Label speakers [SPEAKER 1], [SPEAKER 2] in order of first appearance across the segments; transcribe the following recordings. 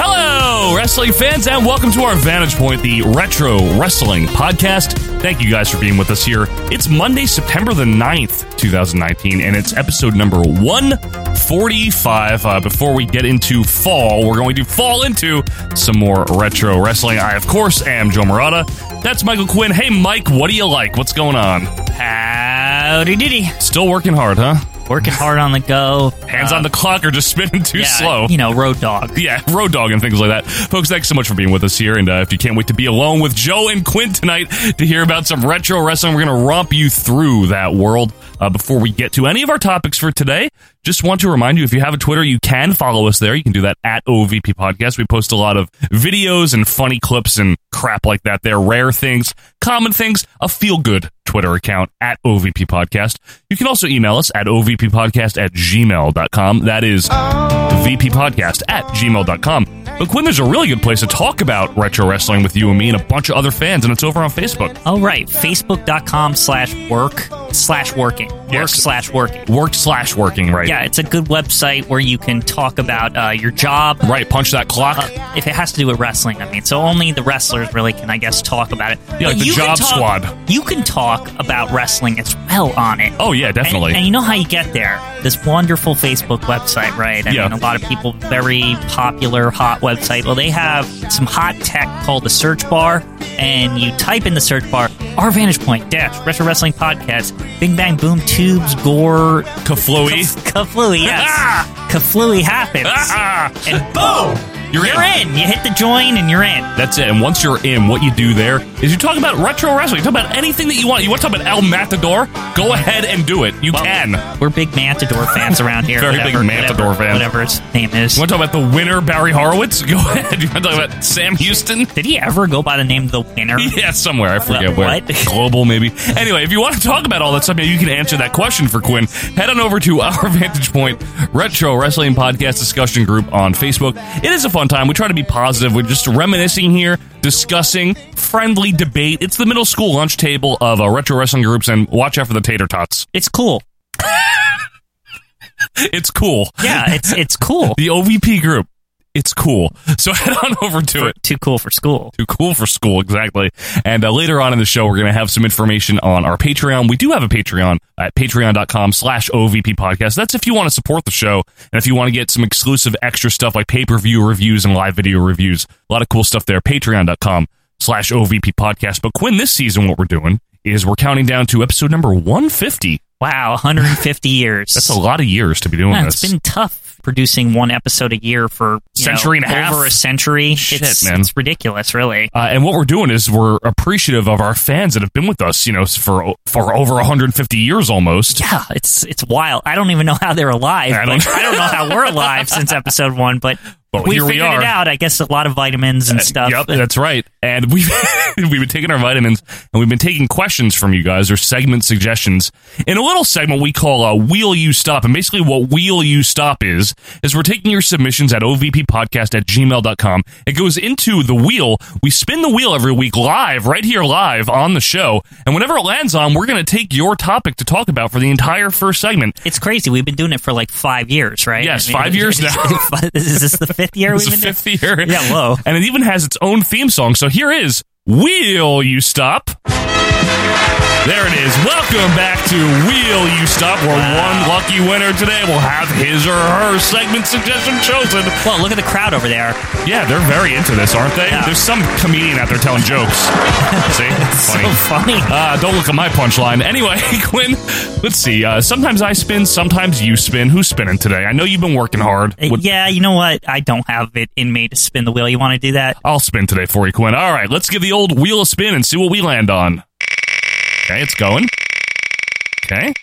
[SPEAKER 1] Hello, wrestling fans, and welcome to our Vantage Point, the Retro Wrestling Podcast. Thank you guys for being with us here. It's Monday, September the 9th, 2019, and it's episode number 145. Uh, before we get into fall, we're going to fall into some more retro wrestling. I, of course, am Joe Morata. That's Michael Quinn. Hey, Mike, what do you like? What's going on?
[SPEAKER 2] Howdy doody.
[SPEAKER 1] Still working hard, huh?
[SPEAKER 2] Working hard on the go.
[SPEAKER 1] Hands
[SPEAKER 2] Uh,
[SPEAKER 1] on the clock or just spinning too
[SPEAKER 2] yeah,
[SPEAKER 1] slow?
[SPEAKER 2] You know, road dog.
[SPEAKER 1] yeah, road dog and things like that. Folks, thanks so much for being with us here. And uh, if you can't wait to be alone with Joe and Quinn tonight to hear about some retro wrestling, we're going to romp you through that world. Uh, before we get to any of our topics for today, just want to remind you if you have a Twitter, you can follow us there. You can do that at OVP Podcast. We post a lot of videos and funny clips and crap like that there, rare things, common things, a feel good Twitter account at OVP Podcast. You can also email us at OVPPodcast at gmail.com. That is vppodcast at gmail.com. But Quinn, there's a really good place to talk about retro wrestling with you and me and a bunch of other fans, and it's over on Facebook.
[SPEAKER 2] All right. Facebook.com slash work slash working. Work
[SPEAKER 1] Yes.
[SPEAKER 2] slash working.
[SPEAKER 1] Worked slash working, right?
[SPEAKER 2] Yeah, it's a good website where you can talk about uh, your job.
[SPEAKER 1] Right, punch that clock.
[SPEAKER 2] Uh, if it has to do with wrestling, I mean, so only the wrestlers really can, I guess, talk about it.
[SPEAKER 1] Yeah, like
[SPEAKER 2] But
[SPEAKER 1] the
[SPEAKER 2] you
[SPEAKER 1] job
[SPEAKER 2] can talk-
[SPEAKER 1] squad.
[SPEAKER 2] You can talk about wrestling as well on it.
[SPEAKER 1] oh, yeah,
[SPEAKER 2] And-
[SPEAKER 1] definitely.
[SPEAKER 2] And, you know how you get there? This wonderful Facebook website, right? I
[SPEAKER 1] Yeah.
[SPEAKER 2] mean, a lot of people, very popular, hot website. Well, they have some hot tech called the search bar, and you type in the search bar, our vantage point, dash, retro wrestling podcast, bing bang boom tubes, gore,
[SPEAKER 1] Kaflooey.
[SPEAKER 2] kaf- kaflooey, yes. kaflooey happens.
[SPEAKER 1] Ah, ah.
[SPEAKER 2] And boom!
[SPEAKER 1] You're in.
[SPEAKER 2] You're in. You hit the join and you're in.
[SPEAKER 1] That's it. And once you're in, what you do there is you talk about retro wrestling. You talk about anything that you want. You want to talk about El Matador? Go ahead and do it. You can. You
[SPEAKER 2] We're big Mantador fans around here.
[SPEAKER 1] Very
[SPEAKER 2] whatever-
[SPEAKER 1] big Matador
[SPEAKER 2] whatever,
[SPEAKER 1] fans.
[SPEAKER 2] Whatever his name is.
[SPEAKER 1] want to talk about the winner, Barry Horowitz? Go ahead. You want to talk about Sam Houston?
[SPEAKER 2] Did he ever go by the name of the winner?
[SPEAKER 1] Yeah, somewhere. I forget
[SPEAKER 2] Uh,
[SPEAKER 1] where.
[SPEAKER 2] what?
[SPEAKER 1] Global, maybe. Anyway, if you want to talk about all that stuff, yeah, you can answer that question for Quinn. Head on over to our Vantage Point Retro Wrestling Podcast discussion group on Facebook. It is a fun time. We try to be positive. We're just reminiscing here, discussing, friendly debate. It's the middle school lunch table of uh, retro wrestling groups, and watch out for the tater tots.
[SPEAKER 2] It's cool.
[SPEAKER 1] It's cool.
[SPEAKER 2] Yeah, it's it's cool.
[SPEAKER 1] The OVP group. It's cool. So head on over to it.
[SPEAKER 2] Too cool for school.
[SPEAKER 1] Too cool for school, exactly. And uh, later on in the show, we're going to have some information on our Patreon. We do have a Patreon at patreon.com slash OVP podcast. That's if you want to support the show and if you want to get some exclusive extra stuff like pay per view reviews and live video reviews. A lot of cool stuff there. Patreon.com slash OVP podcast. But Quinn, this season, what we're doing is we're counting down to episode number 150.
[SPEAKER 2] Wow, 150 years.
[SPEAKER 1] That's a lot of years to be doing
[SPEAKER 2] Yeah,
[SPEAKER 1] this.
[SPEAKER 2] it's been tough producing one episode a year for you
[SPEAKER 1] Century
[SPEAKER 2] know,
[SPEAKER 1] and a half?
[SPEAKER 2] over a century.
[SPEAKER 1] Shit,
[SPEAKER 2] it's,
[SPEAKER 1] man.
[SPEAKER 2] it's ridiculous, really.
[SPEAKER 1] Uh, and what we're doing is we're appreciative of our fans that have been with us, you know, for for over 150 years almost.
[SPEAKER 2] Yeah, it's it's wild. I don't even know how they're alive.
[SPEAKER 1] I
[SPEAKER 2] I
[SPEAKER 1] don't-
[SPEAKER 2] don't, I don't know how we're alive since episode one, but,
[SPEAKER 1] But
[SPEAKER 2] we
[SPEAKER 1] here we
[SPEAKER 2] figured
[SPEAKER 1] are. Uh,
[SPEAKER 2] it out. I guess a lot of vitamins and stuff.
[SPEAKER 1] Yep, that's right. And we've we've been taking our vitamins and we've been taking questions from you guys or segment suggestions in a little segment we call uh, "Wheel You Stop." And basically, what "Wheel You Stop" is is we're taking your submissions at ovppodcast at gmail.com. It goes into the wheel. We spin the wheel every week live, right here live on the show. And whenever it lands on, we're going to take your topic to talk about for the entire first segment.
[SPEAKER 2] It's crazy. We've been doing it for like five years, right?
[SPEAKER 1] Yes, five years now.
[SPEAKER 2] is this the fifth year
[SPEAKER 1] This
[SPEAKER 2] we've
[SPEAKER 1] is
[SPEAKER 2] been doing
[SPEAKER 1] fifth year.
[SPEAKER 2] Yeah, whoa.
[SPEAKER 1] And it even has its own theme song. So here is Wheel You Stop. There it is. Welcome back to Wheel You Stop, where one lucky winner today will have his or her segment suggestion chosen.
[SPEAKER 2] Well, look at the crowd over there.
[SPEAKER 1] Yeah, they're very into this, aren't they?
[SPEAKER 2] Yeah.
[SPEAKER 1] There's some comedian out there telling jokes. See? Funny.
[SPEAKER 2] So funny.
[SPEAKER 1] Uh, don't look at my punchline. Anyway, Quinn, let's see. Uh, sometimes I spin, sometimes you spin. Who's spinning today? I know you've been working hard. What-
[SPEAKER 2] Uh, yeah, you know what? I don't have it in me to spin the wheel. You want to do that?
[SPEAKER 1] I'll spin today for you, Quinn. All right, let's give the old wheel a spin and see what we land on. Okay, it's going. Okay.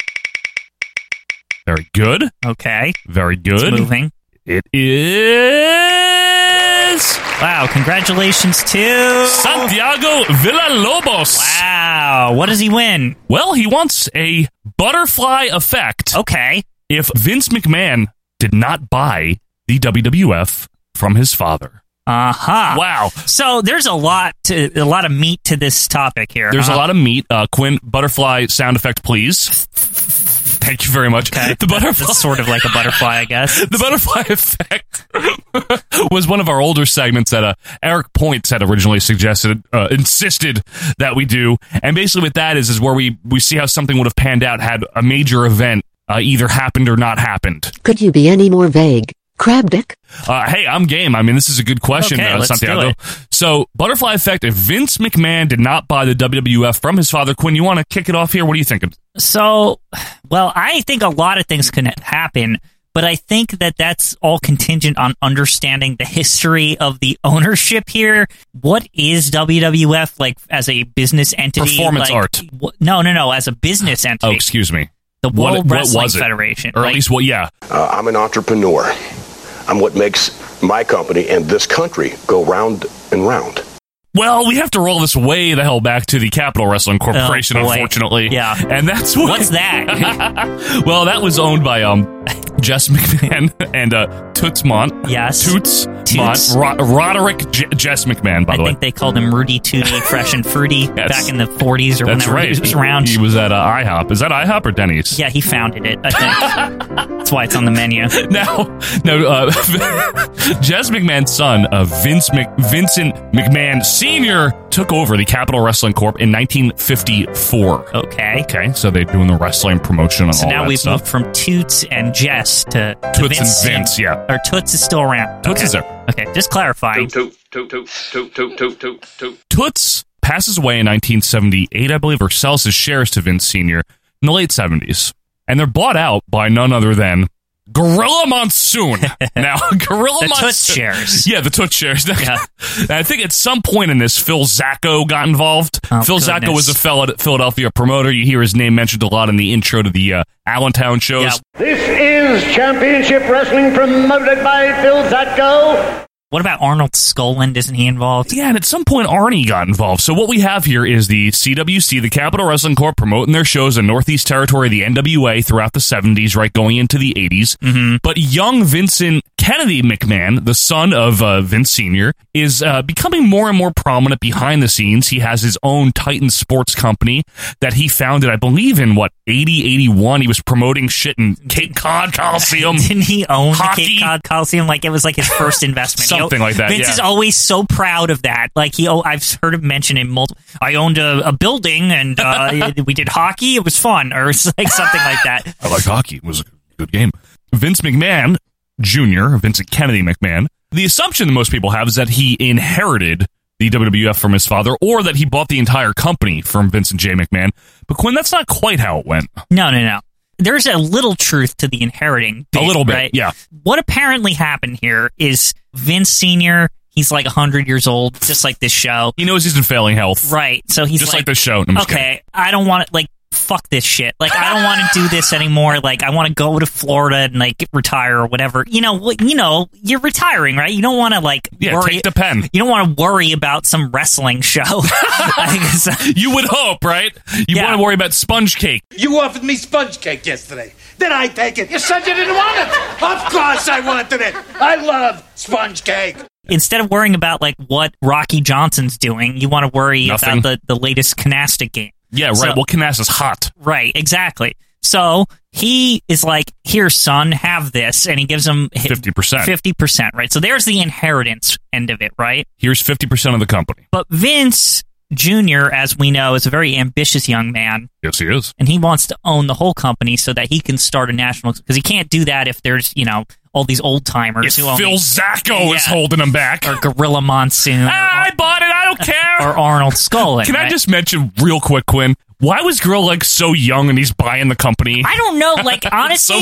[SPEAKER 1] Very good.
[SPEAKER 2] Okay.
[SPEAKER 1] Very
[SPEAKER 2] It's
[SPEAKER 1] good.
[SPEAKER 2] moving.
[SPEAKER 1] It is
[SPEAKER 2] Wow. Congratulations to.
[SPEAKER 1] Santiago Villalobos.
[SPEAKER 2] Wow. What does he win?
[SPEAKER 1] Well, he wants a butterfly effect
[SPEAKER 2] Okay.
[SPEAKER 1] if Vince McMahon did not buy the WWF from his father.
[SPEAKER 2] Uh huh.
[SPEAKER 1] Wow.
[SPEAKER 2] So there's a lot to a lot of meat to this topic here.
[SPEAKER 1] There's a
[SPEAKER 2] huh?
[SPEAKER 1] lot of meat. Uh, Quinn, butterfly sound effect, please. Thank you very much. The butterfly.
[SPEAKER 2] That's sort of like a butterfly, I guess.
[SPEAKER 1] the butterfly effect was one of our older segments that uh, Eric Points had originally suggested, uh, insisted that we do. And basically, what that is is where we we see how something would have panned out had a major event uh, either happened or not happened.
[SPEAKER 3] Could you be any more vague? Crab dick?
[SPEAKER 1] Uh, hey, I'm game. I mean, this is a good question,
[SPEAKER 2] Okay,
[SPEAKER 1] uh,
[SPEAKER 2] let's do
[SPEAKER 1] Santiago.
[SPEAKER 2] it.
[SPEAKER 1] So, butterfly effect. If Vince McMahon did not buy the WWF from his father, Quinn, you want to kick it off here? What are you thinking?
[SPEAKER 2] So, well, I think a lot of things can happen, but I think that that's all contingent on understanding the history of the ownership here. What is WWF like as a business entity?
[SPEAKER 1] Performance
[SPEAKER 2] Like,
[SPEAKER 1] art.
[SPEAKER 2] wh- no, no, no. As a business
[SPEAKER 1] Oh,
[SPEAKER 2] entity,
[SPEAKER 1] excuse me.
[SPEAKER 2] the
[SPEAKER 1] What-
[SPEAKER 2] World
[SPEAKER 1] what
[SPEAKER 2] Wrestling
[SPEAKER 1] was it?
[SPEAKER 2] Federation,
[SPEAKER 1] Or at
[SPEAKER 2] Like,
[SPEAKER 1] least, well, yeah.
[SPEAKER 4] Uh, I'm an entrepreneur. I'm what makes my company and this country go round and round.
[SPEAKER 1] Well, we have to roll this way the hell back to the Capital Wrestling Corporation,
[SPEAKER 2] Oh, boy.
[SPEAKER 1] unfortunately.
[SPEAKER 2] Yeah.
[SPEAKER 1] and that's what,
[SPEAKER 2] what's that?
[SPEAKER 1] well, that was owned by um, Jess McMahon and uh, Toots Mont.
[SPEAKER 2] Yes.
[SPEAKER 1] Toots,
[SPEAKER 2] Toots.
[SPEAKER 1] Mont. Ro- Roderick J- Jess McMahon. By
[SPEAKER 2] I
[SPEAKER 1] the way,
[SPEAKER 2] think they called him Rudy Tooty, Fresh and Fruity, back in the 40s or
[SPEAKER 1] that's
[SPEAKER 2] whenever
[SPEAKER 1] right.
[SPEAKER 2] he was around.
[SPEAKER 1] He was at uh, IHOP. Is that IHOP or Denny's?
[SPEAKER 2] yeah, he founded it. I think that's why it's on the menu.
[SPEAKER 1] Now, no, uh, Jess McMahon's son, uh, Vince Mc- Vincent McMahon Sr., took over the Capital Wrestling Corp in 1954.
[SPEAKER 2] Okay.
[SPEAKER 1] Okay, so they're doing the wrestling promotion and
[SPEAKER 2] So
[SPEAKER 1] all
[SPEAKER 2] now
[SPEAKER 1] that
[SPEAKER 2] we've
[SPEAKER 1] stuff.
[SPEAKER 2] moved from Toots and Jess to, to
[SPEAKER 1] Toots and
[SPEAKER 2] Vince
[SPEAKER 1] Vince, yeah.
[SPEAKER 2] Or Toots is still around.
[SPEAKER 1] Toots
[SPEAKER 2] okay.
[SPEAKER 1] is there.
[SPEAKER 2] Okay, just clarifying.
[SPEAKER 5] toot, toot, toot, toot, toot, toot, toot, toot.
[SPEAKER 1] Toots passes away in 1978, I believe, or sells his shares to Vince Sr. in the late 70s. And they're bought out by none other than Gorilla Monsoon. now, Gorilla
[SPEAKER 2] The
[SPEAKER 1] Monsoon.
[SPEAKER 2] Toots shares.
[SPEAKER 1] Yeah, the Toots shares. And I think at some point in this, Phil Zacco got involved.
[SPEAKER 2] Oh,
[SPEAKER 1] Phil Zacco
[SPEAKER 2] goodness.
[SPEAKER 1] was a fellow Philadelphia promoter. You hear his name mentioned a lot in the intro to the uh, Allentown shows.
[SPEAKER 2] Yeah.
[SPEAKER 6] This is Championship Wrestling promoted by Phil Zatko.
[SPEAKER 2] What about Arnold Skoland? Isn't he involved?
[SPEAKER 1] Yeah, and at some point Arnie got involved. So what we have here is the CWC, the Capital Wrestling Corp, promoting their shows in Northeast Territory, the NWA throughout the '70s, right, going into the '80s. Mm-hmm. But young Vincent Kennedy McMahon, the son of uh, Vince Senior, is uh, becoming more and more prominent behind the scenes. He has his own Titan Sports company that he founded, I believe, in what '80, '81. He was promoting shit in Cape Cod Coliseum.
[SPEAKER 2] Didn't he own
[SPEAKER 1] Um, Hockey?
[SPEAKER 2] the Cape Cod Coliseum? Like it was like his first investment. He
[SPEAKER 1] Something
[SPEAKER 2] o-
[SPEAKER 1] like that,
[SPEAKER 2] Vince
[SPEAKER 1] yeah.
[SPEAKER 2] is always so proud of that. Like he, oh, I've heard him mention in multiple. I owned a, a building and uh, we did hockey. It was fun, or it's like something like that.
[SPEAKER 1] I like hockey. It was a good game. Vince McMahon Jr., Vincent Kennedy McMahon. The assumption that most people have is that he inherited the WWF from his father or that he bought the entire company from Vincent J. McMahon. But Quinn, that's not quite how it went.
[SPEAKER 2] No, no, no. There's a little truth to the inheriting.
[SPEAKER 1] A
[SPEAKER 2] bit,
[SPEAKER 1] little bit,
[SPEAKER 2] right?
[SPEAKER 1] yeah.
[SPEAKER 2] What apparently happened here is Vince Senior. He's like hundred years old, just like this show.
[SPEAKER 1] He knows he's in failing health.
[SPEAKER 2] Right. So he's
[SPEAKER 1] Just like this show. No, I'm just kidding.
[SPEAKER 2] okay, I don't want it. Like, fuck this shit. Like, I don't want to do this anymore. Like, I want to go to Florida and like retire or whatever. You know, wh- you know, you're retiring, right? You don't want to like
[SPEAKER 1] Yeah,
[SPEAKER 2] worry.
[SPEAKER 1] take the pen.
[SPEAKER 2] you don't want to worry about some wrestling show. I guess, uh,
[SPEAKER 1] You would hope, right? You
[SPEAKER 2] Yeah.
[SPEAKER 1] want to worry about sponge cake.
[SPEAKER 7] You offered me sponge cake yesterday. Did I take it? You said you didn't want it. Of course I wanted it. I love sponge cake.
[SPEAKER 2] instead of worrying about like what Rocky Johnson's doing, you want to worry
[SPEAKER 1] Nothing.
[SPEAKER 2] about the the latest canasta game.
[SPEAKER 1] Yeah, right.
[SPEAKER 2] So-
[SPEAKER 1] well, Canasta's hot.
[SPEAKER 2] Right, exactly. So he is like, here, son, have this. And he gives him
[SPEAKER 1] 50%.
[SPEAKER 2] 50%, right? So there's the inheritance end of it, right?
[SPEAKER 1] Here's 50% of the company.
[SPEAKER 2] But Vince Jr., as we know, is a very ambitious young man,
[SPEAKER 1] Yes, he is.
[SPEAKER 2] and he wants to own the whole company so that he can start a national. Because he can't do that if there's, you know, all these old timers
[SPEAKER 1] If
[SPEAKER 2] who own
[SPEAKER 1] Phil Zacco is
[SPEAKER 2] Yeah.
[SPEAKER 1] holding him back.
[SPEAKER 2] or Gorilla Monsoon
[SPEAKER 1] I bought it. I don't care.
[SPEAKER 2] or, or Arnold Scullin.
[SPEAKER 1] Can I
[SPEAKER 2] right?
[SPEAKER 1] just mention real quick, Quinn? Why was Grill like so young and he's buying the company?
[SPEAKER 2] I don't know. Like honestly,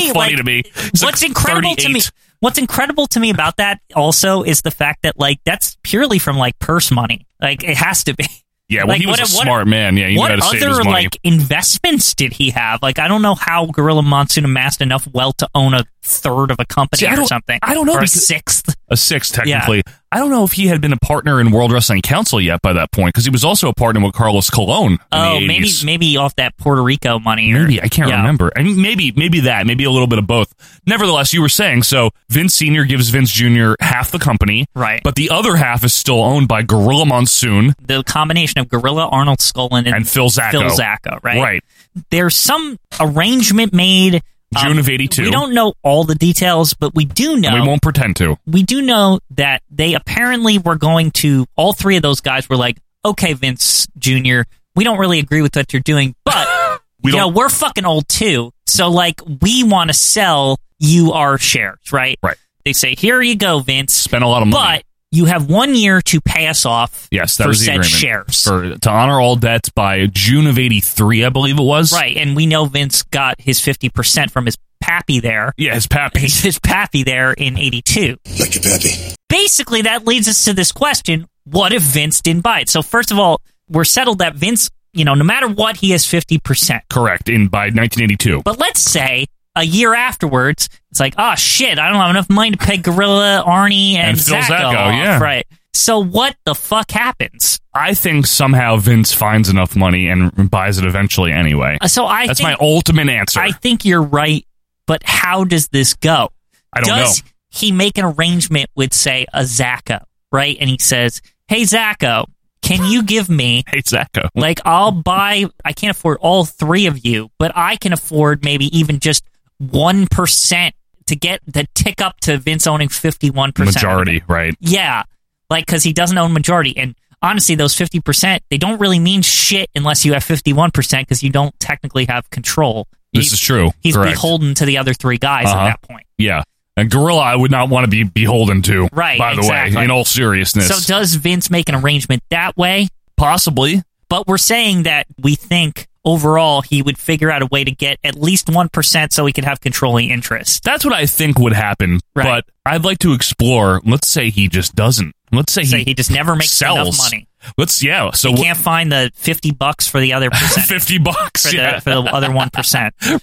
[SPEAKER 1] so funny
[SPEAKER 2] like,
[SPEAKER 1] to me. He's like
[SPEAKER 2] what's incredible to me?
[SPEAKER 1] 38.
[SPEAKER 2] What's incredible to me about that also is the fact that like that's purely from like purse money. Like it has to be.
[SPEAKER 1] Yeah, well,
[SPEAKER 2] Like,
[SPEAKER 1] he was
[SPEAKER 2] what-
[SPEAKER 1] a
[SPEAKER 2] what-
[SPEAKER 1] smart man. Yeah, he knew
[SPEAKER 2] what
[SPEAKER 1] how to
[SPEAKER 2] other
[SPEAKER 1] save his money.
[SPEAKER 2] like investments did he have? Like, I don't know how Gorilla Monsoon amassed enough wealth to own a third of a company
[SPEAKER 1] See, I
[SPEAKER 2] or
[SPEAKER 1] don't-
[SPEAKER 2] something.
[SPEAKER 1] I don't know
[SPEAKER 2] or a
[SPEAKER 1] because-
[SPEAKER 2] sixth.
[SPEAKER 1] a six technically. I don't know if he had been a partner in World Wrestling Council yet by that point because he was also a partner with Carlos Colon. in
[SPEAKER 2] Oh,
[SPEAKER 1] the
[SPEAKER 2] maybe
[SPEAKER 1] 80s.
[SPEAKER 2] maybe off that Puerto Rico money. Or,
[SPEAKER 1] Maybe I can't
[SPEAKER 2] yeah.
[SPEAKER 1] remember. I mean, maybe maybe that, maybe a little bit of both. Nevertheless, you were saying so. Vince Senior gives Vince Junior half the company,
[SPEAKER 2] Right.
[SPEAKER 1] But the other half is still owned by Gorilla Monsoon
[SPEAKER 2] The combination of Gorilla, Arnold Skolin, and,
[SPEAKER 1] and Phil Zacco.
[SPEAKER 2] Phil Zacco, right?
[SPEAKER 1] Right.
[SPEAKER 2] There's some arrangement made. um,
[SPEAKER 1] June of '82.
[SPEAKER 2] We don't know all the details, but we do know
[SPEAKER 1] And we won't pretend to.
[SPEAKER 2] we do know that they apparently were going to all three of those guys were like, okay, Vince Jr., we don't really agree with what you're doing, but
[SPEAKER 1] We
[SPEAKER 2] you know,
[SPEAKER 1] don't.
[SPEAKER 2] we're fucking old too. So like we want to sell you our shares, right?
[SPEAKER 1] Right.
[SPEAKER 2] They say, here you go, Vince,
[SPEAKER 1] spend a lot of money.
[SPEAKER 2] but you have one year to pay us off
[SPEAKER 1] yes, that
[SPEAKER 2] for
[SPEAKER 1] was the
[SPEAKER 2] said
[SPEAKER 1] agreement
[SPEAKER 2] shares.
[SPEAKER 1] for to honor all debts by June of '83, I believe it was.
[SPEAKER 2] right. And we know Vince got his 50% from his pappy there.
[SPEAKER 1] Yeah, his pap.
[SPEAKER 2] His, his pappy there in 82.
[SPEAKER 4] Like your pappy.
[SPEAKER 2] basically that leads us to this question what if vince didn't buy it so first of all we're settled that vince you know no matter what he has 50%
[SPEAKER 1] Correct. In by 1982.
[SPEAKER 2] but let's say a year afterwards it's like oh shit i don't have enough money to pay gorilla arnie and,
[SPEAKER 1] And Phil
[SPEAKER 2] Zacco
[SPEAKER 1] Zacco,
[SPEAKER 2] off,
[SPEAKER 1] yeah.
[SPEAKER 2] right so what the fuck happens
[SPEAKER 1] I think somehow Vince finds enough money and buys it eventually anyway.
[SPEAKER 2] Uh, so i
[SPEAKER 1] That's
[SPEAKER 2] think
[SPEAKER 1] my ultimate answer.
[SPEAKER 2] i think you're right but how does this go
[SPEAKER 1] I don't
[SPEAKER 2] does
[SPEAKER 1] know.
[SPEAKER 2] he make an arrangement with say a Zacco, right and he says hey Zacco, can you give me
[SPEAKER 1] Hey, Zacco.
[SPEAKER 2] Like I'll buy I can't afford all three of you, but I can afford maybe even just one percent to get the tick up to Vince owning fifty one percent.
[SPEAKER 1] Majority, right?
[SPEAKER 2] Yeah. Like cause he doesn't own majority. And honestly those fifty percent, they don't really mean shit unless you have fifty one percent because you don't technically have control.
[SPEAKER 1] This
[SPEAKER 2] He's-
[SPEAKER 1] is true.
[SPEAKER 2] He's
[SPEAKER 1] Correct.
[SPEAKER 2] beholden to the other three guys
[SPEAKER 1] Uh-huh.
[SPEAKER 2] at that point.
[SPEAKER 1] yeah. And Gorilla, I would not want to be beholden to.
[SPEAKER 2] Right,
[SPEAKER 1] By the
[SPEAKER 2] exactly.
[SPEAKER 1] way, in all seriousness.
[SPEAKER 2] So does Vince make an arrangement that way?
[SPEAKER 1] possibly.
[SPEAKER 2] but we're saying that we think overall he would figure out a way to get at least 1% so he could have controlling interest.
[SPEAKER 1] That's what I think would happen.
[SPEAKER 2] Right.
[SPEAKER 1] But I'd like to explore. Let's say he just doesn't. Let's say,
[SPEAKER 2] Say
[SPEAKER 1] he,
[SPEAKER 2] he just never makes enough
[SPEAKER 1] sells.
[SPEAKER 2] money.
[SPEAKER 1] Let's yeah. So
[SPEAKER 2] He can't find the 50 bucks for the other percent.
[SPEAKER 1] fifty bucks.
[SPEAKER 2] For the,
[SPEAKER 1] yeah.
[SPEAKER 2] for the other 1%.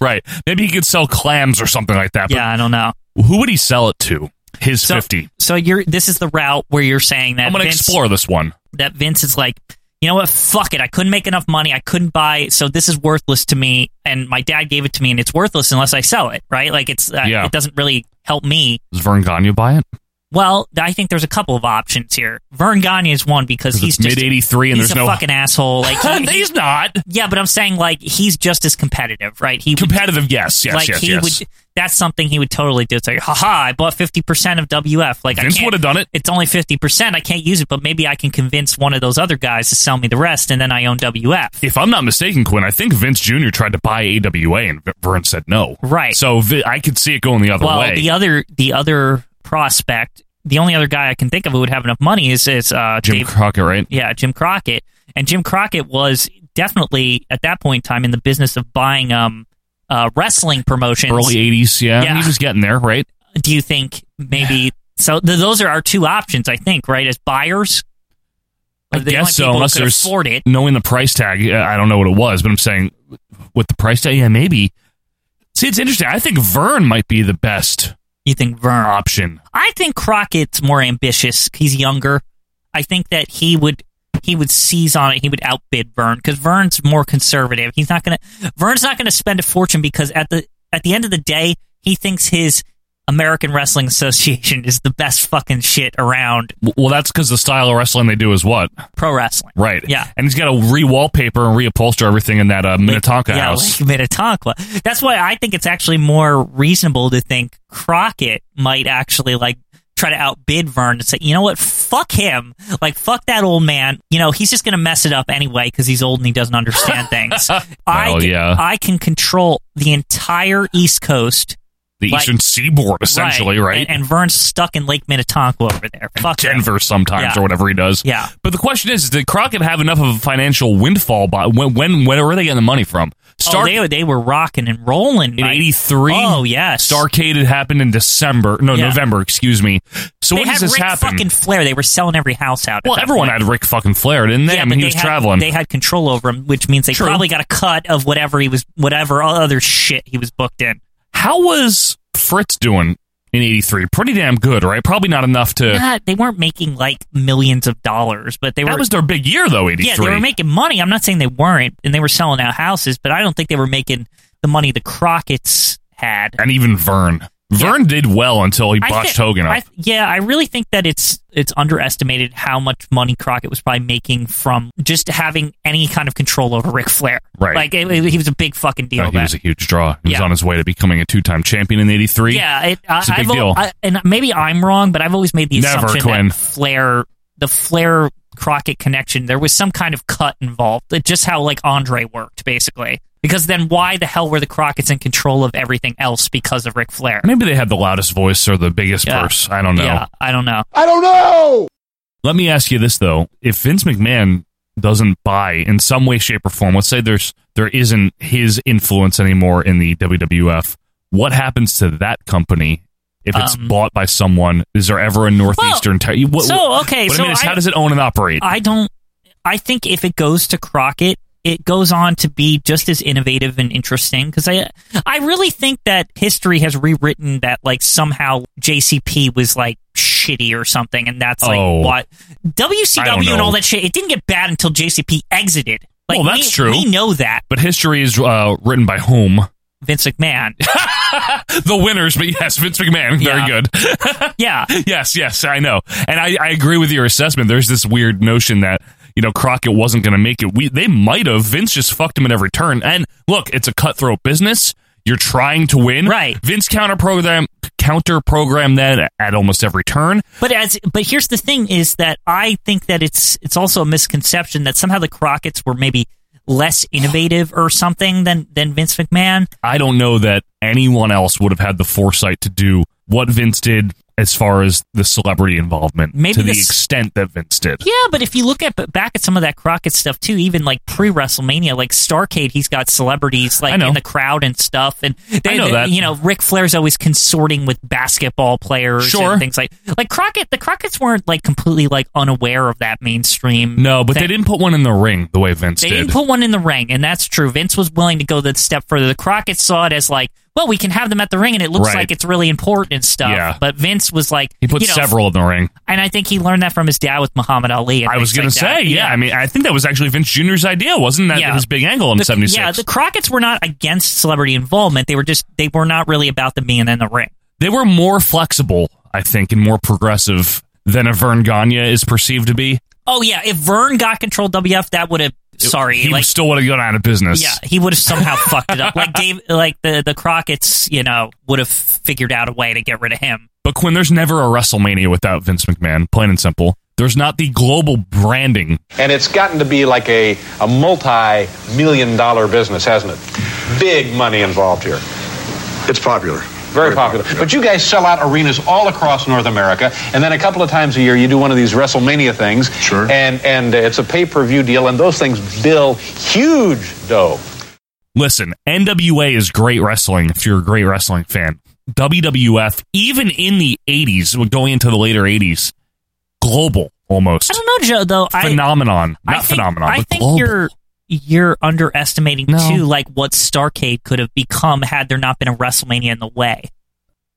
[SPEAKER 1] right. Maybe he could sell clams or something like that. But
[SPEAKER 2] yeah, I don't know.
[SPEAKER 1] Who would he sell it to? His
[SPEAKER 2] So,
[SPEAKER 1] fifty.
[SPEAKER 2] so you're this is the route where you're saying that
[SPEAKER 1] I'm going to
[SPEAKER 2] Vince-
[SPEAKER 1] explore this one.
[SPEAKER 2] that Vince is like, you know what? Fuck it. I couldn't make enough money. I couldn't buy it. So this is worthless to me. And my dad gave it to me and it's worthless unless I sell it, right? Like it's, uh,
[SPEAKER 1] Yeah.
[SPEAKER 2] it doesn't really help me
[SPEAKER 1] Does Vern Gagne buy it?
[SPEAKER 2] Well, I think there's a couple of options here. Vern Gagne is one because he's
[SPEAKER 1] He's
[SPEAKER 2] just
[SPEAKER 1] mid eighty three, and
[SPEAKER 2] he's
[SPEAKER 1] there's
[SPEAKER 2] a
[SPEAKER 1] no
[SPEAKER 2] fucking asshole. Like he- he-
[SPEAKER 1] he's not
[SPEAKER 2] yeah, but I'm saying like he's just as competitive, right? He would-
[SPEAKER 1] competitive. Yes, yes,
[SPEAKER 2] like
[SPEAKER 1] yes,
[SPEAKER 2] he
[SPEAKER 1] yes.
[SPEAKER 2] would. That's something he would totally do. It's like, haha, I bought fifty percent of WF. Like
[SPEAKER 1] Vince
[SPEAKER 2] I
[SPEAKER 1] would have
[SPEAKER 2] can't.
[SPEAKER 1] done it.
[SPEAKER 2] It's only fifty percent. I can't use it, but maybe I can convince one of those other guys to sell me the rest, and then I own WF.
[SPEAKER 1] If I'm not mistaken, Quinn, I think Vince Jr. tried to buy AWA, and V- Vern said no.
[SPEAKER 2] Right.
[SPEAKER 1] So Vi- I could see it going the other
[SPEAKER 2] well,
[SPEAKER 1] way.
[SPEAKER 2] the other the other prospect, the only other guy I can think of who would have enough money is is uh,
[SPEAKER 1] Jim
[SPEAKER 2] Dave
[SPEAKER 1] Crockett, right?
[SPEAKER 2] Yeah, Jim Crockett. And Jim Crockett was definitely at that point in time in the business of buying um uh, wrestling promotions.
[SPEAKER 1] Early '80s. Yeah.
[SPEAKER 2] Yeah.
[SPEAKER 1] he was getting there, right?
[SPEAKER 2] Do you think maybe so? Th- those are our two options, I think, right? As buyers,
[SPEAKER 1] I
[SPEAKER 2] They're the only
[SPEAKER 1] guess so.
[SPEAKER 2] people who
[SPEAKER 1] Unless
[SPEAKER 2] could
[SPEAKER 1] there's
[SPEAKER 2] afford it.
[SPEAKER 1] knowing the price tag, uh, I don't know what it was, but I'm saying with the price tag, yeah, maybe. See, it's interesting. I think Vern might be the best
[SPEAKER 2] You think Vern?
[SPEAKER 1] option.
[SPEAKER 2] I think Crockett's more ambitious. He's younger. I think that he would he would seize on it. He would outbid Vern because Vern's more conservative. He's not gonna Vern's not gonna spend a fortune because at the at the end of the day, he thinks his American Wrestling Association is the best fucking shit around
[SPEAKER 1] W- Well, that's because the style of wrestling they do is what,
[SPEAKER 2] pro wrestling.
[SPEAKER 1] right?
[SPEAKER 2] Yeah.
[SPEAKER 1] and he's got to re-wallpaper and reupholster everything in that uh, Minnetonka
[SPEAKER 2] yeah,
[SPEAKER 1] house.
[SPEAKER 2] like Minnetonka. That's why I think it's actually more reasonable to think Crockett might actually like try to outbid Vern and say, you know what, fuck him, like fuck that old man. You know, he's just gonna mess it up anyway because he's old and he doesn't understand things. I
[SPEAKER 1] Well,
[SPEAKER 2] can,
[SPEAKER 1] yeah.
[SPEAKER 2] I can control the entire East Coast,
[SPEAKER 1] the
[SPEAKER 2] like-
[SPEAKER 1] Eastern Seaboard, essentially, right?
[SPEAKER 2] And, and Vern's stuck in Lake Minnetonka over there. Fuck him.
[SPEAKER 1] Denver sometimes
[SPEAKER 2] Yeah.
[SPEAKER 1] or whatever he does.
[SPEAKER 2] Yeah. Oh,
[SPEAKER 1] But the question is, did Crockett have enough of a financial windfall? By when, when where were they getting the money from? Star-
[SPEAKER 2] oh, they, they were rocking and rolling
[SPEAKER 1] in
[SPEAKER 2] by-
[SPEAKER 1] '83.
[SPEAKER 2] Oh yes,
[SPEAKER 1] Starcade had happened in December. No,
[SPEAKER 2] Yeah.
[SPEAKER 1] November. Excuse me. So
[SPEAKER 2] They
[SPEAKER 1] when
[SPEAKER 2] had
[SPEAKER 1] does this
[SPEAKER 2] Ric
[SPEAKER 1] happen?
[SPEAKER 2] fucking Flair. They were selling every house out. at
[SPEAKER 1] well,
[SPEAKER 2] that
[SPEAKER 1] everyone
[SPEAKER 2] point.
[SPEAKER 1] had Rick fucking Flair, didn't they? I mean,
[SPEAKER 2] but
[SPEAKER 1] he was
[SPEAKER 2] they had,
[SPEAKER 1] traveling.
[SPEAKER 2] They had control over him, which means they
[SPEAKER 1] True.
[SPEAKER 2] probably got a cut of whatever he was, whatever other shit he was booked in.
[SPEAKER 1] How was Fritz doing in '83? Pretty damn good, right? Probably not enough to.
[SPEAKER 2] Nah, Uh, they weren't making like millions of dollars, but they
[SPEAKER 1] that
[SPEAKER 2] were.
[SPEAKER 1] was their big year, though. '83.
[SPEAKER 2] yeah, they were making money. I'm not saying they weren't, and they were selling out houses, but I don't think they were making the money the Crockett's had.
[SPEAKER 1] and even Vern. Vern did well until he
[SPEAKER 2] I
[SPEAKER 1] botched
[SPEAKER 2] thi-
[SPEAKER 1] Hogan up.
[SPEAKER 2] I- yeah, I really think that it's it's underestimated how much money Crockett was probably making from just having any kind of control over Ric Flair.
[SPEAKER 1] Right.
[SPEAKER 2] Like it, it- he was a big fucking deal.
[SPEAKER 1] Uh, he
[SPEAKER 2] back.
[SPEAKER 1] was a huge draw. He was
[SPEAKER 2] Yeah.
[SPEAKER 1] on his way to becoming a two-time champion in '83.
[SPEAKER 2] yeah, it, I,
[SPEAKER 1] It's a big
[SPEAKER 2] I've al-
[SPEAKER 1] deal.
[SPEAKER 2] I- and maybe I'm wrong, but I've always made the
[SPEAKER 1] Never,
[SPEAKER 2] assumption
[SPEAKER 1] Quinn.
[SPEAKER 2] that Flair, the Flair Crockett connection, there was some kind of cut involved. That Just how like Andre worked basically. Because then why the hell were the Crockett's in control of everything else because of Ric Flair?
[SPEAKER 1] Maybe they had the loudest voice or the biggest
[SPEAKER 2] Yeah.
[SPEAKER 1] purse. I don't know.
[SPEAKER 2] Yeah, I don't know.
[SPEAKER 8] I don't know.
[SPEAKER 1] Let me ask you this though: If Vince McMahon doesn't buy in some way, shape, or form, let's say there's there isn't his influence anymore in the WWF, what happens to that company if it's
[SPEAKER 2] Um,
[SPEAKER 1] bought by someone? Is there ever a northeastern? ter- what,
[SPEAKER 2] so, okay,
[SPEAKER 1] what
[SPEAKER 2] so
[SPEAKER 1] I mean is,
[SPEAKER 2] I-
[SPEAKER 1] how does it own and operate?
[SPEAKER 2] I don't. I think if it goes to Crockett, it goes on to be just as innovative and interesting. Because I, I really think that history has rewritten that like somehow JCP was like shitty or something, and that's like
[SPEAKER 1] Oh.
[SPEAKER 2] what
[SPEAKER 1] I don't
[SPEAKER 2] WCW
[SPEAKER 1] know.
[SPEAKER 2] and all that shit. It didn't get bad until JCP exited. Like,
[SPEAKER 1] Well, that's
[SPEAKER 2] we-
[SPEAKER 1] true.
[SPEAKER 2] We know that
[SPEAKER 1] but history is uh, written by whom?
[SPEAKER 2] Vince McMahon.
[SPEAKER 1] the winners, but yes, Vince McMahon, very
[SPEAKER 2] Yeah.
[SPEAKER 1] good.
[SPEAKER 2] yeah,
[SPEAKER 1] yes, yes, I know, and I, I agree with your assessment. There's this weird notion that you know Crockett wasn't going to make it. We they might have. Vince just fucked him at every turn. And look, it's a cutthroat business. You're trying to win,
[SPEAKER 2] Right.
[SPEAKER 1] Vince counter program counter program that at almost every turn.
[SPEAKER 2] But as but here's the thing is that I think that it's it's also a misconception that somehow the Crockett's were maybe less innovative or something than than Vince McMahon.
[SPEAKER 1] I don't know that anyone else would have had the foresight to do what Vince did as far as the celebrity involvement
[SPEAKER 2] Maybe
[SPEAKER 1] to the
[SPEAKER 2] this-
[SPEAKER 1] extent that Vince did.
[SPEAKER 2] Yeah, but if you look at back at some of that Crockett stuff too, even like pre WrestleMania, like Starcade, he's got celebrities
[SPEAKER 1] I
[SPEAKER 2] like
[SPEAKER 1] know.
[SPEAKER 2] in the crowd and stuff, and they,
[SPEAKER 1] I know
[SPEAKER 2] they-
[SPEAKER 1] that.
[SPEAKER 2] you know Ric Flair's always consorting with basketball players
[SPEAKER 1] Sure.
[SPEAKER 2] and things like like Crockett. The Crockett's weren't like completely like unaware of that mainstream.
[SPEAKER 1] No, but
[SPEAKER 2] thing.
[SPEAKER 1] they didn't put one in the ring the way Vince
[SPEAKER 2] They
[SPEAKER 1] did.
[SPEAKER 2] didn't put one in the ring, and that's true. Vince was willing to go the step further. The Crockett saw it as like, well, we can have them at the ring, and it looks
[SPEAKER 1] Right.
[SPEAKER 2] like it's really important and stuff.
[SPEAKER 1] Yeah.
[SPEAKER 2] But Vince was like,
[SPEAKER 1] he put
[SPEAKER 2] you know,
[SPEAKER 1] several in the ring.
[SPEAKER 2] and I think he learned that from his dad with Muhammad Ali. and
[SPEAKER 1] I was
[SPEAKER 2] things
[SPEAKER 1] going
[SPEAKER 2] like
[SPEAKER 1] to
[SPEAKER 2] that.
[SPEAKER 1] say, yeah. I mean, I think that was actually Vince Jr.'s idea, wasn't that
[SPEAKER 2] Yeah.
[SPEAKER 1] his big angle in
[SPEAKER 2] The-
[SPEAKER 1] '76?
[SPEAKER 2] Yeah, the Crockett's were not against celebrity involvement. They were just they were not really about them being in the ring.
[SPEAKER 1] they were more flexible, I think, and more progressive than a Vern Gagne is perceived to be.
[SPEAKER 2] Oh yeah, if Vern got control of WF, that would have sorry,
[SPEAKER 1] he
[SPEAKER 2] like
[SPEAKER 1] still would have gone out of business.
[SPEAKER 2] yeah, he would have somehow fucked it up. Like Dave, like the the Crockett's, you know, would have figured out a way to get rid of him.
[SPEAKER 1] But Quinn, there's never a WrestleMania without Vince McMahon. Plain and simple. There's not the global branding.
[SPEAKER 9] And it's gotten to be like a, a multi million dollar business, hasn't it? Big money involved here.
[SPEAKER 4] It's popular.
[SPEAKER 9] Very popular. But you guys sell out arenas all across North America, and then a couple of times a year you do one of these WrestleMania things.
[SPEAKER 4] Sure.
[SPEAKER 9] And, and it's a pay per view deal, and those things bill huge dough.
[SPEAKER 1] Listen, NWA is great wrestling if you're a great wrestling fan. WWF, even in the 80s, going into the later 80s, global almost.
[SPEAKER 2] I don't know, Joe. Though I,
[SPEAKER 1] phenomenon,
[SPEAKER 2] I
[SPEAKER 1] not
[SPEAKER 2] think,
[SPEAKER 1] phenomenon.
[SPEAKER 2] I
[SPEAKER 1] but
[SPEAKER 2] think
[SPEAKER 1] global.
[SPEAKER 2] you're you're underestimating
[SPEAKER 1] No.
[SPEAKER 2] too, like what Starcade could have become had there not been a WrestleMania in the way.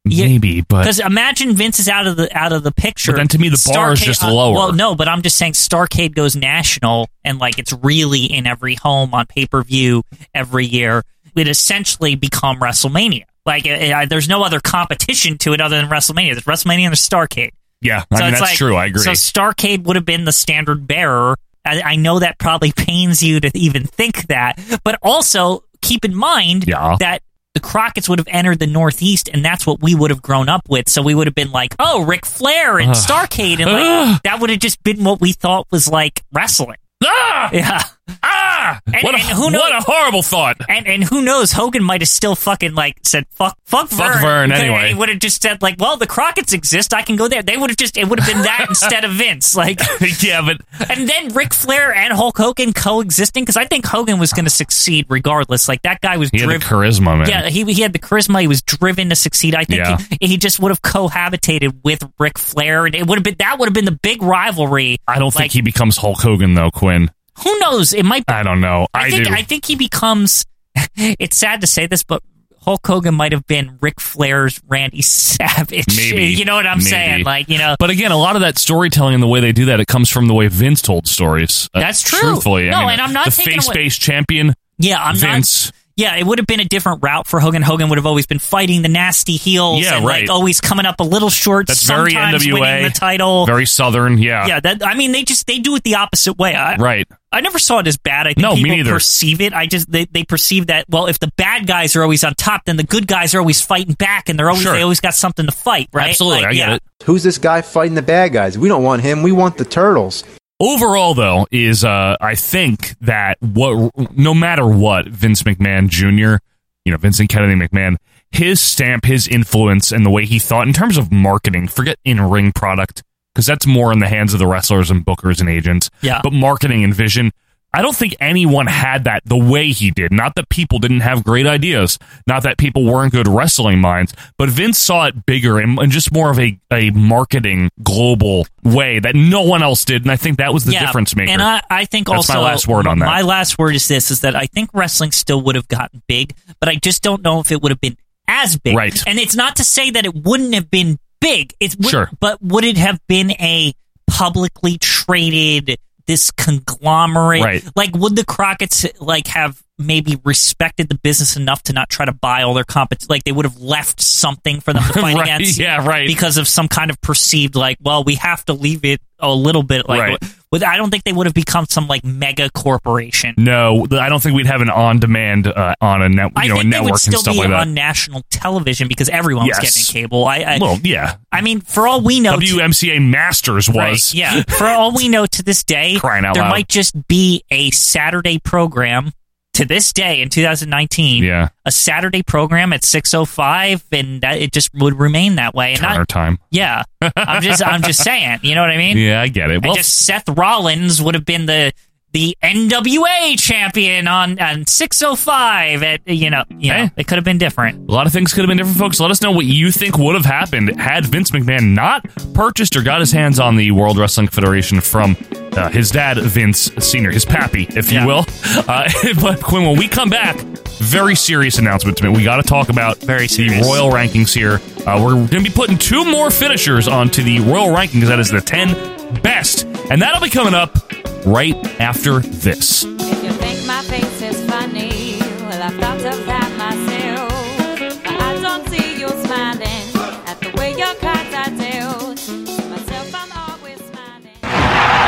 [SPEAKER 2] Yeah,
[SPEAKER 1] maybe, but
[SPEAKER 2] Because imagine Vince is out of the out of the picture.
[SPEAKER 1] But then to me, the bar is just
[SPEAKER 2] uh,
[SPEAKER 1] lower.
[SPEAKER 2] well, no, but I'm just saying Starcade goes national and like it's really in every home on pay per view every year. It essentially become WrestleMania. Like it, it- there's no other competition to it other than WrestleMania. There's WrestleMania and there's Starcade.
[SPEAKER 1] yeah, I
[SPEAKER 2] So
[SPEAKER 1] mean
[SPEAKER 2] it's
[SPEAKER 1] that's
[SPEAKER 2] like-
[SPEAKER 1] true. I agree.
[SPEAKER 2] So Starcade would have been the standard bearer. I, I know that probably pains you to even think that, but also keep in mind
[SPEAKER 1] Yeah.
[SPEAKER 2] that the Crockett's would have entered the Northeast, and that's what we would have grown up with. So we would have been like, oh, Ric Flair and Starcade, and like, that would have just been what we thought was like wrestling.
[SPEAKER 1] ah,
[SPEAKER 2] Yeah.
[SPEAKER 1] ah, Ah,
[SPEAKER 2] And-
[SPEAKER 1] what, a,
[SPEAKER 2] and who knows-
[SPEAKER 1] what a horrible thought.
[SPEAKER 2] And and who knows? Hogan might have still fucking like said fuck fuck Vern.
[SPEAKER 1] Fuck Vern,
[SPEAKER 2] Because
[SPEAKER 1] anyway.
[SPEAKER 2] He would have just said like, well, the Crockett's exist. I can go there. They would have just it would have been that instead of Vince. Like,
[SPEAKER 1] yeah, but
[SPEAKER 2] and then Ric Flair and Hulk Hogan coexisting because I think Hogan was going to succeed regardless. Like that guy was
[SPEAKER 1] he had the
[SPEAKER 2] driven.
[SPEAKER 1] charisma, man.
[SPEAKER 2] Yeah, he he had the charisma. He was driven to succeed. I think
[SPEAKER 1] Yeah.
[SPEAKER 2] he, he just would have cohabitated with Ric Flair, and it would have been that would have been the big rivalry.
[SPEAKER 1] I don't
[SPEAKER 2] Like,
[SPEAKER 1] think he becomes Hulk Hogan though, Quinn.
[SPEAKER 2] Who knows? It might. Be,
[SPEAKER 1] I don't know. I,
[SPEAKER 2] I think
[SPEAKER 1] do.
[SPEAKER 2] I think he becomes. It's sad to say this, but Hulk Hogan might have been Ric Flair's Randy Savage.
[SPEAKER 1] Maybe.
[SPEAKER 2] you know what I'm
[SPEAKER 1] Maybe.
[SPEAKER 2] saying? Like you know.
[SPEAKER 1] but again, a lot of that storytelling and the way they do that, it comes from the way Vince told stories. Uh,
[SPEAKER 2] That's true.
[SPEAKER 1] Truthfully, I
[SPEAKER 2] No,
[SPEAKER 1] mean,
[SPEAKER 2] and I'm not
[SPEAKER 1] the
[SPEAKER 2] taking away-
[SPEAKER 1] face-based champion.
[SPEAKER 2] yeah, I'm not.
[SPEAKER 1] Vince.
[SPEAKER 2] Yeah, it would have been a different route for Hogan. Hogan would have always been fighting the nasty heels.
[SPEAKER 1] Yeah,
[SPEAKER 2] and,
[SPEAKER 1] right.
[SPEAKER 2] Like always coming up a little short.
[SPEAKER 1] That's very
[SPEAKER 2] sometimes
[SPEAKER 1] NWA.
[SPEAKER 2] winning the title.
[SPEAKER 1] Very southern. Yeah.
[SPEAKER 2] yeah, that I mean, they just they do it the opposite way. I,
[SPEAKER 1] Right.
[SPEAKER 2] I never saw it as bad. I think
[SPEAKER 1] No, me
[SPEAKER 2] people
[SPEAKER 1] neither.
[SPEAKER 2] perceive it. I just they, they perceive that well, if the bad guys are always on top, then the good guys are always fighting back, and they're always
[SPEAKER 1] Sure.
[SPEAKER 2] they always got something to fight. Right?
[SPEAKER 1] Absolutely.
[SPEAKER 2] Like,
[SPEAKER 1] I get
[SPEAKER 2] yeah.
[SPEAKER 1] it.
[SPEAKER 10] Who's this guy fighting the bad guys? We don't want him. We want the turtles.
[SPEAKER 1] Overall, though, is uh, I think that what no matter what Vince McMahon Jr., you know Vincent Kennedy McMahon, his stamp, his influence, and the way he thought in terms of marketing. Forget in ring product because that's more in the hands of the wrestlers and bookers and agents.
[SPEAKER 2] Yeah.
[SPEAKER 1] but marketing and vision. I don't think anyone had that the way he did. Not that people didn't have great ideas, not that people weren't good wrestling minds, but Vince saw it bigger and, and just more of a, a marketing global way that no one else did. And I think that was the
[SPEAKER 2] Yeah,
[SPEAKER 1] difference maker.
[SPEAKER 2] And I, I think
[SPEAKER 1] That's
[SPEAKER 2] also
[SPEAKER 1] my last word on that.
[SPEAKER 2] My last word is this: is that I think wrestling still would have gotten big, but I just don't know if it would have been as big.
[SPEAKER 1] Right.
[SPEAKER 2] And it's not to say that it wouldn't have been big. It's would,
[SPEAKER 1] Sure.
[SPEAKER 2] but would it have been a publicly traded this conglomerate?
[SPEAKER 1] Right.
[SPEAKER 2] Like, would the Crockett's like have maybe respected the business enough to not try to buy all their competition? Like, they would have left something for them to fight
[SPEAKER 1] Right,
[SPEAKER 2] against.
[SPEAKER 1] yeah, right.
[SPEAKER 2] Because of some kind of perceived like, well, we have to leave it a little bit like.
[SPEAKER 1] Right.
[SPEAKER 2] With, I don't think they would have become some like mega corporation.
[SPEAKER 1] no, th- I don't think we'd have an on demand uh, on a net, you
[SPEAKER 2] I
[SPEAKER 1] know, a
[SPEAKER 2] think they
[SPEAKER 1] network
[SPEAKER 2] would
[SPEAKER 1] and
[SPEAKER 2] still
[SPEAKER 1] stuff
[SPEAKER 2] be
[SPEAKER 1] like that.
[SPEAKER 2] on national television because everyone was
[SPEAKER 1] Yes.
[SPEAKER 2] getting cable. I, I,
[SPEAKER 1] well, yeah.
[SPEAKER 2] I mean, for all we know, to-
[SPEAKER 1] WMCA Masters was.
[SPEAKER 2] right, yeah. For all we know, to this day,
[SPEAKER 1] Crying out
[SPEAKER 2] there
[SPEAKER 1] loud.
[SPEAKER 2] might just be a Saturday program. To this day, in 2019,
[SPEAKER 1] Yeah.
[SPEAKER 2] a Saturday program at 6:05, and that, it just would remain that way. And I,
[SPEAKER 1] Turner time.
[SPEAKER 2] yeah, I'm just, I'm just saying. You know what I mean?
[SPEAKER 1] Yeah, I get it. Well,
[SPEAKER 2] I guess Seth Rollins would have been the the NWA champion on, on 605 at you know, you know
[SPEAKER 1] Eh.
[SPEAKER 2] it could have been different.
[SPEAKER 1] A lot of things could have been different, folks. Let us know what you think would have happened had Vince McMahon not purchased or got his hands on the World Wrestling Federation from uh, his dad, Vince Sr., his pappy, if you
[SPEAKER 2] Yeah.
[SPEAKER 1] will. Uh, but Quinn, when we come back, very serious announcement to make. We got to talk about very
[SPEAKER 2] serious.
[SPEAKER 1] the Royal Rankings here. Uh, we're going to be putting two more finishers onto the Royal Rankings. That is the 10 best. And that'll be coming up right after this.
[SPEAKER 11] If you think my face is funny, well, I've thought of that myself. But I don't see you smiling at the way your cards are dealt. To myself, I'm always smiling.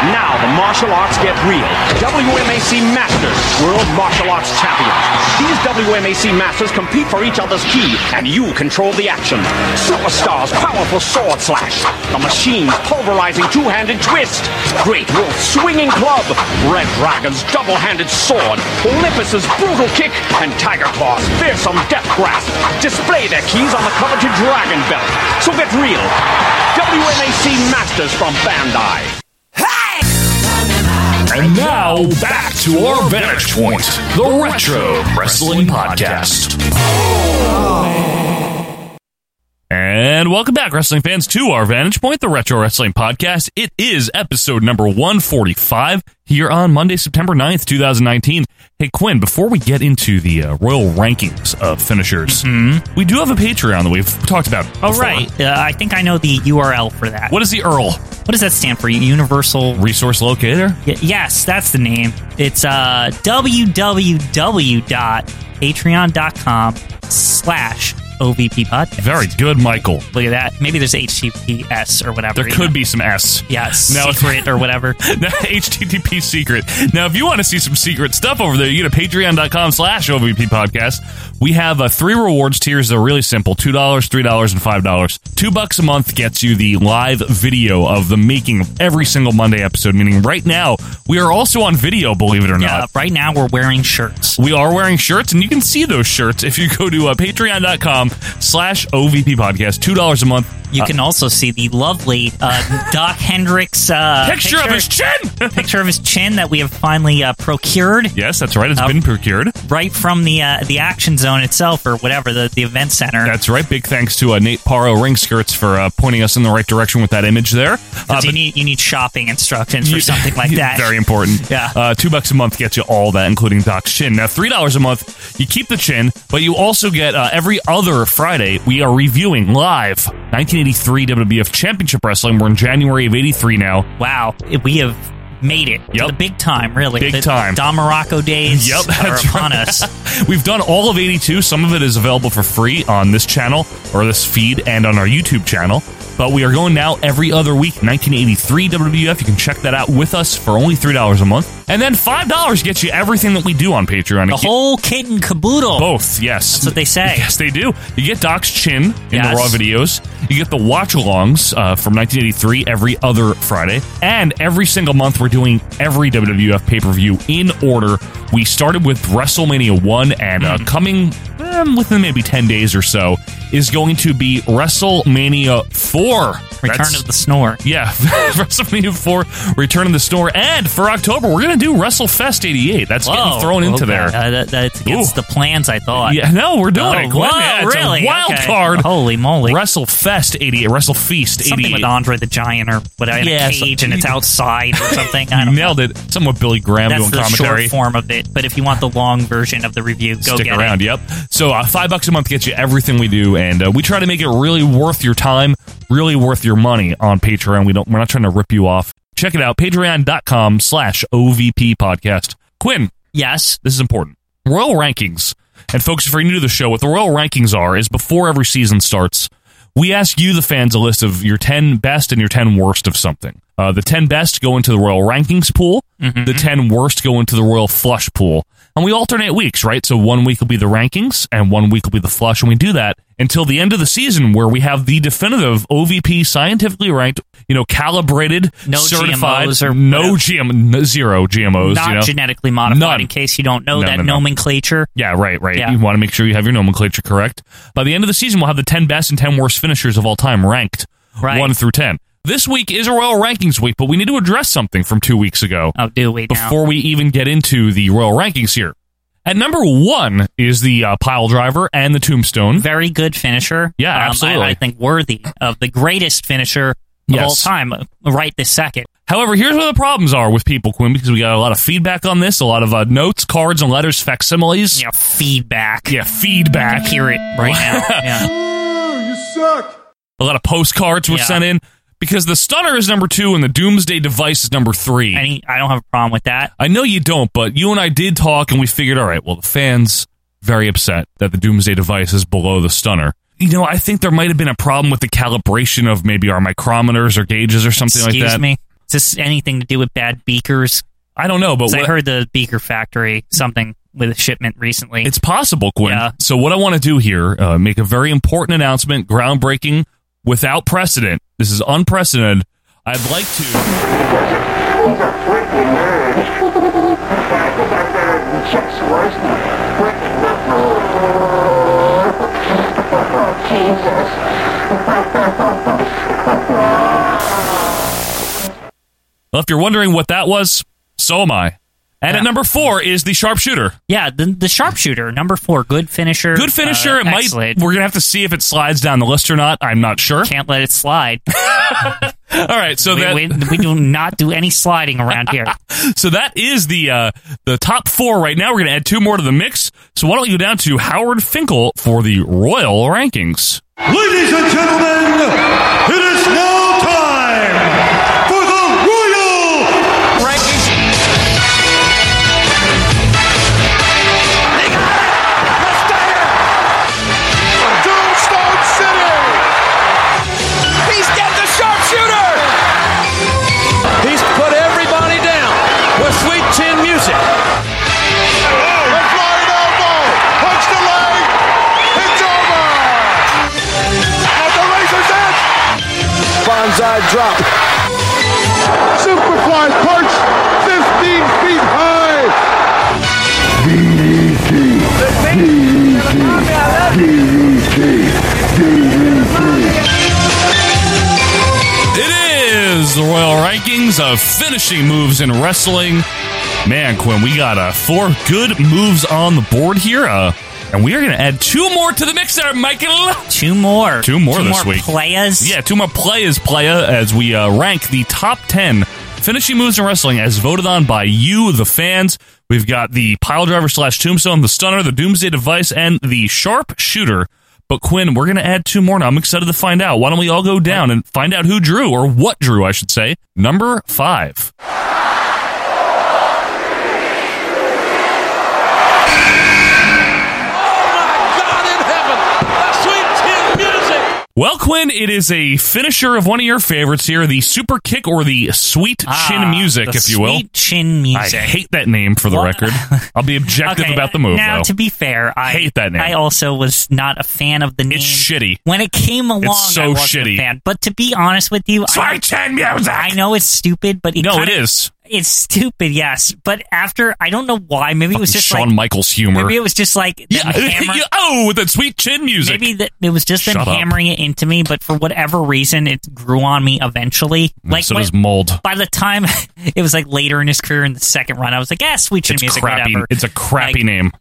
[SPEAKER 7] Now the martial arts get real. WMAC Masters, World Martial Arts Champions. These WMAC Masters compete for each other's key, and you control the action. Superstars, powerful sword slash. The machines, pulverizing two-handed twist. Great Wolf, swinging club. Red Dragon's double-handed sword. Olympus's brutal kick, and Tiger Claw's fearsome death grasp. Display their keys on the cover to Dragon Belt. So get real. WMAC Masters from Bandai.
[SPEAKER 1] And now back to our vantage point, the Retro Wrestling Podcast. And welcome back, wrestling fans, to our Vantage Point, the Retro Wrestling Podcast. It is episode number 145 here on Monday, September 9th, 2019. Hey, Quinn, before we get into the uh, royal rankings of finishers, we do have a Patreon that we've talked about.
[SPEAKER 2] Mm-hmm. All
[SPEAKER 1] before.
[SPEAKER 2] right, uh, I think I know the URL for that.
[SPEAKER 1] What is the Earl?
[SPEAKER 2] what does that stand for? Universal.
[SPEAKER 1] Resource locator?
[SPEAKER 2] Y- yes, that's the name. It's uh, www.patreon.com slash OVP podcast.
[SPEAKER 1] Very good, Michael.
[SPEAKER 2] Look at that. Maybe there's HTTPS or whatever.
[SPEAKER 1] There
[SPEAKER 2] you
[SPEAKER 1] could
[SPEAKER 2] know.
[SPEAKER 1] be some S.
[SPEAKER 2] Yes.
[SPEAKER 1] Now-
[SPEAKER 2] secret or whatever.
[SPEAKER 1] Now, HTTP secret. Now, if you want to see some secret stuff over there, you go to patreon.com slash OVP podcast. We have uh, three rewards tiers. They're really simple $2, $3, and $5. Two bucks a month gets you the live video of the making of every single Monday episode, meaning right now, we are also on video, believe it or
[SPEAKER 2] Yeah,
[SPEAKER 1] not.
[SPEAKER 2] Uh, right now we're wearing shirts.
[SPEAKER 1] We are wearing shirts, and you can see those shirts if you go to uh, patreon.com slash OVP podcast. $2 a month.
[SPEAKER 2] You
[SPEAKER 1] Uh,
[SPEAKER 2] can also see the lovely uh, Doc Hendricks uh,
[SPEAKER 1] Picture of his chin!
[SPEAKER 2] picture of his chin that we have finally uh, procured
[SPEAKER 1] yes, that's right. It's been procured.
[SPEAKER 2] right from the uh, the action zone itself or whatever the, the event center.
[SPEAKER 1] That's right. Big thanks to uh, Nate Paro Ring Skirts for uh, pointing us in the right direction with that image there. Uh,
[SPEAKER 2] 'Cause you
[SPEAKER 1] but-
[SPEAKER 2] need you need shopping instructions or something like that.
[SPEAKER 1] Very important.
[SPEAKER 2] Yeah.
[SPEAKER 1] Uh, two bucks a month gets you all that, including Doc's chin. Now, three dollars a month, you keep the chin, but you also get uh, every other Friday we are reviewing live 1983 WWF Championship Wrestling. We're in January of '83 now.
[SPEAKER 2] wow, we have made it to
[SPEAKER 1] Yep.
[SPEAKER 2] the big time, really.
[SPEAKER 1] Big
[SPEAKER 2] the
[SPEAKER 1] time.
[SPEAKER 2] Don Morocco days
[SPEAKER 1] Yep,
[SPEAKER 2] are
[SPEAKER 1] that's
[SPEAKER 2] upon
[SPEAKER 1] right.
[SPEAKER 2] us.
[SPEAKER 1] We've done all of 82. Some of it is available for free on this channel or this feed and on our YouTube channel. But we are going now every other week, 1983 WWF. You can check that out with us for only $3 a month. And then $5 gets you everything that we do on Patreon.
[SPEAKER 2] The
[SPEAKER 1] It ge-
[SPEAKER 2] whole kit and caboodle.
[SPEAKER 1] both, yes.
[SPEAKER 2] That's what they say.
[SPEAKER 1] Yes, they do. You get Doc's chin in the
[SPEAKER 2] Yes.
[SPEAKER 1] raw videos. You get the watch alongs uh, from 1983 every other Friday. And every single month, we're doing every WWF pay per view in order. We started with WrestleMania 1, and
[SPEAKER 2] Hmm.
[SPEAKER 1] uh, coming um, within maybe 10 days or so is going to be WrestleMania 4.
[SPEAKER 2] Return
[SPEAKER 1] That's-
[SPEAKER 2] of the Snore.
[SPEAKER 1] yeah, WrestleMania 4, Return of the Snore. And for October, we're going to do WrestleFest 88. That's
[SPEAKER 2] Whoa,
[SPEAKER 1] getting thrown into
[SPEAKER 2] okay.
[SPEAKER 1] there.
[SPEAKER 2] Uh, that, that's against
[SPEAKER 1] Ooh.
[SPEAKER 2] the plans, I thought.
[SPEAKER 1] Yeah, no, we're doing
[SPEAKER 2] Oh,
[SPEAKER 1] it. Glenn,
[SPEAKER 2] whoa,
[SPEAKER 1] yeah, it's
[SPEAKER 2] really?
[SPEAKER 1] a wild
[SPEAKER 2] Okay.
[SPEAKER 1] card.
[SPEAKER 2] Holy moly.
[SPEAKER 1] WrestleFest 88, WrestleFeast 88.
[SPEAKER 2] Something with Andre the Giant or whatever, in
[SPEAKER 1] Yeah,
[SPEAKER 2] a
[SPEAKER 1] so-
[SPEAKER 2] cage and it's outside or something. I
[SPEAKER 1] you
[SPEAKER 2] don't know.
[SPEAKER 1] nailed it. Some with Billy Graham
[SPEAKER 2] That's
[SPEAKER 1] doing
[SPEAKER 2] the
[SPEAKER 1] commentary.
[SPEAKER 2] short form of it. But if you want the long version of the review, go
[SPEAKER 1] Stick
[SPEAKER 2] get
[SPEAKER 1] around,
[SPEAKER 2] it.
[SPEAKER 1] yep. So uh, five bucks a month gets you everything we do, and uh, we try to make it really worth your time, really worth your money on Patreon. We don't, we're not trying to rip you off. Check it out, patreon.com slash OVP podcast. Quinn,
[SPEAKER 2] Yes.
[SPEAKER 1] this is important. Royal rankings. And folks, if you're new to the show, what the royal rankings are is before every season starts, we ask you, the fans, a list of your 10 best and your 10 worst of something. Uh, the 10 best go into the royal rankings pool,
[SPEAKER 2] Mm-hmm.
[SPEAKER 1] the 10 worst go into the royal flush pool. And we alternate weeks, right? So one week will be the rankings and one week will be the flush. And we do that until the end of the season where we have the definitive OVP scientifically ranked, you know, calibrated,
[SPEAKER 2] No
[SPEAKER 1] certified,
[SPEAKER 2] GMOs or
[SPEAKER 1] no
[SPEAKER 2] whatever.
[SPEAKER 1] GM, no- zero GMOs,
[SPEAKER 2] Not
[SPEAKER 1] you know?
[SPEAKER 2] genetically modified,
[SPEAKER 1] None.
[SPEAKER 2] in case you don't know
[SPEAKER 1] No,
[SPEAKER 2] that
[SPEAKER 1] no, no.
[SPEAKER 2] nomenclature.
[SPEAKER 1] Yeah, right, right.
[SPEAKER 2] Yeah.
[SPEAKER 1] You want to make sure you have your nomenclature correct. By the end of the season, we'll have the 10 best and 10 worst finishers of all time ranked
[SPEAKER 2] Right.
[SPEAKER 1] 1 through 10. This week is a Royal Rankings week, but we need to address something from two weeks ago
[SPEAKER 2] Oh, do we now?
[SPEAKER 1] before we even get into the Royal Rankings here. At number one is the uh, pile driver and the tombstone.
[SPEAKER 2] Very good finisher. Um,
[SPEAKER 1] Yeah,
[SPEAKER 2] I-
[SPEAKER 1] absolutely.
[SPEAKER 2] I, think worthy of the greatest finisher of all
[SPEAKER 1] Yes.
[SPEAKER 2] time, uh, right this second.
[SPEAKER 1] However, here's where the problems are with people, Quinn, because we got a lot of feedback on this, a lot of uh, notes, cards, and letters, facsimiles.
[SPEAKER 2] You know, feedback.
[SPEAKER 1] Yeah, feedback.
[SPEAKER 2] Hear it right now. Yeah.
[SPEAKER 1] A lot of postcards were
[SPEAKER 2] Yeah.
[SPEAKER 1] sent in because the stunner is number two and the doomsday device is number three.
[SPEAKER 2] I, mean, I don't have a problem with that.
[SPEAKER 1] I know you don't, but you and I did talk, and we figured, all right, well, the fans very upset that the Doomsday device is below the stunner. You know, I think there might have been a problem with the calibration of maybe our micrometers or gauges or something
[SPEAKER 2] Excuse
[SPEAKER 1] like that.
[SPEAKER 2] me. Is this anything to do with bad beakers?
[SPEAKER 1] I don't know, but
[SPEAKER 2] 'Cause I
[SPEAKER 1] what-
[SPEAKER 2] heard the beaker factory something with a shipment recently.
[SPEAKER 1] it's possible, Quinn.
[SPEAKER 2] Yeah.
[SPEAKER 1] So what I want to do here, uh, make a very important announcement, groundbreaking, without precedent. This is unprecedented. I'd like to. Well, if you're wondering what that was, so am I. And
[SPEAKER 2] Yeah.
[SPEAKER 1] at number four is the sharpshooter.
[SPEAKER 2] yeah, the, the sharpshooter, number four, good finisher.
[SPEAKER 1] Good finisher.
[SPEAKER 2] Uh,
[SPEAKER 1] it might.
[SPEAKER 2] excellent.
[SPEAKER 1] We're gonna have to see if it slides down the list or not. I'm not sure.
[SPEAKER 2] Can't let it slide.
[SPEAKER 1] All right. So
[SPEAKER 2] we,
[SPEAKER 1] that
[SPEAKER 2] we, we do not do any sliding around here.
[SPEAKER 1] so that is the uh, the top four right now. We're gonna add two more to the mix. So why don't you go down to Howard Finkel for the Royal rankings?
[SPEAKER 12] Ladies and gentlemen, it is now time for the Royal
[SPEAKER 7] Doom
[SPEAKER 8] nosedive drop. Superfly perch 15 feet
[SPEAKER 1] It is the Royal Rankings of finishing moves in wrestling. Man, Quinn, we got uh, four good moves on the board here, uh, and we are going to add two more to the mix there, Michael.
[SPEAKER 2] Two more.
[SPEAKER 1] Two more
[SPEAKER 2] Two
[SPEAKER 1] this
[SPEAKER 2] more
[SPEAKER 1] week.
[SPEAKER 2] Players.
[SPEAKER 1] Yeah, two more players, playa, as we uh, rank the top 10 finishing moves in wrestling as voted on by you, the fans. We've got the pile driver slash tombstone, the stunner, the doomsday device, and the sharp shooter. But Quinn, we're going to add two more now. I'm excited to find out. Why don't we all go down and find out who drew, or what drew, I should say, number five. Well, Quinn, it is a finisher of one of your favorites here, the super kick or the sweet chin
[SPEAKER 2] Ah,
[SPEAKER 1] music,
[SPEAKER 2] the
[SPEAKER 1] if you will.
[SPEAKER 2] Sweet chin
[SPEAKER 1] I
[SPEAKER 2] music.
[SPEAKER 1] hate that name for the
[SPEAKER 2] What?
[SPEAKER 1] record. I'll be objective
[SPEAKER 2] Okay,
[SPEAKER 1] about the move,
[SPEAKER 2] Now,
[SPEAKER 1] though.
[SPEAKER 2] to be fair, I
[SPEAKER 1] Hate that name.
[SPEAKER 2] I also was not a fan of the name.
[SPEAKER 1] shitty.
[SPEAKER 2] When it came along,
[SPEAKER 1] so
[SPEAKER 2] I wasn't
[SPEAKER 1] shitty.
[SPEAKER 2] A fan. But to be honest with you, I,
[SPEAKER 1] Sweet chin music.
[SPEAKER 2] I know it's stupid, but it
[SPEAKER 1] no, it
[SPEAKER 2] kinda-
[SPEAKER 1] is.
[SPEAKER 2] It's stupid, yes. But after, I don't know why. Maybe it was just
[SPEAKER 1] Shawn
[SPEAKER 2] like
[SPEAKER 1] Michaels humor.
[SPEAKER 2] maybe it was just like them
[SPEAKER 1] yeah,
[SPEAKER 2] hammer-
[SPEAKER 1] yeah, oh, with that sweet chin music.
[SPEAKER 2] Maybe that it was just them
[SPEAKER 1] Shut up.
[SPEAKER 2] hammering it into me, but for whatever reason, it grew on me eventually. Like
[SPEAKER 1] so
[SPEAKER 2] when-
[SPEAKER 1] does mold.
[SPEAKER 2] by the time it was like later in his career in the second run, I was like, yeah, sweet chin
[SPEAKER 1] It's
[SPEAKER 2] music,
[SPEAKER 1] crappy.
[SPEAKER 2] whatever.
[SPEAKER 1] It's a crappy name.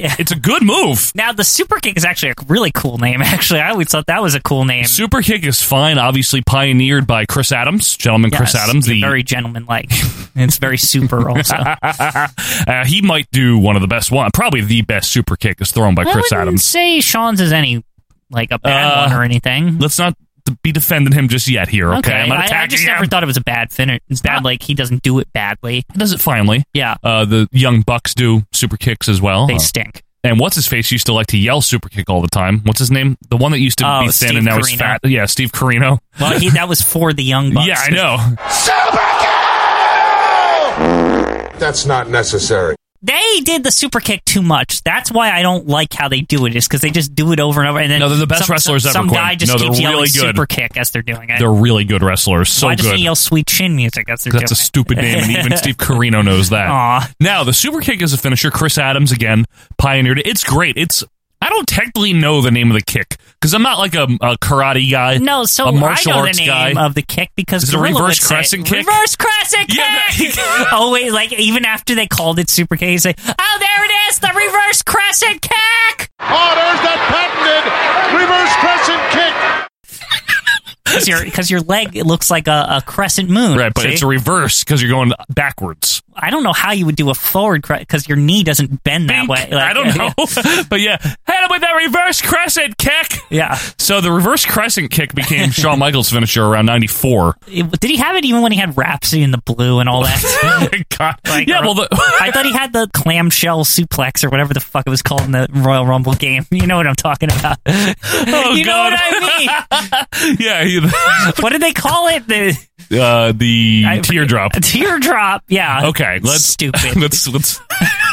[SPEAKER 1] It's a good move.
[SPEAKER 2] Now the super kick is actually a really cool name. Actually, I always thought that was a cool name.
[SPEAKER 1] Super kick is fine. Obviously pioneered by Chris Adams, gentleman Chris
[SPEAKER 2] Yes,
[SPEAKER 1] Adams. The
[SPEAKER 2] very gentlemanlike. And it's very super also.
[SPEAKER 1] uh, he might do one of the best one. Probably the best super kick is thrown by
[SPEAKER 2] I
[SPEAKER 1] Chris
[SPEAKER 2] wouldn't
[SPEAKER 1] Adams.
[SPEAKER 2] Say Sean's is any like a bad
[SPEAKER 1] Uh,
[SPEAKER 2] one or anything.
[SPEAKER 1] Let's not d- be defending him just yet here. Okay, I'm not
[SPEAKER 2] I, I
[SPEAKER 1] attacking
[SPEAKER 2] just
[SPEAKER 1] him.
[SPEAKER 2] never thought it was a bad finish. It's bad like he doesn't do it badly.
[SPEAKER 1] Does it finally?
[SPEAKER 2] Yeah,
[SPEAKER 1] Uh, the young Bucks do super kicks as well.
[SPEAKER 2] they
[SPEAKER 1] Uh,
[SPEAKER 2] stink.
[SPEAKER 1] And what's his face used to like to yell super kick all the time. What's his name? The one that used to
[SPEAKER 2] Oh,
[SPEAKER 1] be thin
[SPEAKER 2] Steve
[SPEAKER 1] and now he's
[SPEAKER 2] Corino.
[SPEAKER 1] fat. Yeah, Steve Carino.
[SPEAKER 2] Well, he, that was for the young bucks.
[SPEAKER 1] Yeah, I know.
[SPEAKER 8] That's not necessary.
[SPEAKER 2] They did the super kick too much. That's why I don't like how they do it. Is because they just do it over and over. And then
[SPEAKER 1] No, they're the best
[SPEAKER 2] some,
[SPEAKER 1] wrestlers
[SPEAKER 2] some,
[SPEAKER 1] ever,
[SPEAKER 2] Some
[SPEAKER 1] Quinn.
[SPEAKER 2] guy just
[SPEAKER 1] No, they're
[SPEAKER 2] keeps yelling
[SPEAKER 1] really good.
[SPEAKER 2] super kick as they're doing it.
[SPEAKER 1] They're really good wrestlers. So
[SPEAKER 2] why doesn't
[SPEAKER 1] good.
[SPEAKER 2] he yell sweet chin music as they're doing
[SPEAKER 1] That's a stupid name, and even Steve Carino knows that.
[SPEAKER 2] Aw.
[SPEAKER 1] Now, the super kick is a finisher. Chris Adams again pioneered it. It's great. It's I don't technically know the name of the kick because I'm not like a, a karate guy.
[SPEAKER 2] it? No, so
[SPEAKER 1] a martial
[SPEAKER 2] I know
[SPEAKER 1] arts
[SPEAKER 2] the
[SPEAKER 1] guy.
[SPEAKER 2] name of the kick because
[SPEAKER 1] Is it a
[SPEAKER 2] Gorilla would
[SPEAKER 1] reverse
[SPEAKER 2] say,
[SPEAKER 1] crescent kick?
[SPEAKER 2] Reverse crescent
[SPEAKER 1] Yeah,
[SPEAKER 2] kick.
[SPEAKER 1] that-
[SPEAKER 2] oh wait, like even after they called it super kick, he's like, oh there it is, the reverse crescent kick.
[SPEAKER 8] Oh, there's that patented reverse crescent kick.
[SPEAKER 2] Because your because your leg it looks like a, a crescent moon.
[SPEAKER 1] right, but
[SPEAKER 2] see?
[SPEAKER 1] it's a reverse because you're going backwards.
[SPEAKER 2] I don't know how you would do a forward because your knee doesn't bend that way. Like,
[SPEAKER 1] I don't know, but yeah, hit him with that reverse crescent kick.
[SPEAKER 2] Yeah.
[SPEAKER 1] So the reverse crescent kick became Shawn Michaels' finisher around '94.
[SPEAKER 2] It- did he have it even when he had Rhapsody in the Blue and all that?
[SPEAKER 1] God.
[SPEAKER 2] Like,
[SPEAKER 1] yeah,
[SPEAKER 2] or-
[SPEAKER 1] well, the,
[SPEAKER 2] I thought he had the clamshell suplex or whatever the fuck it was called in the Royal Rumble game. You know what I'm talking about.
[SPEAKER 1] Oh,
[SPEAKER 2] you
[SPEAKER 1] God.
[SPEAKER 2] know what I
[SPEAKER 1] yeah, he,
[SPEAKER 2] mean? what did they call it? The
[SPEAKER 1] uh, the
[SPEAKER 2] I-
[SPEAKER 1] teardrop.
[SPEAKER 2] a teardrop. Yeah.
[SPEAKER 1] Okay, let's
[SPEAKER 2] Stupid.
[SPEAKER 1] Let's let's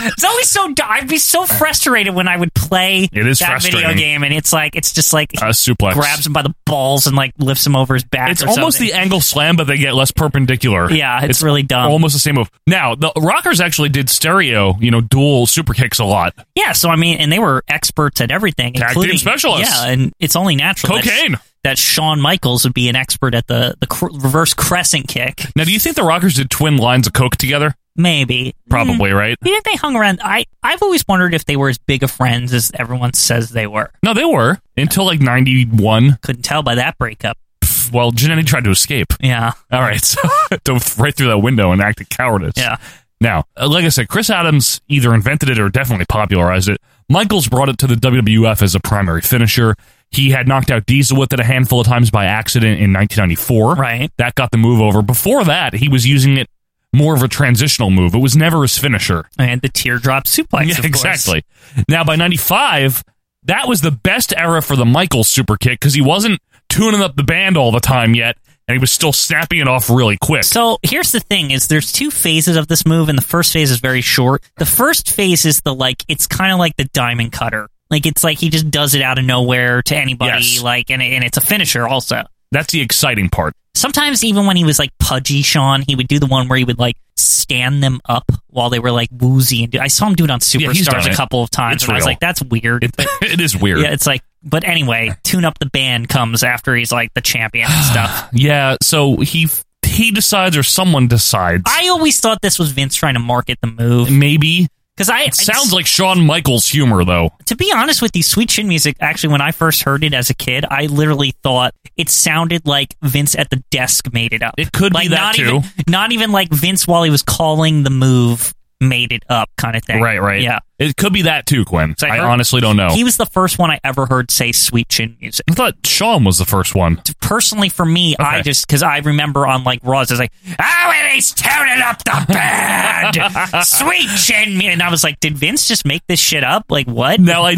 [SPEAKER 2] It's always so. d- I'd be so frustrated when I would play
[SPEAKER 1] It is
[SPEAKER 2] that video
[SPEAKER 1] frustrating.
[SPEAKER 2] game and it's like it's just like
[SPEAKER 1] uh, suplex.
[SPEAKER 2] grabs him by the balls and like lifts him over his back.
[SPEAKER 1] It's
[SPEAKER 2] or
[SPEAKER 1] almost
[SPEAKER 2] something.
[SPEAKER 1] the angle slam, but they get less perpendicular.
[SPEAKER 2] Yeah, it's really dumb.
[SPEAKER 1] Almost the same move. Now the Rockers actually did stereo, you know, dual super kicks a lot.
[SPEAKER 2] Yeah, so I mean, and they were experts at everything,
[SPEAKER 1] Tag team
[SPEAKER 2] including
[SPEAKER 1] specialists.
[SPEAKER 2] Yeah, and it's only natural that-
[SPEAKER 1] Cocaine.
[SPEAKER 2] that, Shawn Michaels would be an expert at the the cr- reverse crescent kick.
[SPEAKER 1] Now, do you think the Rockers did twin lines of coke together?
[SPEAKER 2] Maybe, Hmm.
[SPEAKER 1] Probably, right?
[SPEAKER 2] You think they hung around? I I've always wondered if they were as big of friends as everyone says they were.
[SPEAKER 1] No, they were until like '91.
[SPEAKER 2] Couldn't tell by that breakup.
[SPEAKER 1] Well, Janetti tried to escape.
[SPEAKER 2] Yeah,
[SPEAKER 1] All right, so dove right through that window and acted cowardice.
[SPEAKER 2] yeah.
[SPEAKER 1] Now, uh, like I said, Chris Adams either invented it or definitely popularized it. Michaels brought it to the WWF as a primary finisher. He had knocked out Diesel with it a handful of times by accident in 1994.
[SPEAKER 2] Right.
[SPEAKER 1] That got the move over. Before that, he was using it more of a transitional move. It was never his finisher.
[SPEAKER 2] And the teardrop suplex, of course.
[SPEAKER 1] exactly. Now, by 95, that was the best era for the Michaels super kick because he wasn't tuning up the band all the time yet, and he was still snapping it off really quick.
[SPEAKER 2] So here's the thing: is there's two phases of this move, and the first phase is very short. The first phase is the like it's kind of like the diamond cutter. Like it's like he just does it out of nowhere to anybody. Like and and it's a finisher also.
[SPEAKER 1] That's the exciting part.
[SPEAKER 2] Sometimes even when he was like pudgy, Sean, he would do the one where he would like stand them up while they were like woozy and do, I saw him do it on
[SPEAKER 1] Yeah, he's
[SPEAKER 2] Superstars
[SPEAKER 1] done
[SPEAKER 2] a
[SPEAKER 1] it.
[SPEAKER 2] couple of times
[SPEAKER 1] It's
[SPEAKER 2] and I was
[SPEAKER 1] real.
[SPEAKER 2] like, that's weird. But-
[SPEAKER 1] it is weird.
[SPEAKER 2] Yeah, it's like but anyway, tune up the band comes after he's like the champion and stuff.
[SPEAKER 1] Yeah, so he he decides or someone decides.
[SPEAKER 2] I always thought this was Vince trying to market the move.
[SPEAKER 1] Maybe.
[SPEAKER 2] Because I
[SPEAKER 1] It sounds like Shawn Michaels humor though.
[SPEAKER 2] to be honest with you, Sweet Chin Music, actually, when I first heard it as a kid, I literally thought it sounded like Vince at the desk made it up. It
[SPEAKER 1] could be
[SPEAKER 2] like,
[SPEAKER 1] that
[SPEAKER 2] not
[SPEAKER 1] too.
[SPEAKER 2] Even, not even like Vince while he was calling the move made it up kind of thing.
[SPEAKER 1] Right, right. Oh.
[SPEAKER 2] Yeah.
[SPEAKER 1] It could be that too, Quinn.
[SPEAKER 2] So
[SPEAKER 1] I,
[SPEAKER 2] heard-
[SPEAKER 1] honestly don't know.
[SPEAKER 2] He was the first one I ever heard say Sweet Chin Music.
[SPEAKER 1] I thought Shawn was the first one.
[SPEAKER 2] Personally, for me, I just because I remember on like Raws, it's like, oh, and he's turning up the band, sweet chin, Mu-" and I was like, did Vince just make this shit up? Like, what?
[SPEAKER 1] Now I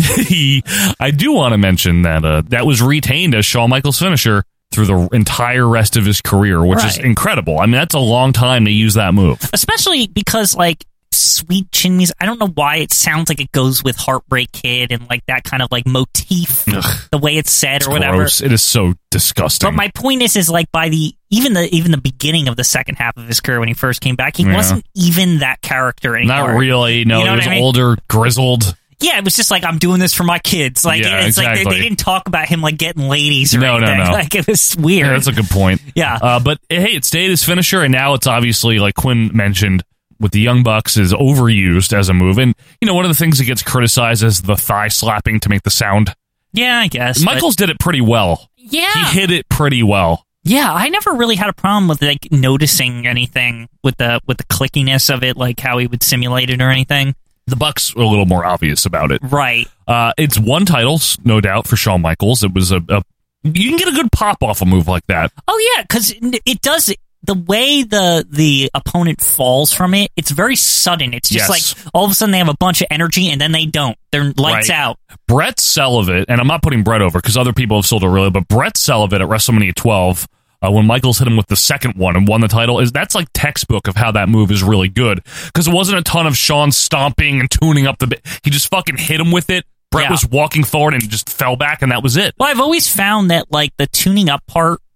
[SPEAKER 1] I do want to mention that uh, that was retained as Shawn Michaels finisher through the entire rest of his career, which is
[SPEAKER 2] Right.
[SPEAKER 1] incredible. I mean, that's a long time to use that move.
[SPEAKER 2] especially because like sweet chin music i don't know why it sounds like it goes with heartbreak kid and like that kind of like motif the way it's said
[SPEAKER 1] It's
[SPEAKER 2] or whatever
[SPEAKER 1] gross. It is so disgusting.
[SPEAKER 2] but my point is is like by the even the even the beginning of the second half of his career when he first came back he
[SPEAKER 1] Yeah.
[SPEAKER 2] wasn't even that character anymore
[SPEAKER 1] Not really. No,
[SPEAKER 2] You
[SPEAKER 1] he
[SPEAKER 2] know what
[SPEAKER 1] was
[SPEAKER 2] I mean?
[SPEAKER 1] older, grizzled.
[SPEAKER 2] yeah it was just like i'm doing this for my kids like
[SPEAKER 1] Yeah,
[SPEAKER 2] it's like they,
[SPEAKER 1] exactly.
[SPEAKER 2] they didn't talk about him like getting ladies or
[SPEAKER 1] No, no,
[SPEAKER 2] anything.
[SPEAKER 1] no.
[SPEAKER 2] like it was weird
[SPEAKER 1] Yeah, that's a good point.
[SPEAKER 2] Yeah.
[SPEAKER 1] Uh, but eh, hey, it stayed as finisher, and now it's obviously like Quinn mentioned with the Young Bucks is overused as a move, and you know one of the things that gets criticized is the thigh slapping to make the sound.
[SPEAKER 2] yeah i guess but-
[SPEAKER 1] Michaels did it pretty well.
[SPEAKER 2] yeah
[SPEAKER 1] He hit it pretty well.
[SPEAKER 2] Yeah, I never really had a problem with like noticing anything with the with the clickiness of it, like how he would simulate it or anything.
[SPEAKER 1] The Bucks were a little more obvious about it.
[SPEAKER 2] Right.
[SPEAKER 1] Uh, it's one title, s- no doubt, for Shawn Michaels. It was a, a you can get a good pop off a move like that.
[SPEAKER 2] Oh yeah, because it does the way the the opponent falls from it. It's very sudden. It's
[SPEAKER 1] Yes.
[SPEAKER 2] just like all of a sudden they have a bunch of energy and then they don't. They're lights
[SPEAKER 1] Right.
[SPEAKER 2] out.
[SPEAKER 1] Brett Sullivan, and I'm not putting Brett over because other people have sold it really, but Brett Sullivan at WrestleMania 12, uh, when Michaels hit him with the second one and won the title, is that's like textbook of how that move is really good because it wasn't a ton of Sean stomping and tuning up the. Bi- he just fucking hit him with it. Brett
[SPEAKER 2] Yeah.
[SPEAKER 1] was walking forward and just fell back, and that was it.
[SPEAKER 2] Well, I've always found that like the tuning up part.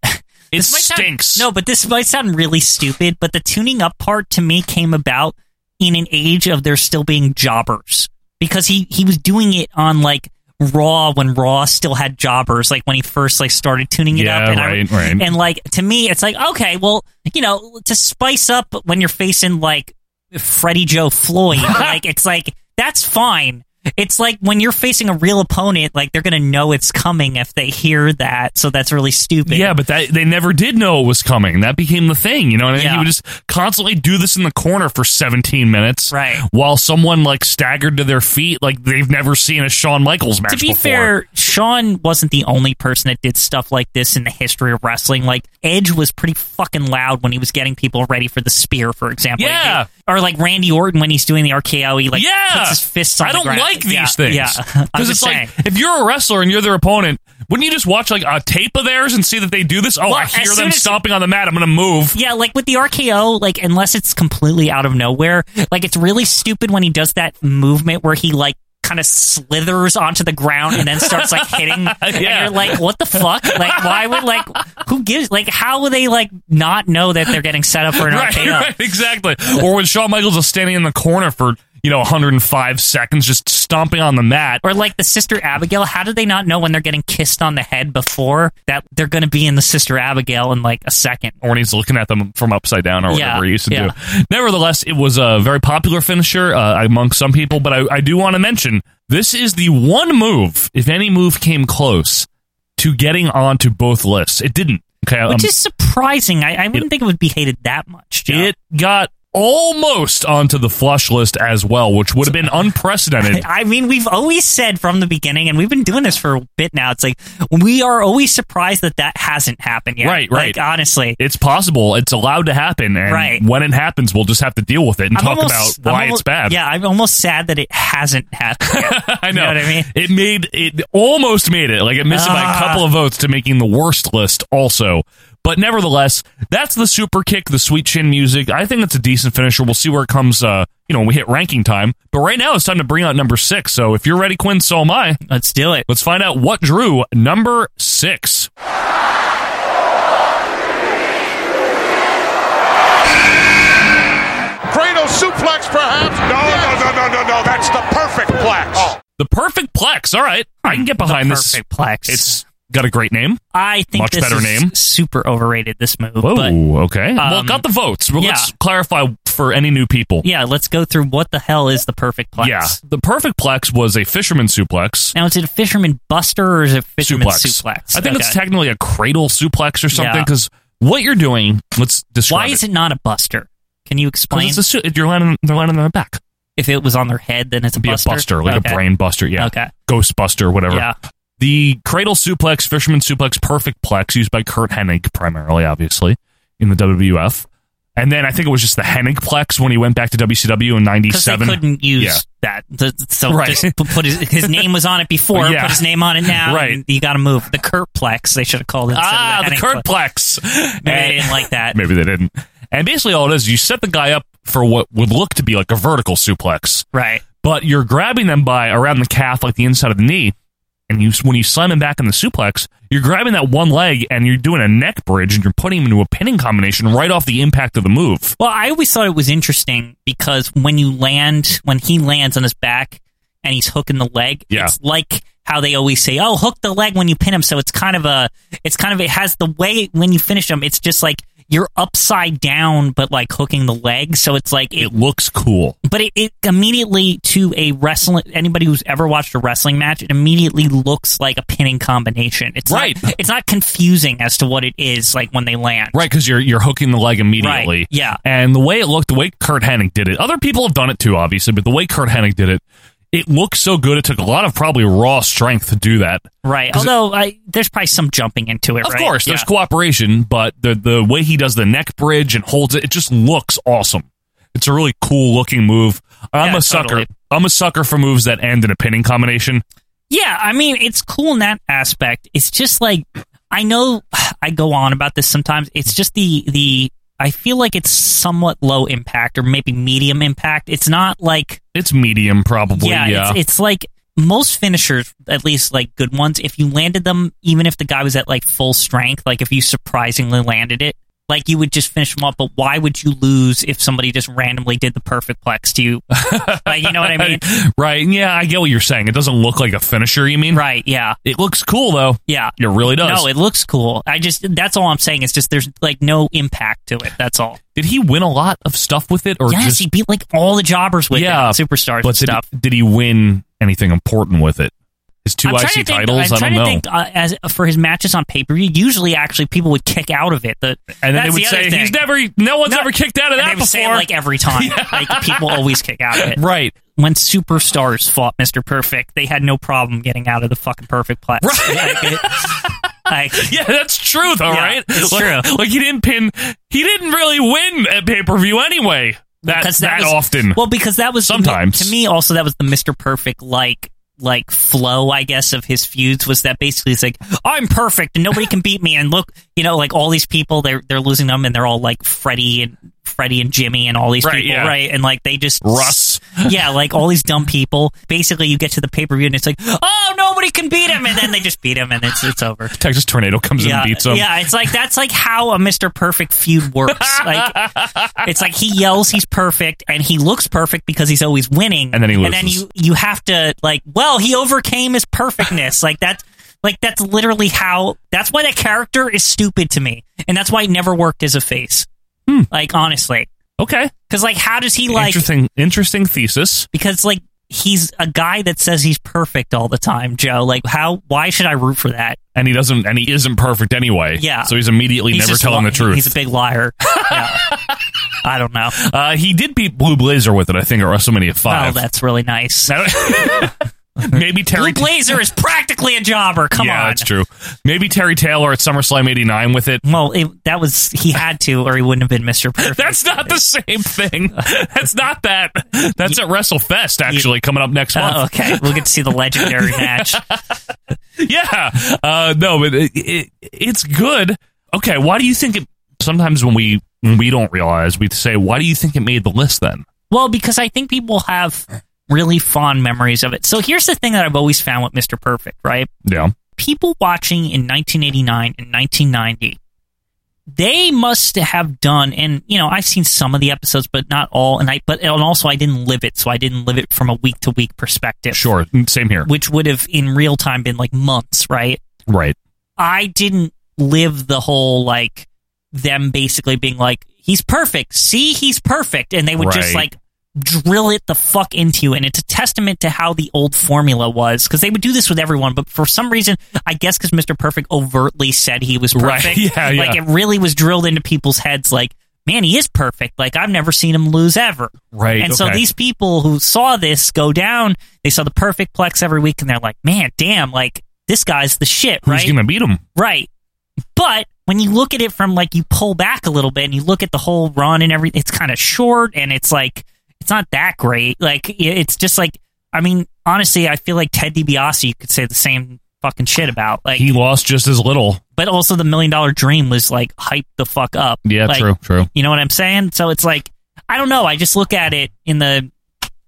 [SPEAKER 1] It
[SPEAKER 2] this might sound-
[SPEAKER 1] stinks.
[SPEAKER 2] no, but this might sound really stupid, but the tuning up part to me came about in an age of there still being jobbers because he he was doing it on like Raw when Raw still had jobbers, like when he first like started tuning it
[SPEAKER 1] Yeah,
[SPEAKER 2] up. And I-
[SPEAKER 1] right, right.
[SPEAKER 2] And like to me, it's like okay, well, you know, to spice up when you're facing like Freddie Joe Floyd, like it's like that's fine. It's like when you're facing a real opponent, like they're gonna know it's coming if they hear that. So that's really stupid.
[SPEAKER 1] Yeah, but that they never did know it was coming. That became the thing, you know. what I mean?
[SPEAKER 2] Yeah.
[SPEAKER 1] he would just constantly do this in the corner for 17 minutes,
[SPEAKER 2] Right.
[SPEAKER 1] While someone like staggered to their feet, like they've never seen a Shawn Michaels match.
[SPEAKER 2] to be
[SPEAKER 1] before.
[SPEAKER 2] fair, Sean wasn't the only person that did stuff like this in the history of wrestling. Like Edge was pretty fucking loud when he was getting people ready for the spear, for example. He
[SPEAKER 1] Yeah.
[SPEAKER 2] did- or like Randy Orton when he's doing the RKO, he E, like
[SPEAKER 1] yeah,
[SPEAKER 2] puts his fists on
[SPEAKER 1] I
[SPEAKER 2] the
[SPEAKER 1] don't
[SPEAKER 2] ground.
[SPEAKER 1] like these
[SPEAKER 2] Yeah,
[SPEAKER 1] things.
[SPEAKER 2] Yeah, I'm
[SPEAKER 1] because
[SPEAKER 2] just
[SPEAKER 1] it's
[SPEAKER 2] saying.
[SPEAKER 1] like if you're a wrestler and you're their opponent, wouldn't you just watch like a tape of theirs and see that they do this? Oh,
[SPEAKER 2] Well,
[SPEAKER 1] I
[SPEAKER 2] as
[SPEAKER 1] hear
[SPEAKER 2] soon
[SPEAKER 1] them
[SPEAKER 2] as-
[SPEAKER 1] stomping on the mat. I'm going to move.
[SPEAKER 2] Yeah, like with the RKO, like unless it's completely out of nowhere, like it's really stupid when he does that movement where he like kind of slithers onto the ground and then starts like hitting. And
[SPEAKER 1] Yeah.
[SPEAKER 2] you're like, what the fuck? Like, why would like who gives? Like, how would they like not know that they're getting set up for an
[SPEAKER 1] Right,
[SPEAKER 2] RKO?
[SPEAKER 1] right, exactly. Or when Shawn Michaels is standing in the corner for you know 105 seconds, just stomping on the mat.
[SPEAKER 2] Or like the sister Abigail, how do they not know when they're getting kissed on the head before that they're going to be in the sister Abigail in like a second?
[SPEAKER 1] or when he's looking at them from upside down or
[SPEAKER 2] Yeah,
[SPEAKER 1] whatever he used to
[SPEAKER 2] yeah.
[SPEAKER 1] do. Nevertheless, it was a very popular finisher uh, among some people, but I, I do want to mention this is the one move, if any move came close, to getting onto both lists. It didn't. Okay,
[SPEAKER 2] Which
[SPEAKER 1] um,
[SPEAKER 2] is surprising. I, I wouldn't think it would be hated that much. Joe.
[SPEAKER 1] it got almost onto the flush list as well, which would have been unprecedented.
[SPEAKER 2] I mean, we've always said from the beginning, and we've been doing this for a bit now. It's like we are always surprised that that hasn't happened yet.
[SPEAKER 1] Right, right.
[SPEAKER 2] Like, honestly,
[SPEAKER 1] It's possible. It's allowed to happen, and
[SPEAKER 2] Right.
[SPEAKER 1] when it happens, we'll just have to deal with it and
[SPEAKER 2] I'm
[SPEAKER 1] talk
[SPEAKER 2] almost-
[SPEAKER 1] about why
[SPEAKER 2] I'm almo-
[SPEAKER 1] it's bad.
[SPEAKER 2] Yeah, I'm almost sad that it hasn't happened. Yet.
[SPEAKER 1] I
[SPEAKER 2] You
[SPEAKER 1] know.
[SPEAKER 2] know what I mean?
[SPEAKER 1] It made it almost made it. Like it missed it by a
[SPEAKER 2] Ah.
[SPEAKER 1] couple of votes to making the worst list also. But nevertheless, that's the super kick, the sweet chin music. I think that's a decent finisher. We'll see where it comes, uh, you know, when we hit ranking time. But right now, it's time to bring out number six. So if you're ready, Quinn, so am I.
[SPEAKER 2] Let's do it.
[SPEAKER 1] Let's find out what drew number six.
[SPEAKER 8] Cradle suplex, perhaps? No,
[SPEAKER 7] no, no, no, no, no. That's the perfect plex.
[SPEAKER 1] The perfect plex. All right, I can get behind this.
[SPEAKER 2] Hmm. perfect plex.
[SPEAKER 1] It's got a great name.
[SPEAKER 2] I think
[SPEAKER 1] Much
[SPEAKER 2] this
[SPEAKER 1] better
[SPEAKER 2] is
[SPEAKER 1] name.
[SPEAKER 2] super overrated. This move.
[SPEAKER 1] Whoa.
[SPEAKER 2] but,
[SPEAKER 1] okay. well,
[SPEAKER 2] um,
[SPEAKER 1] it got the votes. Well,
[SPEAKER 2] yeah.
[SPEAKER 1] Let's clarify for any new people.
[SPEAKER 2] yeah, let's go through what the hell is the perfect plex.
[SPEAKER 1] Yeah. The perfect plex was a fisherman suplex.
[SPEAKER 2] Now is it a fisherman buster or is it fisherman
[SPEAKER 1] suplex.
[SPEAKER 2] suplex?
[SPEAKER 1] I think it's
[SPEAKER 2] Okay.
[SPEAKER 1] technically a cradle suplex or something
[SPEAKER 2] Yeah.
[SPEAKER 1] because what you're doing. Let's describe.
[SPEAKER 2] Why is it not a buster? Can you explain?
[SPEAKER 1] Because it's a su- you're landing. They're landing on their back.
[SPEAKER 2] if it was on their head, then it's a
[SPEAKER 1] Be
[SPEAKER 2] buster.
[SPEAKER 1] a buster, like
[SPEAKER 2] Okay.
[SPEAKER 1] a brain buster. Yeah.
[SPEAKER 2] Okay.
[SPEAKER 1] Ghost buster, whatever.
[SPEAKER 2] Yeah.
[SPEAKER 1] The cradle suplex, fisherman suplex, perfect plex, used by Kurt Hennig primarily, obviously, in the WWF. And then I think it was just the Hennig plex when he went back to WCW in
[SPEAKER 2] Because they
[SPEAKER 1] '97.
[SPEAKER 2] couldn't use
[SPEAKER 1] Yeah.
[SPEAKER 2] that. Th- So
[SPEAKER 1] Right.
[SPEAKER 2] just p- put his, his name was on it before.
[SPEAKER 1] Yeah.
[SPEAKER 2] Put his name on it now.
[SPEAKER 1] Right.
[SPEAKER 2] and You got to move the Kurtplex. They should have called it. instead of
[SPEAKER 1] Ah, the
[SPEAKER 2] Hennig Plex.
[SPEAKER 1] Kurtplex.
[SPEAKER 2] Maybe they
[SPEAKER 1] And-
[SPEAKER 2] didn't like that.
[SPEAKER 1] Maybe they didn't. And basically, all it is, you set the guy up for what would look to be like a vertical suplex,
[SPEAKER 2] Right.
[SPEAKER 1] but you're grabbing them by around the calf, like the inside of the knee. And you, when you slam him back in the suplex, you're grabbing that one leg and you're doing a neck bridge and you're putting him into a pinning combination right off the impact of the move.
[SPEAKER 2] Well, I always thought it was interesting because when you land, when he lands on his back and he's hooking the leg,
[SPEAKER 1] Yeah.
[SPEAKER 2] it's like how they always say, "Oh, hook the leg when you pin him." So it's kind of a, it's kind of it has the way when you finish him, it's just like you're upside down, but like hooking the leg. So it's like it,
[SPEAKER 1] It looks cool.
[SPEAKER 2] but it, it immediately to a wrestling anybody who's ever watched a wrestling match, it immediately looks like a pinning combination. It's
[SPEAKER 1] Right.
[SPEAKER 2] Not, it's not confusing as to what it is like when they land.
[SPEAKER 1] Right, because you're you're hooking the leg immediately.
[SPEAKER 2] Right, yeah.
[SPEAKER 1] And the way it looked, the way Kurt Hennig did it, other people have done it too, obviously, but the way Kurt Hennig did it, it looked so good. It took a lot of probably raw strength to do that.
[SPEAKER 2] Right.
[SPEAKER 1] 'Cause it-
[SPEAKER 2] Although I, there's probably some jumping into it.
[SPEAKER 1] Of
[SPEAKER 2] right?
[SPEAKER 1] course, there's
[SPEAKER 2] Yeah.
[SPEAKER 1] cooperation, but the the way he does the neck bridge and holds it, it just looks awesome. It's a really cool looking move. I'm
[SPEAKER 2] Yeah,
[SPEAKER 1] a sucker.
[SPEAKER 2] totally.
[SPEAKER 1] I'm a sucker for moves that end in a pinning combination.
[SPEAKER 2] Yeah, I mean, it's cool in that aspect. It's just like I know I go on about this sometimes. It's just the the I feel like it's somewhat low impact or maybe medium impact. It's not like
[SPEAKER 1] It's medium, probably. Yeah,
[SPEAKER 2] yeah, It's, it's like most finishers, at least like good ones, if you landed them, even if the guy was at like full strength, like if you surprisingly landed it, like you would just finish them up. But why would you lose if somebody just randomly did the perfect plex to you? like, you know what I mean?
[SPEAKER 1] right? Yeah, I get what you're saying. It doesn't look like a finisher. You mean?
[SPEAKER 2] Right? Yeah.
[SPEAKER 1] It looks cool though.
[SPEAKER 2] Yeah.
[SPEAKER 1] It really does.
[SPEAKER 2] No, it looks cool. I just that's all I'm saying. It's just there's like no impact to it. That's all.
[SPEAKER 1] did he win a lot of stuff with it, or
[SPEAKER 2] yes,
[SPEAKER 1] just
[SPEAKER 2] he beat like all the jobbers with
[SPEAKER 1] yeah,
[SPEAKER 2] it, superstars
[SPEAKER 1] But
[SPEAKER 2] and
[SPEAKER 1] did,
[SPEAKER 2] stuff.
[SPEAKER 1] Did he win anything important with it? His 2
[SPEAKER 2] I'm trying
[SPEAKER 1] IC
[SPEAKER 2] to think-
[SPEAKER 1] titles.
[SPEAKER 2] I'm
[SPEAKER 1] I
[SPEAKER 2] trying
[SPEAKER 1] don't know.
[SPEAKER 2] to think uh, as for his matches on pay per view. Usually, actually, people would kick out of it. The,
[SPEAKER 1] and then
[SPEAKER 2] that's
[SPEAKER 1] they would
[SPEAKER 2] the other
[SPEAKER 1] say
[SPEAKER 2] thing.
[SPEAKER 1] he's never, no one's
[SPEAKER 2] No.
[SPEAKER 1] ever kicked out of
[SPEAKER 2] And
[SPEAKER 1] that
[SPEAKER 2] they would
[SPEAKER 1] before.
[SPEAKER 2] say it, like every time. Like people always kick out of it.
[SPEAKER 1] right.
[SPEAKER 2] When superstars fought Mr. Perfect, they had no problem getting out of the fucking perfect platform.
[SPEAKER 1] Right.
[SPEAKER 2] Like, it- like,
[SPEAKER 1] Yeah, that's true though,
[SPEAKER 2] Yeah,
[SPEAKER 1] right?
[SPEAKER 2] it's
[SPEAKER 1] like,
[SPEAKER 2] true.
[SPEAKER 1] Like he didn't pin, he didn't really win at pay per view anyway. That that,
[SPEAKER 2] because that, was-
[SPEAKER 1] often.
[SPEAKER 2] Well, because that was the-
[SPEAKER 1] Sometimes.
[SPEAKER 2] to me also that was the Mr. Perfect like like flow, I guess, of his feuds was that basically it's like I'm perfect and nobody can beat me and look, you know, like all these people they're they're losing them and they're all like Freddie and Freddie and Jimmy and all these
[SPEAKER 1] Right,
[SPEAKER 2] people,
[SPEAKER 1] yeah.
[SPEAKER 2] right? And like they just
[SPEAKER 1] Russ.
[SPEAKER 2] yeah, like all these dumb people. Basically, you get to the pay per view and it's like oh nobody can beat him, and then they just beat him and it's it's over.
[SPEAKER 1] Texas tornado comes in
[SPEAKER 2] Yeah,
[SPEAKER 1] and beats him.
[SPEAKER 2] yeah, it's like that's like how a Mr. Perfect feud works. like it's like he yells he's perfect and he looks perfect because he's always winning.
[SPEAKER 1] And then he
[SPEAKER 2] And then
[SPEAKER 1] loses.
[SPEAKER 2] you you have to like, well, he overcame his perfectness. like that's like that's literally how that's why that character is stupid to me. And that's why it never worked as a face. Like honestly.
[SPEAKER 1] Okay.
[SPEAKER 2] Cuz like how does he like
[SPEAKER 1] Hmm. interesting, interesting thesis.
[SPEAKER 2] because like he's a guy that says he's perfect all the time, Joe. Like how why should I root for that?
[SPEAKER 1] And he doesn't, and he isn't perfect anyway.
[SPEAKER 2] Yeah.
[SPEAKER 1] So he's immediately
[SPEAKER 2] He's
[SPEAKER 1] never
[SPEAKER 2] just
[SPEAKER 1] telling
[SPEAKER 2] li-
[SPEAKER 1] the truth.
[SPEAKER 2] He's a big liar. Yeah. I don't know.
[SPEAKER 1] uh, he did beat Blue Blazer with it, I think, at WrestleMania
[SPEAKER 2] Oh,
[SPEAKER 1] five.
[SPEAKER 2] that's really nice.
[SPEAKER 1] I don't- Maybe Terry.
[SPEAKER 2] Blue Blazer is practically a jobber. Come
[SPEAKER 1] yeah,
[SPEAKER 2] on.
[SPEAKER 1] that's true. Maybe Terry Taylor at SummerSlam '89 with it.
[SPEAKER 2] Well, it, that was he had to, or he wouldn't have been Mr. Perfect.
[SPEAKER 1] That's not the same thing. That's not that. That's at WrestleFest actually coming up next month.
[SPEAKER 2] Oh, okay, we'll get to see the legendary match.
[SPEAKER 1] Yeah. Uh, no, but it, it, it's good. Okay, why do you think it? Sometimes when we when we don't realize, we say, "Why do you think it made the list?" Then
[SPEAKER 2] Well, because I think people have really fond memories of it. So here's the thing that I've always found with Mr. Perfect, right?
[SPEAKER 1] Yeah.
[SPEAKER 2] People watching in 1989 and 1990, they must have done, and you know, I've seen some of the episodes, but not all. And I, but and also I didn't live it, so I didn't live it from a week to week perspective.
[SPEAKER 1] Sure, same here.
[SPEAKER 2] Which would have in real time been like months, right?
[SPEAKER 1] Right.
[SPEAKER 2] I didn't live the whole like them basically being like, he's perfect. See, he's perfect. And they would just
[SPEAKER 1] Right.
[SPEAKER 2] like drill it the fuck into you. And it's a testament to how the old formula was because they would do this with everyone. But for some reason, I guess because Mr. Perfect overtly said he was
[SPEAKER 1] Right.
[SPEAKER 2] perfect.
[SPEAKER 1] Yeah, yeah.
[SPEAKER 2] Like it really was drilled into people's heads like, man, he is perfect. Like I've never seen him lose ever.
[SPEAKER 1] Right,
[SPEAKER 2] And so
[SPEAKER 1] okay.
[SPEAKER 2] these people who saw this go down, they saw the perfect plex every week and they're like, man, damn, like this guy's the shit,
[SPEAKER 1] who's
[SPEAKER 2] right?
[SPEAKER 1] gonna beat him?
[SPEAKER 2] Right. But when you look at it from like you pull back a little bit and you look at the whole run and everything, it's kind of short and it's like it's not that great. Like i- it's just like I mean, honestly, I feel like Ted DiBiase you could say the same fucking shit about. Like
[SPEAKER 1] He lost just as little.
[SPEAKER 2] but also the million dollar dream was like hyped the fuck up.
[SPEAKER 1] Yeah,
[SPEAKER 2] Like,
[SPEAKER 1] true, true.
[SPEAKER 2] You know what I'm saying? So it's like I don't know, I just look at it in the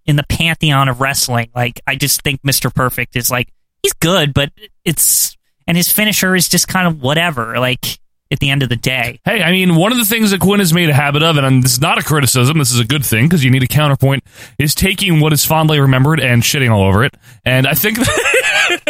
[SPEAKER 2] in the pantheon of wrestling. Like I just think Mr. Perfect is like he's good, but it's and his finisher is just kind of whatever, like at the end of the day.
[SPEAKER 1] Hey, I mean, one of the things that Quinn has made a habit of, and this is not a criticism, this is a good thing because you need a counterpoint, is taking what is fondly remembered and shitting all over it. And I think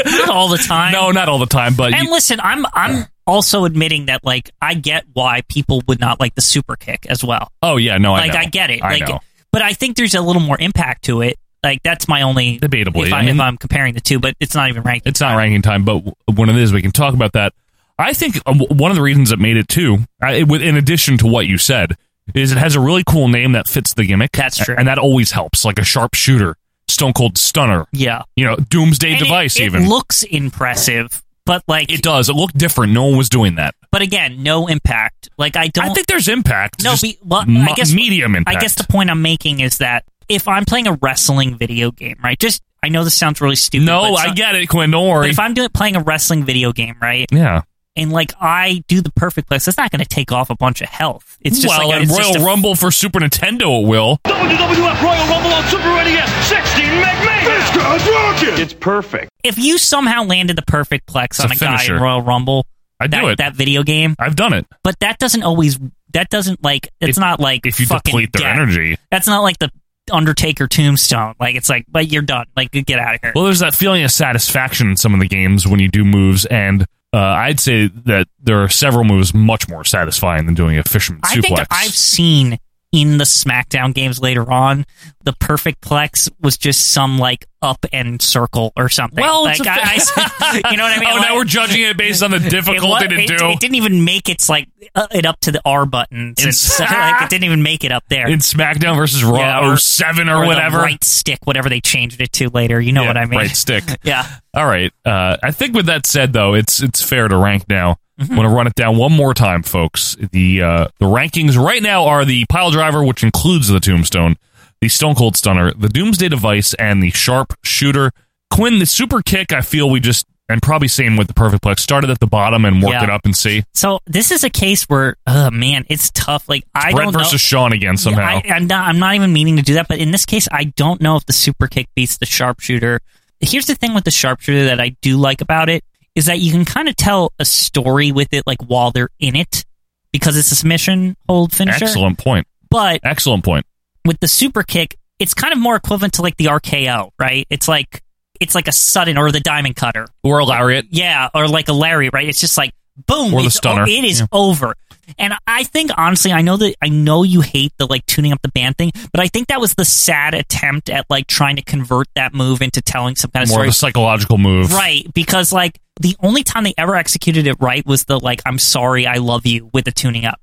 [SPEAKER 2] Not all the time.
[SPEAKER 1] no, not all the time, but
[SPEAKER 2] and
[SPEAKER 1] you-
[SPEAKER 2] listen, I'm I'm also admitting that like I get why people would not like the super kick as well.
[SPEAKER 1] oh yeah, no,
[SPEAKER 2] like
[SPEAKER 1] I, know.
[SPEAKER 2] I get it.
[SPEAKER 1] I
[SPEAKER 2] like,
[SPEAKER 1] know.
[SPEAKER 2] but I think there's a little more impact to it. Like that's my only
[SPEAKER 1] Debatably,
[SPEAKER 2] If, I,
[SPEAKER 1] I mean-
[SPEAKER 2] if I'm comparing the two, but it's not even ranked.
[SPEAKER 1] It's not ranking time, but w- when it is, we can talk about that. I think um, w- one of the reasons it made it too, I, it, with- in addition to what you said, is it has a really cool name that fits the gimmick. That's
[SPEAKER 2] true,
[SPEAKER 1] and that always helps, like a sharpshooter, Stone Cold Stunner,
[SPEAKER 2] Yeah,
[SPEAKER 1] you know, Doomsday
[SPEAKER 2] And it-
[SPEAKER 1] Device.
[SPEAKER 2] it
[SPEAKER 1] even
[SPEAKER 2] looks impressive, but like
[SPEAKER 1] it does. It looked different. No one was doing that.
[SPEAKER 2] But again, no impact. Like I don't.
[SPEAKER 1] I think there's impact.
[SPEAKER 2] no.
[SPEAKER 1] Just
[SPEAKER 2] Be, well,
[SPEAKER 1] mo-
[SPEAKER 2] I guess
[SPEAKER 1] medium impact.
[SPEAKER 2] I guess the point I'm making is that if I'm playing a wrestling video game, right? Just I know this sounds really stupid.
[SPEAKER 1] no,
[SPEAKER 2] but
[SPEAKER 1] I
[SPEAKER 2] so-
[SPEAKER 1] get it, Quinn. Don't
[SPEAKER 2] But
[SPEAKER 1] worry.
[SPEAKER 2] if I'm doing playing a wrestling video game, right?
[SPEAKER 1] yeah.
[SPEAKER 2] And like I do the perfect place, that's not going to take off a bunch of health. It's just
[SPEAKER 1] well,
[SPEAKER 2] like
[SPEAKER 1] and
[SPEAKER 2] it's
[SPEAKER 1] Royal
[SPEAKER 2] just a-
[SPEAKER 1] Rumble for Super Nintendo it will.
[SPEAKER 12] WWF Royal Rumble on Super Radio 16 McMahon. This guy's rocking. It's perfect.
[SPEAKER 2] if you somehow landed the perfect plex on
[SPEAKER 1] a
[SPEAKER 2] a, guy
[SPEAKER 1] finisher.
[SPEAKER 2] in Royal Rumble,
[SPEAKER 1] I
[SPEAKER 2] that,
[SPEAKER 1] do it.
[SPEAKER 2] that video game.
[SPEAKER 1] I've done it.
[SPEAKER 2] But that doesn't always. That doesn't like. It's not like
[SPEAKER 1] If you
[SPEAKER 2] fucking
[SPEAKER 1] deplete their
[SPEAKER 2] death.
[SPEAKER 1] energy.
[SPEAKER 2] That's not like the Undertaker Tombstone. Like it's like, but you're done. Like get out of here.
[SPEAKER 1] Well, there's that feeling of satisfaction in some of the games when you do moves, and uh, I'd say that there are several moves much more satisfying than doing a fisherman
[SPEAKER 2] I
[SPEAKER 1] suplex.
[SPEAKER 2] think I've seen in the SmackDown games later on, the perfect plex was just some like up and circle or something.
[SPEAKER 1] well,
[SPEAKER 2] like,
[SPEAKER 1] it's a
[SPEAKER 2] I-
[SPEAKER 1] fa-
[SPEAKER 2] I- you know what I mean?
[SPEAKER 1] Oh,
[SPEAKER 2] Like,
[SPEAKER 1] now we're judging it based on the
[SPEAKER 2] wa-
[SPEAKER 1] difficulty to
[SPEAKER 2] it,
[SPEAKER 1] do.
[SPEAKER 2] it didn't even make its like uh, it up to the R buttons. and
[SPEAKER 1] It's-
[SPEAKER 2] stuff, like, it didn't even make it up there.
[SPEAKER 1] in SmackDown versus Raw
[SPEAKER 2] Yeah, or-
[SPEAKER 1] 07 or,
[SPEAKER 2] the
[SPEAKER 1] whatever.
[SPEAKER 2] right stick, whatever they changed it to later. You know
[SPEAKER 1] Yeah,
[SPEAKER 2] what I mean?
[SPEAKER 1] Right stick.
[SPEAKER 2] Yeah.
[SPEAKER 1] All right. Uh, I think with that said, though, it's it's fair to rank now.
[SPEAKER 2] Mm-hmm.
[SPEAKER 1] I'm going to run it down one more time, folks. The uh, the rankings right now are the pile driver, which includes the tombstone, the Stone Cold Stunner, the Doomsday Device, and the Sharp Shooter. Quinn, the super kick. I feel we just and probably same with the Perfect Plex. Started at the bottom and worked
[SPEAKER 2] Yeah.
[SPEAKER 1] it up and see.
[SPEAKER 2] So this is a case where, oh man, it's tough. Like I
[SPEAKER 1] Brett
[SPEAKER 2] don't know.
[SPEAKER 1] versus Sean again somehow.
[SPEAKER 2] I, I'm not. I'm not even meaning to do that. But in this case, I don't know if the super kick beats the sharpshooter. Here's the thing with the sharpshooter that I do like about it is that you can kind of tell a story with it, like while they're in it, because it's a submission hold finisher.
[SPEAKER 1] Excellent point.
[SPEAKER 2] But
[SPEAKER 1] Excellent point.
[SPEAKER 2] with the super kick, it's kind of more equivalent to like the RKO, right? It's like it's like a sudden or the diamond cutter.
[SPEAKER 1] Or a lariat.
[SPEAKER 2] Yeah, or like a Larry, right? It's just like boom,
[SPEAKER 1] Or the
[SPEAKER 2] it's-
[SPEAKER 1] stunner.
[SPEAKER 2] it is
[SPEAKER 1] Yeah.
[SPEAKER 2] over. And I think honestly, I know that I know you hate the like tuning up the band thing, but I think that was the sad attempt at like trying to convert that move into telling some kind of
[SPEAKER 1] More
[SPEAKER 2] story.
[SPEAKER 1] of a psychological move.
[SPEAKER 2] Right, because like the only time they ever executed it right was the like "I'm sorry, I love you" with the tuning up.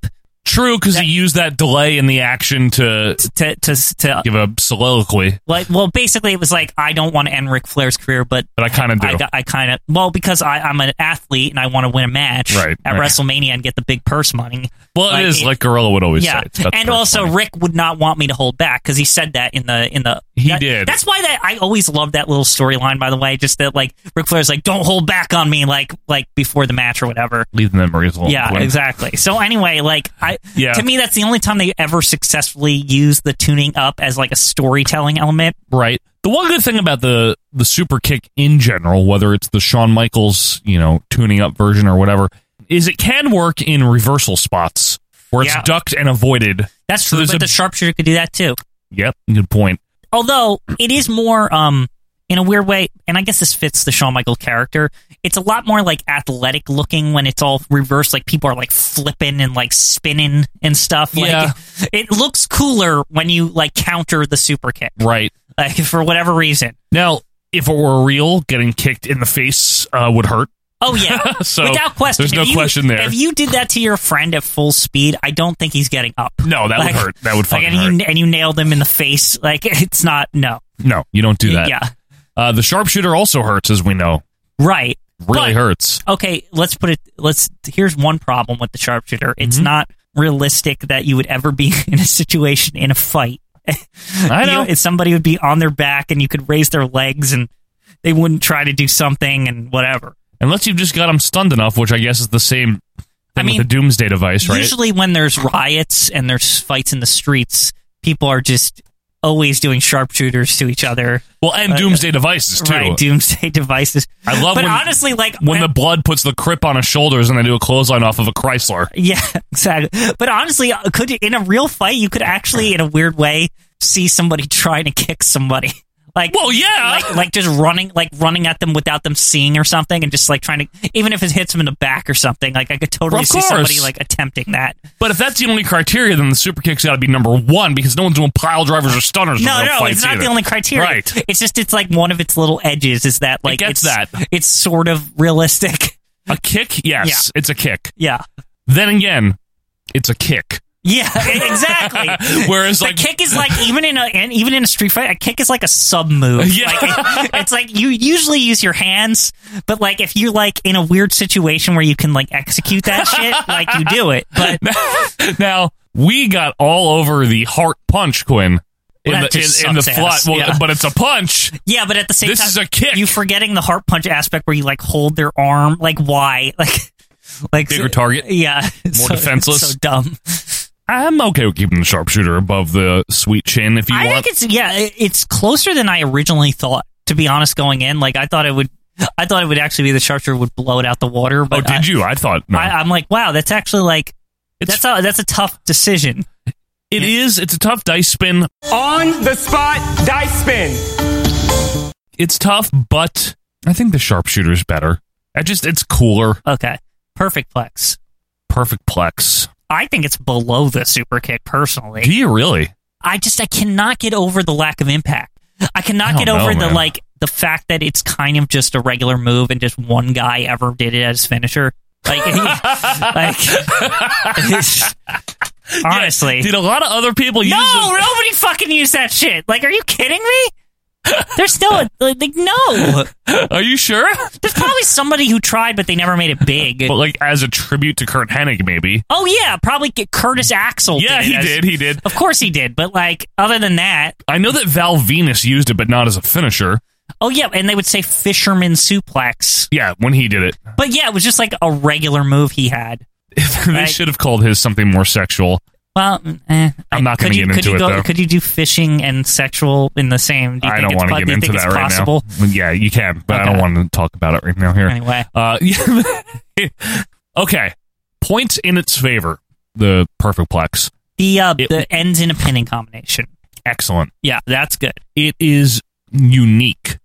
[SPEAKER 1] True, because he used that delay in the action to
[SPEAKER 2] to to, to
[SPEAKER 1] give a soliloquy.
[SPEAKER 2] Like, well, basically, it was like I don't want to end Ric Flair's career, but
[SPEAKER 1] But I kind of do.
[SPEAKER 2] I, got- I kind of well because I, I'm an athlete and I want to win a match
[SPEAKER 1] Right,
[SPEAKER 2] at
[SPEAKER 1] right.
[SPEAKER 2] WrestleMania and get the big purse money.
[SPEAKER 1] well, it is like Gorilla would always
[SPEAKER 2] yeah,
[SPEAKER 1] say. It's about the
[SPEAKER 2] and
[SPEAKER 1] first
[SPEAKER 2] also
[SPEAKER 1] one.
[SPEAKER 2] Rick would not want me to hold back because he said that in the in the
[SPEAKER 1] He
[SPEAKER 2] that-
[SPEAKER 1] did.
[SPEAKER 2] That's why that I always loved that little storyline. By the way, just that like Ric Flair's like don't hold back on me like like before the match or whatever.
[SPEAKER 1] leave the memories alone.
[SPEAKER 2] Yeah,
[SPEAKER 1] Quinn.
[SPEAKER 2] exactly. So anyway, like I
[SPEAKER 1] Yeah.
[SPEAKER 2] to me that's the only time they ever successfully used the tuning up as like a storytelling element.
[SPEAKER 1] Right. The one good thing about the the super kick in general, whether it's the Shawn Michaels, you know, tuning up version or whatever, is it can work in reversal spots where it's
[SPEAKER 2] Yeah.
[SPEAKER 1] ducked and avoided.
[SPEAKER 2] That's
[SPEAKER 1] So
[SPEAKER 2] true,
[SPEAKER 1] there's
[SPEAKER 2] but
[SPEAKER 1] a-
[SPEAKER 2] the sharpshooter could do that too.
[SPEAKER 1] Yep, good point.
[SPEAKER 2] Although it is more um in a weird way, and I guess this fits the Shawn Michael character. It's a lot more like athletic looking when it's all reversed. Like people are like flipping and like spinning and stuff. Like,
[SPEAKER 1] Yeah.
[SPEAKER 2] it looks cooler when you like counter the super kick,
[SPEAKER 1] Right.
[SPEAKER 2] like for whatever reason.
[SPEAKER 1] Now, if it were real, getting kicked in the face uh, would hurt.
[SPEAKER 2] Oh yeah,
[SPEAKER 1] So,
[SPEAKER 2] without question.
[SPEAKER 1] there's no
[SPEAKER 2] If you-
[SPEAKER 1] question there.
[SPEAKER 2] If you did that to your friend at full speed, I don't think he's getting up.
[SPEAKER 1] No, that
[SPEAKER 2] Like-
[SPEAKER 1] would hurt. That would
[SPEAKER 2] Like,
[SPEAKER 1] fucking
[SPEAKER 2] and
[SPEAKER 1] hurt.
[SPEAKER 2] you and you nailed him in the face. Like it's not no.
[SPEAKER 1] no, you don't do that.
[SPEAKER 2] Yeah,
[SPEAKER 1] Uh, the sharpshooter also hurts, as we know.
[SPEAKER 2] right.
[SPEAKER 1] Really
[SPEAKER 2] But-
[SPEAKER 1] hurts.
[SPEAKER 2] Okay, let's put it. Let's. Here's one problem with the sharpshooter. It's
[SPEAKER 1] Mm-hmm.
[SPEAKER 2] not realistic that you would ever be in a situation in a fight.
[SPEAKER 1] I know.
[SPEAKER 2] if somebody would be on their back and you could raise their legs and they wouldn't try to do something and whatever.
[SPEAKER 1] Unless you've just got them stunned enough, which I guess is the same thing
[SPEAKER 2] I mean,
[SPEAKER 1] with the Doomsday device, right?
[SPEAKER 2] Usually, when there's riots and there's fights in the streets, people are just always doing sharpshooters to each other.
[SPEAKER 1] well, and
[SPEAKER 2] Uh,
[SPEAKER 1] Doomsday devices, too.
[SPEAKER 2] Right, doomsday devices.
[SPEAKER 1] I love
[SPEAKER 2] but
[SPEAKER 1] when-
[SPEAKER 2] honestly, like
[SPEAKER 1] when the blood puts the crip on his shoulders and they do a clothesline off of a Chrysler.
[SPEAKER 2] yeah, exactly. But honestly, uh, could you- in a real fight, you could actually, in a weird way, see somebody trying to kick somebody. Like,
[SPEAKER 1] Well, yeah.
[SPEAKER 2] like, like just running, like running at them without them seeing or something, and just like trying to, even if it hits them in the back or something. Like, I could totally
[SPEAKER 1] Of
[SPEAKER 2] see somebody
[SPEAKER 1] course.
[SPEAKER 2] like attempting that.
[SPEAKER 1] But if that's the only criteria, then the super kick's got to be number one because no one's doing pile drivers or stunners. in
[SPEAKER 2] No,
[SPEAKER 1] real
[SPEAKER 2] no,
[SPEAKER 1] fights
[SPEAKER 2] it's not
[SPEAKER 1] either.
[SPEAKER 2] the only criteria.
[SPEAKER 1] Right.
[SPEAKER 2] It's just it's like one of its little edges is that like
[SPEAKER 1] gets
[SPEAKER 2] it's,
[SPEAKER 1] that.
[SPEAKER 2] it's sort of realistic.
[SPEAKER 1] A kick? Yes, it's a kick.
[SPEAKER 2] Yeah.
[SPEAKER 1] Then again, it's a kick.
[SPEAKER 2] Yeah, e-, exactly.
[SPEAKER 1] Whereas,
[SPEAKER 2] the
[SPEAKER 1] like-
[SPEAKER 2] kick is like even in a and even in a street fight, a kick is like a sub move.
[SPEAKER 1] Yeah.
[SPEAKER 2] Like, it's like you usually use your hands, but like if you're like in a weird situation where you can like execute that shit, like you do it. But
[SPEAKER 1] now, we got all over the heart punch, Quinn. In
[SPEAKER 2] Well,
[SPEAKER 1] the,
[SPEAKER 2] that just
[SPEAKER 1] in, in the
[SPEAKER 2] sucks
[SPEAKER 1] flot,
[SPEAKER 2] ass,
[SPEAKER 1] well,
[SPEAKER 2] yeah.
[SPEAKER 1] but it's a punch.
[SPEAKER 2] yeah, but at the same
[SPEAKER 1] This
[SPEAKER 2] time,
[SPEAKER 1] is a kick.
[SPEAKER 2] You forgetting the heart punch aspect where you like hold their arm. Like why? Like like
[SPEAKER 1] Bigger target.
[SPEAKER 2] Yeah,
[SPEAKER 1] More
[SPEAKER 2] so-
[SPEAKER 1] defenseless.
[SPEAKER 2] So dumb.
[SPEAKER 1] I'm okay with keeping the sharpshooter above the sweet chin if you
[SPEAKER 2] I
[SPEAKER 1] want.
[SPEAKER 2] think it's yeah, it- it's closer than I originally thought. To be honest, going in, like I thought it would, I thought it would actually be the sharpshooter would blow it out the water.
[SPEAKER 1] oh,
[SPEAKER 2] But
[SPEAKER 1] did
[SPEAKER 2] I,
[SPEAKER 1] you? I thought no.
[SPEAKER 2] I, I'm like, wow, that's actually like that's a that's a tough decision.
[SPEAKER 1] It is. It's a tough dice spin.
[SPEAKER 13] On the spot dice spin.
[SPEAKER 1] It's tough, but I think the sharpshooter's better. I just it's cooler.
[SPEAKER 2] Okay, perfect plex.
[SPEAKER 1] Perfect plex.
[SPEAKER 2] I think it's below the super kick personally.
[SPEAKER 1] Do you really?
[SPEAKER 2] I just I cannot get over the lack of impact. I cannot
[SPEAKER 1] I
[SPEAKER 2] get
[SPEAKER 1] don't know,
[SPEAKER 2] over the
[SPEAKER 1] man.
[SPEAKER 2] like the fact that it's kind of just a regular move and just one guy ever did it as finisher. Like, like it's- honestly,
[SPEAKER 1] Did a lot of other people use
[SPEAKER 2] no,
[SPEAKER 1] it?
[SPEAKER 2] nobody fucking used that shit. Like, are you kidding me? There's still a, like no.
[SPEAKER 1] Are you sure?
[SPEAKER 2] There's probably somebody who tried, but they never made it big.
[SPEAKER 1] But like as a tribute to Kurt Hennig, maybe.
[SPEAKER 2] oh yeah, probably get Curtis Axel.
[SPEAKER 1] Yeah,
[SPEAKER 2] did it
[SPEAKER 1] he
[SPEAKER 2] as-
[SPEAKER 1] did. He did.
[SPEAKER 2] Of course he did. But like, other than that,
[SPEAKER 1] I know that Val Venus used it, but not as a finisher.
[SPEAKER 2] oh yeah, and they would say fisherman suplex.
[SPEAKER 1] Yeah, when he did it,
[SPEAKER 2] But yeah, it was just like a regular move he had.
[SPEAKER 1] they
[SPEAKER 2] Right.
[SPEAKER 1] should have called his something more sexual.
[SPEAKER 2] Well, mm, eh,
[SPEAKER 1] I'm not
[SPEAKER 2] could
[SPEAKER 1] gonna
[SPEAKER 2] you-
[SPEAKER 1] get
[SPEAKER 2] could
[SPEAKER 1] into
[SPEAKER 2] you
[SPEAKER 1] it,
[SPEAKER 2] go-
[SPEAKER 1] though.
[SPEAKER 2] Could you do fishing and sexual in the same? Do you
[SPEAKER 1] I
[SPEAKER 2] think
[SPEAKER 1] don't
[SPEAKER 2] it's
[SPEAKER 1] want
[SPEAKER 2] po-
[SPEAKER 1] to
[SPEAKER 2] do
[SPEAKER 1] get
[SPEAKER 2] you
[SPEAKER 1] into
[SPEAKER 2] think
[SPEAKER 1] that
[SPEAKER 2] it's
[SPEAKER 1] right
[SPEAKER 2] possible?
[SPEAKER 1] now. Yeah, you can, but I don't
[SPEAKER 2] Okay.
[SPEAKER 1] want to talk about it right now. Here,
[SPEAKER 2] Anyway,
[SPEAKER 1] Uh, yeah. okay. Points in its favor. The perfect plex.
[SPEAKER 2] the uh, the ends in a pinning combination.
[SPEAKER 1] Excellent.
[SPEAKER 2] Yeah, that's good.
[SPEAKER 1] It is unique.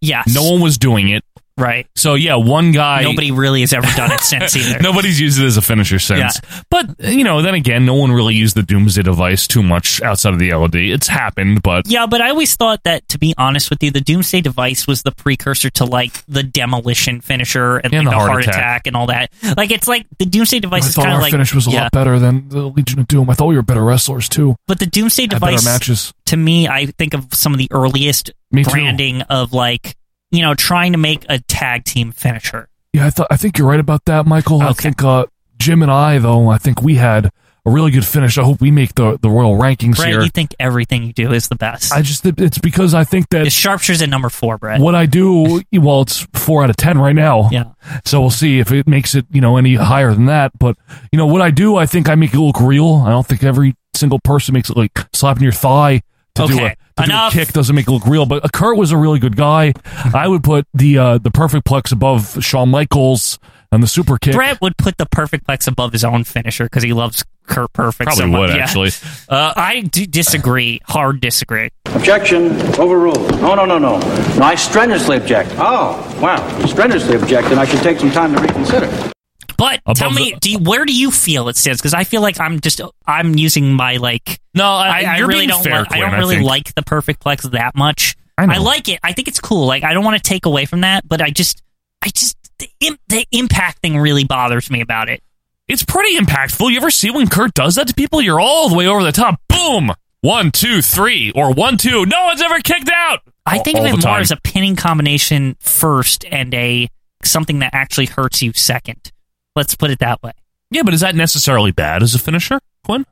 [SPEAKER 2] Yes.
[SPEAKER 1] No one was doing it.
[SPEAKER 2] Right.
[SPEAKER 1] So yeah, one guy.
[SPEAKER 2] Nobody really has ever done it since either.
[SPEAKER 1] Nobody's used it as a finisher since. But you know, then again, no one really used the Doomsday device too much outside of the LOD. It's happened, but
[SPEAKER 2] Yeah, but I always thought that, to be honest with you, the Doomsday device was the precursor to like the demolition finisher and,
[SPEAKER 1] And
[SPEAKER 2] like,
[SPEAKER 1] the
[SPEAKER 2] the,
[SPEAKER 1] heart
[SPEAKER 2] heart,
[SPEAKER 1] attack.
[SPEAKER 2] attack. and all that. Like it's like the Doomsday
[SPEAKER 14] I
[SPEAKER 2] device is
[SPEAKER 14] thought
[SPEAKER 2] kind
[SPEAKER 14] our
[SPEAKER 2] of like
[SPEAKER 14] finish was a
[SPEAKER 2] yeah.
[SPEAKER 14] lot better than the Legion of Doom. I thought we were better wrestlers too.
[SPEAKER 2] But the Doomsday
[SPEAKER 14] Had better
[SPEAKER 2] device
[SPEAKER 14] matches.
[SPEAKER 2] to me, I think of some of the earliest
[SPEAKER 14] Me too.
[SPEAKER 2] branding of like you know trying to make a tag team finisher.
[SPEAKER 14] Yeah, I thought I think you're right about that, Michael. I think uh, Jim and I though, I think we had a really good finish. I hope we make the the royal rankings
[SPEAKER 2] Brett,
[SPEAKER 14] here.
[SPEAKER 2] you think everything you do is the best.
[SPEAKER 14] I just it's because I think that
[SPEAKER 2] the sharpshooter's at number four, Brett.
[SPEAKER 14] what I do, well, it's four out of ten right now.
[SPEAKER 2] Yeah.
[SPEAKER 14] So we'll see if it makes it, you know, any higher than that. But you know what I do, I think I make it look real. I don't think every single person makes it like slapping your thigh to do
[SPEAKER 2] Okay.
[SPEAKER 14] it. To do a
[SPEAKER 2] Enough.
[SPEAKER 14] kick doesn't make it look real, but uh, Kurt was a really good guy. I would put the uh, the perfect plex above Shawn Michaels and the super kick.
[SPEAKER 2] Brett would put the perfect plex above his own finisher because he loves Kurt Perfect. so
[SPEAKER 1] probably
[SPEAKER 2] much.
[SPEAKER 1] would
[SPEAKER 2] Yeah.
[SPEAKER 1] actually.
[SPEAKER 2] Uh, I do disagree. Hard disagree.
[SPEAKER 15] Objection overruled. No, no, no, no. No, I strenuously object. Oh, wow. You strenuously object, and I should take some time to reconsider.
[SPEAKER 2] But tell me, do you, where do you feel it stands? Because I feel like I'm just I'm using my like.
[SPEAKER 1] No, I-
[SPEAKER 2] I, I
[SPEAKER 1] you're
[SPEAKER 2] really
[SPEAKER 1] being
[SPEAKER 2] don't.
[SPEAKER 1] fair,
[SPEAKER 2] like, I
[SPEAKER 1] Quinn,
[SPEAKER 2] don't
[SPEAKER 1] I
[SPEAKER 2] really
[SPEAKER 1] think.
[SPEAKER 2] like the perfect plex that much.
[SPEAKER 1] I know.
[SPEAKER 2] like it. I think it's cool. Like I don't want to take away from that, but I just, I just the, im- the impact thing really bothers me about it.
[SPEAKER 1] It's pretty impactful. You ever see when Kurt does that to people? You're all the way over the top. Boom. One, two, three, or one, two. No one's ever kicked out.
[SPEAKER 2] I
[SPEAKER 1] All-
[SPEAKER 2] think of
[SPEAKER 1] all
[SPEAKER 2] it
[SPEAKER 1] the
[SPEAKER 2] more
[SPEAKER 1] time.
[SPEAKER 2] as a pinning combination first and a something that actually hurts you second. Let's put it that way.
[SPEAKER 1] yeah, but is that necessarily bad as a finisher, Quinn?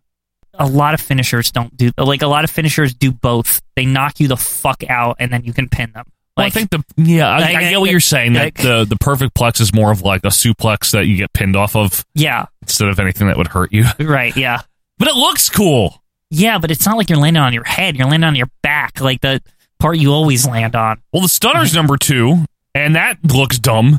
[SPEAKER 2] a lot of finishers don't do like a lot of finishers do both. They knock you the fuck out and then you can pin them.
[SPEAKER 1] Well,
[SPEAKER 2] Like
[SPEAKER 1] I think the yeah, I,
[SPEAKER 2] like,
[SPEAKER 1] I get what
[SPEAKER 2] like-
[SPEAKER 1] you're saying. That
[SPEAKER 2] like-
[SPEAKER 1] the the perfect plex is more of like a suplex that you get pinned off of
[SPEAKER 2] yeah,
[SPEAKER 1] instead of anything that would hurt you.
[SPEAKER 2] right, yeah.
[SPEAKER 1] But it looks cool.
[SPEAKER 2] Yeah, but it's not like you're landing on your head, you're landing on your back, like the part you always land on.
[SPEAKER 1] Well, the stunner's
[SPEAKER 2] Mm-hmm.
[SPEAKER 1] number two, and that looks dumb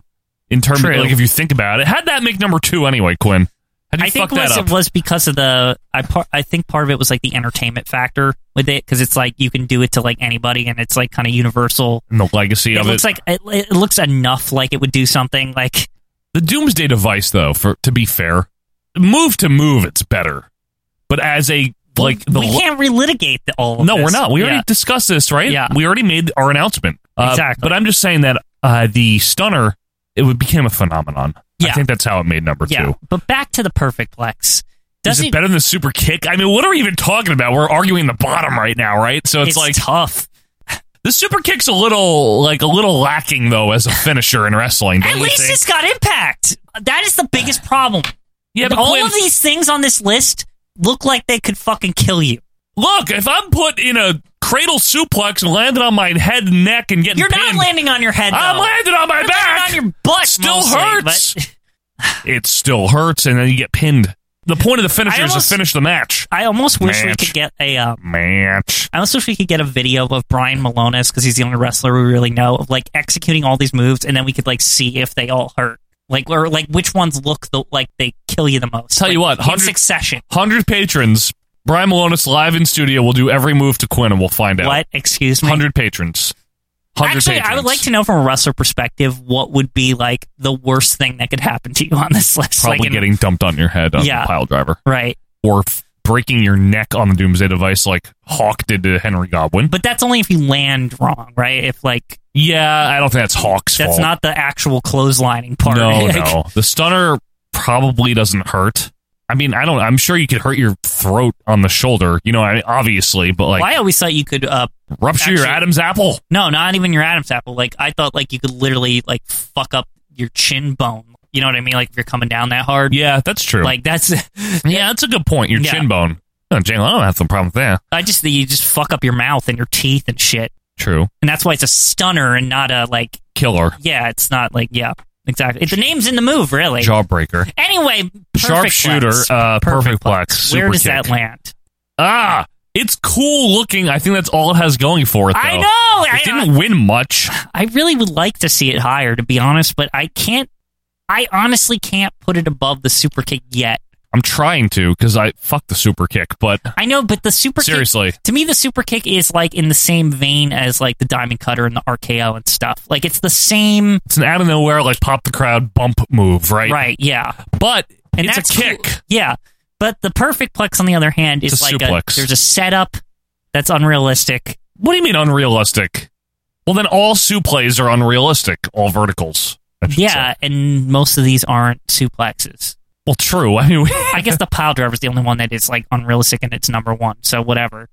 [SPEAKER 1] in terms of
[SPEAKER 2] True.
[SPEAKER 1] like if you think about it. How'd that make number two anyway, Quinn? How'd you
[SPEAKER 2] I
[SPEAKER 1] fuck
[SPEAKER 2] think was,
[SPEAKER 1] that up?
[SPEAKER 2] it was because of the I part I think part of it was like the entertainment factor with it because it's like you can do it to like anybody and it's like kind of universal.
[SPEAKER 1] and the legacy
[SPEAKER 2] It
[SPEAKER 1] of
[SPEAKER 2] looks
[SPEAKER 1] it.
[SPEAKER 2] like it, it looks enough like it would do something like
[SPEAKER 1] the Doomsday device, though, for to be fair, move to move, it's better. But as a like the
[SPEAKER 2] we
[SPEAKER 1] lo-
[SPEAKER 2] can't relitigate the, all of
[SPEAKER 1] no, we're
[SPEAKER 2] this.
[SPEAKER 1] not. We
[SPEAKER 2] Yeah.
[SPEAKER 1] already discussed this, right?
[SPEAKER 2] Yeah.
[SPEAKER 1] we already made our announcement. Uh,
[SPEAKER 2] Exactly.
[SPEAKER 1] But I'm just saying that uh, the stunner it would- became a phenomenon. I
[SPEAKER 2] Yeah.
[SPEAKER 1] think that's how it made number
[SPEAKER 2] yeah.
[SPEAKER 1] two.
[SPEAKER 2] But back to the perfect plex.
[SPEAKER 1] Is
[SPEAKER 2] Doesn't
[SPEAKER 1] it better than the super kick? I mean, what are we even talking about? We're arguing the bottom right now, right? So it's,
[SPEAKER 2] It's
[SPEAKER 1] like
[SPEAKER 2] tough.
[SPEAKER 1] The super kick's a little like a little lacking though as a finisher in wrestling. Don't
[SPEAKER 2] At
[SPEAKER 1] you
[SPEAKER 2] least
[SPEAKER 1] think?
[SPEAKER 2] it's got impact. That is the biggest problem.
[SPEAKER 1] Yeah, but
[SPEAKER 2] all
[SPEAKER 1] Quinn-
[SPEAKER 2] of these things on this list look like they could fucking kill you.
[SPEAKER 1] Look, if I'm put in a cradle suplex and landed on my head and neck and getting
[SPEAKER 2] You're not
[SPEAKER 1] pinned,
[SPEAKER 2] landing on your head. Though.
[SPEAKER 1] I'm landing on my
[SPEAKER 2] You're
[SPEAKER 1] back.
[SPEAKER 2] landing on your butt.
[SPEAKER 1] Still
[SPEAKER 2] mostly,
[SPEAKER 1] hurts.
[SPEAKER 2] but-
[SPEAKER 1] It still hurts, and then you get pinned. The point of the finisher
[SPEAKER 2] I
[SPEAKER 1] is
[SPEAKER 2] almost-
[SPEAKER 1] to finish the match.
[SPEAKER 2] I almost wish we
[SPEAKER 1] Match.
[SPEAKER 2] could get a. Uh,
[SPEAKER 1] Match.
[SPEAKER 2] I almost wish we could get a video of Brian Malonis because he's the only wrestler we really know of like executing all these moves, and then we could like see if they all hurt, like or like which ones look the like they kill you the most.
[SPEAKER 1] Tell you
[SPEAKER 2] Like,
[SPEAKER 1] what,
[SPEAKER 2] in
[SPEAKER 1] 100
[SPEAKER 2] succession.
[SPEAKER 1] Hundred patrons. Brian Malonis live in studio. We'll do every move to Quinn, and we'll find out.
[SPEAKER 2] What? Excuse me.
[SPEAKER 1] Hundred patrons. 100
[SPEAKER 2] Actually,
[SPEAKER 1] patrons.
[SPEAKER 2] I would like to know from a wrestler perspective what would be like the worst thing that could happen to you on this list.
[SPEAKER 1] probably
[SPEAKER 2] like, in-
[SPEAKER 1] getting dumped on your head on
[SPEAKER 2] Yeah.
[SPEAKER 1] the pile driver,
[SPEAKER 2] right.
[SPEAKER 1] or f- breaking your neck on the Doomsday device like Hawk did to Henry Goblin.
[SPEAKER 2] But that's only if you land wrong, right? If like
[SPEAKER 1] yeah, I don't think that's Hawk's
[SPEAKER 2] that's
[SPEAKER 1] fault.
[SPEAKER 2] not the actual clotheslining part.
[SPEAKER 1] No,
[SPEAKER 2] Like,
[SPEAKER 1] no. The stunner probably doesn't hurt. I mean, I don't. I'm sure you could hurt your throat on the shoulder. You know, I mean, obviously, but like
[SPEAKER 2] well, I always thought you could uh,
[SPEAKER 1] rupture your
[SPEAKER 2] actually-
[SPEAKER 1] Adam's apple.
[SPEAKER 2] No, not even your Adam's apple. Like I thought, like you could literally like fuck up your chin bone. You know what I mean? Like if you're coming down that hard.
[SPEAKER 1] Yeah, that's true.
[SPEAKER 2] Like that's.
[SPEAKER 1] yeah, that's a good point. Your
[SPEAKER 2] Yeah.
[SPEAKER 1] chin bone. No, Jalen, I don't have no problem with that.
[SPEAKER 2] I just think you just fuck up your mouth and your teeth and shit,
[SPEAKER 1] True,
[SPEAKER 2] and that's why it's a stunner and not a like.
[SPEAKER 1] killer,
[SPEAKER 2] Yeah, it's not like yeah, exactly. If the name's in the move, really.
[SPEAKER 1] jawbreaker,
[SPEAKER 2] Anyway, perfect
[SPEAKER 1] sharpshooter,
[SPEAKER 2] plex.
[SPEAKER 1] uh, perfect plex.
[SPEAKER 2] Where
[SPEAKER 1] super
[SPEAKER 2] does that
[SPEAKER 1] kick.
[SPEAKER 2] land?
[SPEAKER 1] Ah, it's cool looking. I think that's all it has going for it. Though.
[SPEAKER 2] I know.
[SPEAKER 1] It
[SPEAKER 2] I,
[SPEAKER 1] didn't win much.
[SPEAKER 2] I really would like to see it higher, to be honest, but I can't. I honestly can't put it above the super kick yet.
[SPEAKER 1] I'm trying to because I fuck the super kick, but
[SPEAKER 2] I know, but the super
[SPEAKER 1] seriously,
[SPEAKER 2] kick, to me, the super kick is like in the same vein as like the diamond cutter and the RKO and stuff. Like it's the same.
[SPEAKER 1] It's an out of nowhere like pop the crowd bump move, right?
[SPEAKER 2] Right. Yeah.
[SPEAKER 1] But
[SPEAKER 2] and
[SPEAKER 1] it's a
[SPEAKER 2] that's
[SPEAKER 1] kick.
[SPEAKER 2] cool. Yeah. But the perfect plex, on the other hand, is
[SPEAKER 1] It's a
[SPEAKER 2] like
[SPEAKER 1] suplex.
[SPEAKER 2] there's a setup that's unrealistic.
[SPEAKER 1] What do you mean unrealistic? Well, then all suplex are unrealistic. All verticals. I should
[SPEAKER 2] Yeah,
[SPEAKER 1] say.
[SPEAKER 2] and most of these aren't suplexes.
[SPEAKER 1] Well, true. I mean, we-
[SPEAKER 2] I guess the pile driver is the only one that is like unrealistic and it's number one. So whatever.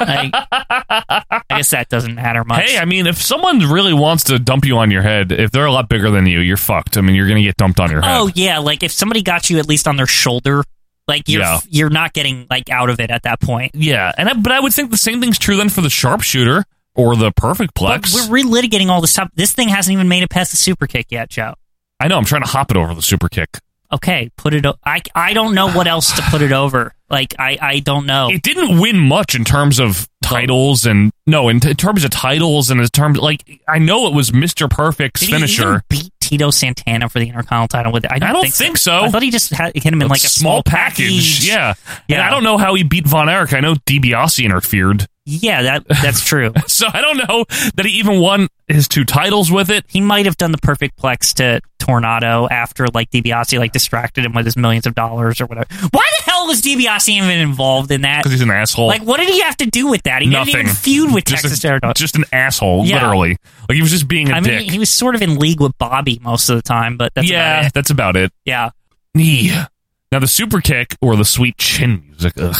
[SPEAKER 2] Like, I guess that doesn't matter much.
[SPEAKER 1] hey, I mean, if someone really wants to dump you on your head, if they're a lot bigger than you, you're fucked. I mean, you're gonna get dumped on your head.
[SPEAKER 2] oh yeah, like if somebody got you at least on their shoulder, like you're
[SPEAKER 1] Yeah.
[SPEAKER 2] you're not getting like out of it at that point.
[SPEAKER 1] Yeah, and I, but I would think the same thing's true then for the sharpshooter or the perfect
[SPEAKER 2] But
[SPEAKER 1] plex.
[SPEAKER 2] we're relitigating all this stuff. This thing hasn't even made it past the super kick yet, Joe.
[SPEAKER 1] I know I'm trying to hop it over the super kick.
[SPEAKER 2] Okay, put it. O- I I don't know what else to put it over. Like I I don't know.
[SPEAKER 1] It didn't win much in terms of titles and no, in, t- in terms of titles and in terms like I know it was Mr. Perfect's
[SPEAKER 2] Did he even
[SPEAKER 1] finisher.
[SPEAKER 2] beat Tito Santana for the Intercontinental title with it? I don't,
[SPEAKER 1] I don't think so.
[SPEAKER 2] I thought he just had, hit him in like a small, package.
[SPEAKER 1] Yeah. And
[SPEAKER 2] Yeah.
[SPEAKER 1] I don't know how he beat Von Erich. I know DiBiase interfered.
[SPEAKER 2] Yeah, that that's true.
[SPEAKER 1] So I don't know that he even won his two titles with it.
[SPEAKER 2] he might have done the perfect plex to Tornado after like DiBiase like distracted him with his millions of dollars or whatever. Why the hell was DiBiase even involved in that?
[SPEAKER 1] Because he's an asshole.
[SPEAKER 2] Like, what did he have to do with that? He
[SPEAKER 1] Nothing.
[SPEAKER 2] didn't even feud with
[SPEAKER 1] just
[SPEAKER 2] Texas
[SPEAKER 1] a,
[SPEAKER 2] Terror.
[SPEAKER 1] Just an asshole,
[SPEAKER 2] Yeah.
[SPEAKER 1] literally. Like he was just being a
[SPEAKER 2] I
[SPEAKER 1] dick.
[SPEAKER 2] mean, he was sort of in league with Bobby most of the time, but that's
[SPEAKER 1] yeah,
[SPEAKER 2] about it.
[SPEAKER 1] that's about it.
[SPEAKER 2] Yeah.
[SPEAKER 1] Yeah. Now the super kick or the sweet chin music. Ugh.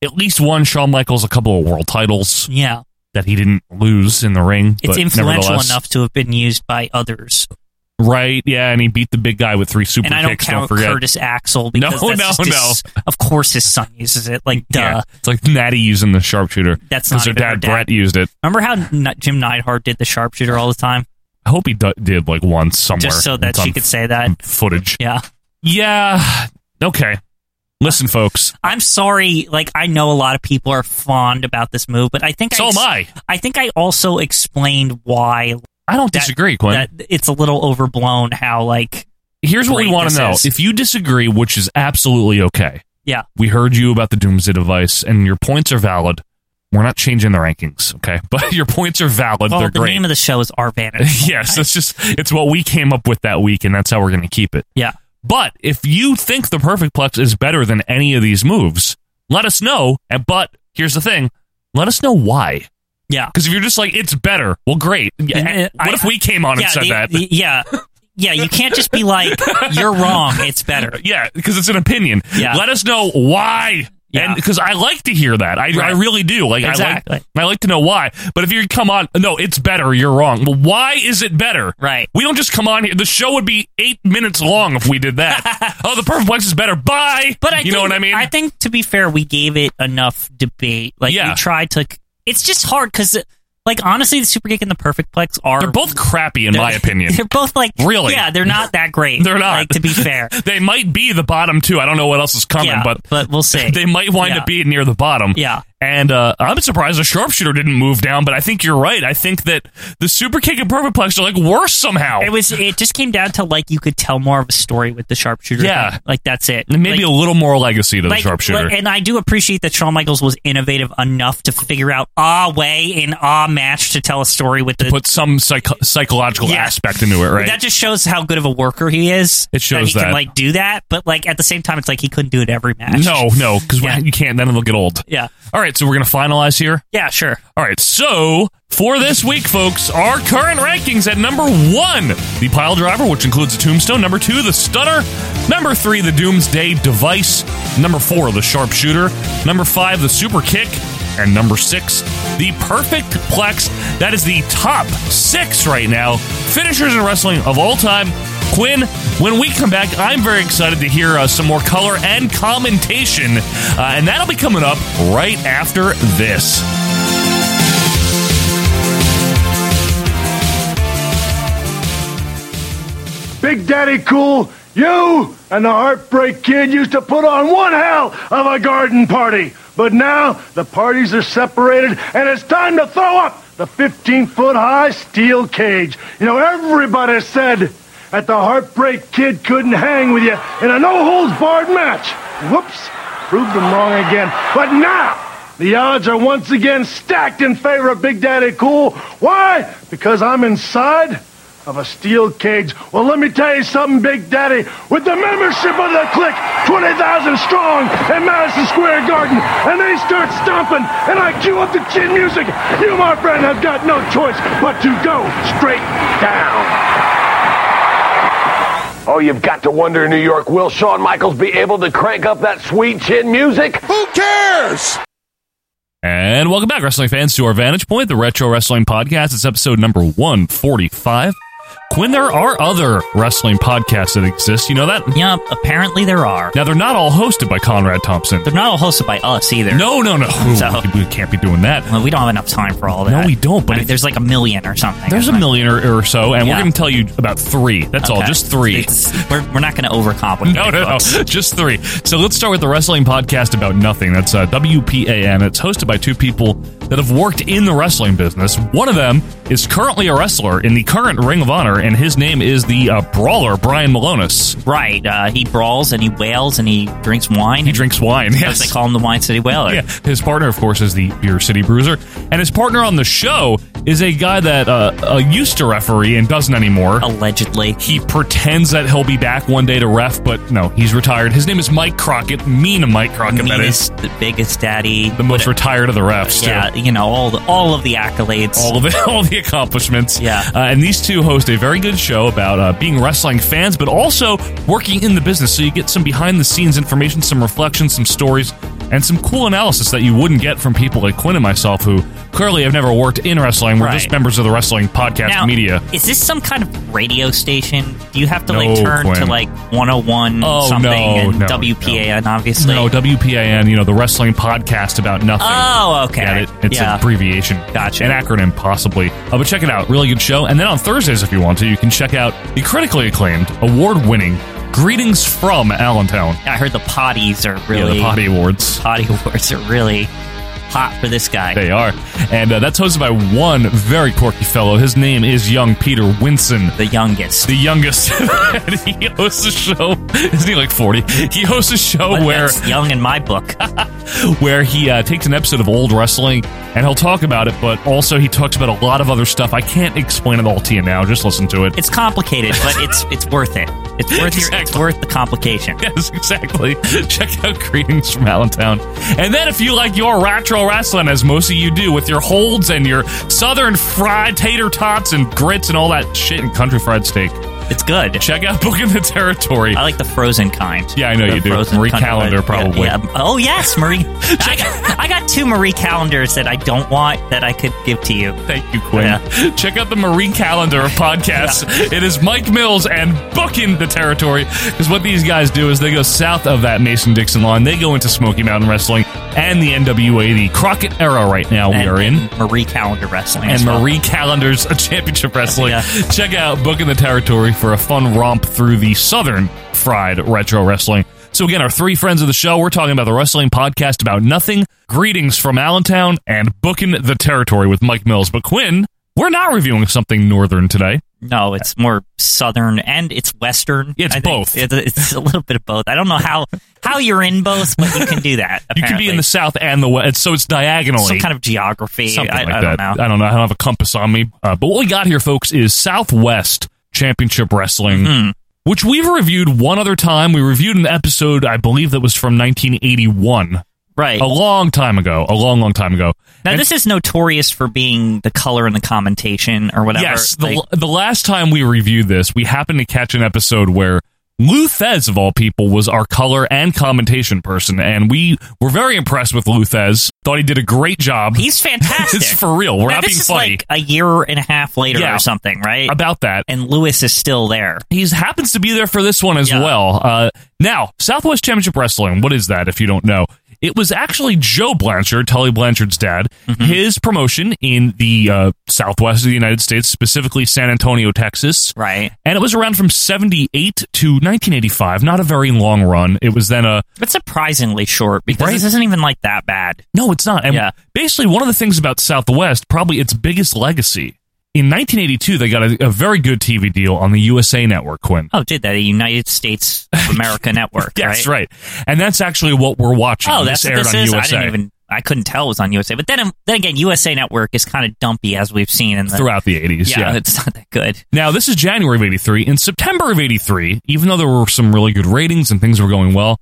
[SPEAKER 1] At least won Shawn Michaels a couple of world titles
[SPEAKER 2] Yeah.
[SPEAKER 1] that he didn't lose in the ring.
[SPEAKER 2] It's
[SPEAKER 1] but
[SPEAKER 2] influential
[SPEAKER 1] nevertheless-
[SPEAKER 2] enough to have been used by others.
[SPEAKER 1] right? Yeah, and he beat the big guy with three super
[SPEAKER 2] and I don't
[SPEAKER 1] kicks.
[SPEAKER 2] count
[SPEAKER 1] forget.
[SPEAKER 2] Curtis Axel
[SPEAKER 1] No,
[SPEAKER 2] because
[SPEAKER 1] no,
[SPEAKER 2] that's just his- of course his son uses it. Like, duh.
[SPEAKER 1] Yeah, it's like Natty using the sharpshooter.
[SPEAKER 2] That's
[SPEAKER 1] because
[SPEAKER 2] not
[SPEAKER 1] her
[SPEAKER 2] even her
[SPEAKER 1] dad
[SPEAKER 2] dad.
[SPEAKER 1] Brett used it.
[SPEAKER 2] Remember how N- Jim Neidhart did the sharpshooter all the time,
[SPEAKER 1] I hope he d- did like once somewhere,
[SPEAKER 2] just so that
[SPEAKER 1] It's on
[SPEAKER 2] she could say that.
[SPEAKER 1] footage.
[SPEAKER 2] Yeah.
[SPEAKER 1] Yeah. Okay. Listen, folks.
[SPEAKER 2] I'm sorry. Like I know a lot of people are fond about this move, but I think
[SPEAKER 1] So
[SPEAKER 2] I,
[SPEAKER 1] am I.
[SPEAKER 2] I think I also explained why
[SPEAKER 1] I don't
[SPEAKER 2] that-
[SPEAKER 1] disagree, Quinn.
[SPEAKER 2] that it's a little overblown. How like
[SPEAKER 1] Here's what we
[SPEAKER 2] great
[SPEAKER 1] want to
[SPEAKER 2] this
[SPEAKER 1] know.
[SPEAKER 2] is.
[SPEAKER 1] If you disagree, which is absolutely okay,
[SPEAKER 2] yeah,
[SPEAKER 1] we heard you about the doomsday device and your points are valid we're not changing the rankings okay but your points are valid
[SPEAKER 2] well
[SPEAKER 1] they're
[SPEAKER 2] the
[SPEAKER 1] great
[SPEAKER 2] name of the show is Our Vantage.
[SPEAKER 1] yes that's just it's what we came up with that week and that's how we're going to keep it
[SPEAKER 2] yeah,
[SPEAKER 1] but if you think the perfect plex is better than any of these moves let us know and but here's the thing let us know why
[SPEAKER 2] yeah.
[SPEAKER 1] because if you're just like it's better well great
[SPEAKER 2] And-
[SPEAKER 1] what
[SPEAKER 2] I-
[SPEAKER 1] if we came on
[SPEAKER 2] yeah,
[SPEAKER 1] and said
[SPEAKER 2] the-
[SPEAKER 1] that
[SPEAKER 2] the- yeah, yeah. You can't just be like you're wrong. It's better.
[SPEAKER 1] Yeah, because it's an opinion.
[SPEAKER 2] Yeah.
[SPEAKER 1] Let us know why.
[SPEAKER 2] Yeah.
[SPEAKER 1] And because I like to hear that. I, I
[SPEAKER 2] Right.
[SPEAKER 1] really do. Like I
[SPEAKER 2] Exactly.
[SPEAKER 1] like I like to know why. But if you come on no, it's better, you're wrong. Well, why is it better?
[SPEAKER 2] Right.
[SPEAKER 1] We don't just come on here. The show would be eight minutes long if we did that. oh, the perfect plex is better. Bye.
[SPEAKER 2] But I
[SPEAKER 1] you
[SPEAKER 2] think,
[SPEAKER 1] know what I mean?
[SPEAKER 2] I think to be fair, we gave it enough debate. Like
[SPEAKER 1] Yeah.
[SPEAKER 2] we tried to. It's just hard because, like honestly, the super kick and the perfect plex are
[SPEAKER 1] they're both crappy in my
[SPEAKER 2] Um, they're-
[SPEAKER 1] opinion.
[SPEAKER 2] They're both like
[SPEAKER 1] Really?
[SPEAKER 2] Yeah, they're not that great.
[SPEAKER 1] They're not.
[SPEAKER 2] Like, to be fair.
[SPEAKER 1] they might be the bottom two. I don't know what else is coming,
[SPEAKER 2] yeah,
[SPEAKER 1] but
[SPEAKER 2] but we'll see.
[SPEAKER 1] they might wind
[SPEAKER 2] Yeah.
[SPEAKER 1] up being near the bottom.
[SPEAKER 2] Yeah.
[SPEAKER 1] And uh, I'm surprised the sharpshooter didn't move down, but I think you're right. I think that the super kick and perfect plex are like worse somehow.
[SPEAKER 2] It was. It just came down to like you could tell more of a story with the sharpshooter.
[SPEAKER 1] Yeah.
[SPEAKER 2] thing. like that's it.
[SPEAKER 1] And maybe
[SPEAKER 2] like,
[SPEAKER 1] a little more legacy to the
[SPEAKER 2] like,
[SPEAKER 1] sharpshooter.
[SPEAKER 2] like- and I do appreciate that Shawn Michaels was innovative enough to figure out a way in a match to tell a story with the
[SPEAKER 1] Put some psych- psychological
[SPEAKER 2] Yeah.
[SPEAKER 1] aspect into it, right?
[SPEAKER 2] That just shows how good of a worker he is.
[SPEAKER 1] It shows
[SPEAKER 2] he can
[SPEAKER 1] that.
[SPEAKER 2] like do that, but like at the same time, it's like he couldn't do it every match.
[SPEAKER 1] no, no, because
[SPEAKER 2] Yeah.
[SPEAKER 1] you can't. Then it'll get old.
[SPEAKER 2] Yeah.
[SPEAKER 1] All right, so we're gonna finalize here.
[SPEAKER 2] Yeah. Sure.
[SPEAKER 1] All right, so for this week, folks, our current rankings at number one, the pile driver, which includes a tombstone. Number two, the stunner. Number three, the doomsday device. Number four, the sharpshooter. Number five, the super kick. And number six, the perfect plex. That is the top six right now. Finishers in wrestling of all time. Quinn, when we come back, I'm very excited to hear uh, some more color and commentation. Uh, and that'll be coming up right after this.
[SPEAKER 12] Big Daddy Cool, you and the Heartbreak Kid used to put on one hell of a garden party. But now the parties are separated and it's time to throw up the 15 foot high steel cage. You know, everybody said that the Heartbreak Kid couldn't hang with you in a no holds barred match. Whoops. Proved them wrong again. But now, the odds are once again stacked in favor of Big Daddy Cool. Why? Because I'm inside of a steel cage. Well, let me tell you something, Big Daddy. With the membership of the clique, 20,000 strong in Madison Square Garden, and they start stomping, and I cue up the chin music, you, my friend, have got no choice but to go straight down.
[SPEAKER 16] Oh, you've got to wonder in New York, will Shawn Michaels be able to crank up that sweet chin music? Who cares?
[SPEAKER 1] And welcome back, wrestling fans, to our Vantage Point, the Retro Wrestling Podcast. It's episode number 145. Quinn, there are other wrestling podcasts that exist. You know that?
[SPEAKER 2] Yeah, apparently there are.
[SPEAKER 1] Now, they're not all hosted by Conrad Thompson.
[SPEAKER 2] They're not all hosted by us either.
[SPEAKER 1] No, no, no.
[SPEAKER 2] So- Oh,
[SPEAKER 1] we can't be doing that.
[SPEAKER 2] Well, we don't have enough time for all that.
[SPEAKER 1] No, we don't, but
[SPEAKER 2] I mean,
[SPEAKER 1] if-
[SPEAKER 2] there's like a million or something.
[SPEAKER 1] There's a
[SPEAKER 2] isn't
[SPEAKER 1] million or, or so, and
[SPEAKER 2] Yeah.
[SPEAKER 1] we're going to tell you about three. That's all,
[SPEAKER 2] Okay.
[SPEAKER 1] just three.
[SPEAKER 2] It's- we're, we're not going to overcomplicate.
[SPEAKER 1] No, no, no.
[SPEAKER 2] folks.
[SPEAKER 1] Just three. So let's start with the wrestling podcast about nothing. That's uh, WPAN. It's hosted by two people that have worked in the wrestling business. One of them is currently a wrestler in the current Ring of Honor, and his name is the uh, Brawler Brian Malonis.
[SPEAKER 2] Right. Uh, he brawls and he wails and he drinks wine. He
[SPEAKER 1] drinks wine.
[SPEAKER 2] Yes, they call him the Wine City Wailer.
[SPEAKER 1] Yeah, his partner, of course, is the Beer City Bruiser, and his partner on the show is a guy that uh, uh, used to referee and doesn't anymore.
[SPEAKER 2] Allegedly,
[SPEAKER 1] he pretends that he'll be back one day to ref, but no, he's retired. His name is Mike Crockett, mean Mike Crockett. that is.
[SPEAKER 2] Meanest, the biggest daddy,
[SPEAKER 1] the most retired of the refs. too.
[SPEAKER 2] Yeah, you know all the, all of the accolades,
[SPEAKER 1] All of it, all the accomplishments.
[SPEAKER 2] Yeah.
[SPEAKER 1] Uh, and these two host a very good show about uh, being wrestling fans, but also working in the business. So you get some behind the scenes information, some reflections, some stories, and some cool analysis that you wouldn't get from people like Quinn and myself, who clearly have never worked in wrestling. We're just
[SPEAKER 2] Right.
[SPEAKER 1] members of the wrestling podcast
[SPEAKER 2] Now,
[SPEAKER 1] media.
[SPEAKER 2] Is this some kind of radio station? Do you have to
[SPEAKER 1] No,
[SPEAKER 2] like turn to
[SPEAKER 1] Quinn.
[SPEAKER 2] like 101
[SPEAKER 1] Oh,
[SPEAKER 2] something
[SPEAKER 1] no,
[SPEAKER 2] and
[SPEAKER 1] no,
[SPEAKER 2] WPAN, obviously?
[SPEAKER 1] No, WPAN, you know, the wrestling podcast about nothing.
[SPEAKER 2] Oh, okay.
[SPEAKER 1] Yeah, it, it's
[SPEAKER 2] Yeah.
[SPEAKER 1] an abbreviation.
[SPEAKER 2] Gotcha.
[SPEAKER 1] An acronym, possibly. Uh, but check it out. Really good show. And then on Thursdays, if you want to, you can check out the critically acclaimed, award winning Greetings from Allentown.
[SPEAKER 2] I heard the potties are really
[SPEAKER 1] the potty awards.
[SPEAKER 2] Potty awards are really hot for this guy.
[SPEAKER 1] They are. And uh, that's hosted by one very quirky fellow. His name is young Peter Winson.
[SPEAKER 2] The youngest.
[SPEAKER 1] The youngest. And he hosts a show. Isn't he like 40? He hosts a show
[SPEAKER 2] But
[SPEAKER 1] where.
[SPEAKER 2] that's young in my book.
[SPEAKER 1] where he uh, takes an episode of old wrestling and he'll talk about it, but also he talks about a lot of other stuff. I can't explain it all to you now. Just listen to it.
[SPEAKER 2] it's complicated, but it's it's worth it. It's worth your, it's worth the complication.
[SPEAKER 1] Yes, exactly. Check out Greetings from Allentown. And then if you like your retro wrestling, as most of you do, with your holds and your southern fried tater tots and grits and all that shit and country fried steak,
[SPEAKER 2] It's good.
[SPEAKER 1] check out Book in the Territory.
[SPEAKER 2] I like the frozen kind.
[SPEAKER 1] Yeah, I know
[SPEAKER 2] The
[SPEAKER 1] you do.
[SPEAKER 2] frozen
[SPEAKER 1] Marie
[SPEAKER 2] kind of-
[SPEAKER 1] Callender,
[SPEAKER 2] yeah,
[SPEAKER 1] probably.
[SPEAKER 2] yeah. Oh yes, Marie. I, got, I got two Marie calendars that I don't want that I could give to you.
[SPEAKER 1] Thank you, Quinn.
[SPEAKER 2] Yeah.
[SPEAKER 1] Check out the Marine Calendar of podcasts. It is Mike Mills and booking the territory because what these guys do is they go south of that Mason Dixon line. They go into Smoky Mountain Wrestling and the NWA, the Crockett era right now we
[SPEAKER 2] And-
[SPEAKER 1] are in.
[SPEAKER 2] and Marie Calendar Wrestling.
[SPEAKER 1] And
[SPEAKER 2] as well.
[SPEAKER 1] Marie Calendar's a championship wrestling.
[SPEAKER 2] Yeah.
[SPEAKER 1] Check out Booking the Territory for a fun romp through the Southern Fried Retro Wrestling. So again, our three friends of the show, we're talking about the wrestling podcast about nothing, greetings from Allentown, and Booking the Territory with Mike Mills. But Quinn, we're not reviewing something northern today.
[SPEAKER 2] No, it's more southern and it's western.
[SPEAKER 1] Uh, It's
[SPEAKER 2] I think.
[SPEAKER 1] both.
[SPEAKER 2] It- It's a little bit of both. I don't know how how you're in both, but you can do that.
[SPEAKER 1] You could be in the south and the west, so it's diagonally.
[SPEAKER 2] some kind of geography.
[SPEAKER 1] Something
[SPEAKER 2] I,
[SPEAKER 1] like
[SPEAKER 2] I
[SPEAKER 1] that. Uh,
[SPEAKER 2] don't know.
[SPEAKER 1] I don't know. I don't have a compass on me. Uh, but what we got here, folks, is Southwest Championship Wrestling,
[SPEAKER 2] Mm-hmm.
[SPEAKER 1] which we've reviewed one other time. We reviewed an episode, I believe, that was from 1981.
[SPEAKER 2] Right.
[SPEAKER 1] A long time ago. A long, long time ago.
[SPEAKER 2] Now,
[SPEAKER 1] And-
[SPEAKER 2] this is notorious for being the color and the commentation or whatever.
[SPEAKER 1] Yes, the,
[SPEAKER 2] Like,
[SPEAKER 1] the last time we reviewed this, we happened to catch an episode where Lou Thez, of all people, was our color and commentation person, and we were very impressed with Lou Thez. Thought he did a great job.
[SPEAKER 2] he's fantastic.
[SPEAKER 1] It's for real. We're
[SPEAKER 2] Now,
[SPEAKER 1] not
[SPEAKER 2] this
[SPEAKER 1] being
[SPEAKER 2] is
[SPEAKER 1] funny.
[SPEAKER 2] like a year and a half later
[SPEAKER 1] Yeah.
[SPEAKER 2] or something, right?
[SPEAKER 1] about that.
[SPEAKER 2] and Lewis is still there.
[SPEAKER 1] He happens to be there for this one as
[SPEAKER 2] Yeah.
[SPEAKER 1] well. Uh, now, Southwest Championship Wrestling, what is that if you don't know? It was actually Joe Blanchard, Tully Blanchard's dad,
[SPEAKER 2] Mm-hmm.
[SPEAKER 1] his promotion in the uh, southwest of the United States, specifically San Antonio, Texas.
[SPEAKER 2] Right.
[SPEAKER 1] And it was around from 78 to 1985, not a very long run. It was then a
[SPEAKER 2] It's surprisingly short because
[SPEAKER 1] Right?
[SPEAKER 2] this isn't even like that bad.
[SPEAKER 1] No, it's not. And
[SPEAKER 2] Yeah.
[SPEAKER 1] basically, one of the things about Southwest, probably its biggest legacy, In 1982, they got a, a very good TV deal on the USA Network, Quinn.
[SPEAKER 2] Oh, did that? The United States of America Network.
[SPEAKER 1] That's right. And that's actually what we're watching.
[SPEAKER 2] Oh,
[SPEAKER 1] This
[SPEAKER 2] that's what
[SPEAKER 1] aired
[SPEAKER 2] this
[SPEAKER 1] on
[SPEAKER 2] is.
[SPEAKER 1] USA.
[SPEAKER 2] I didn't even. I couldn't tell it was on USA. But then, um, then again, USA Network is kind of dumpy as we've seen in the
[SPEAKER 1] throughout the 80s. Yeah,
[SPEAKER 2] Yeah, it's not that good.
[SPEAKER 1] Now, this is January of 83. In September of 83, even though there were some really good ratings and things were going well,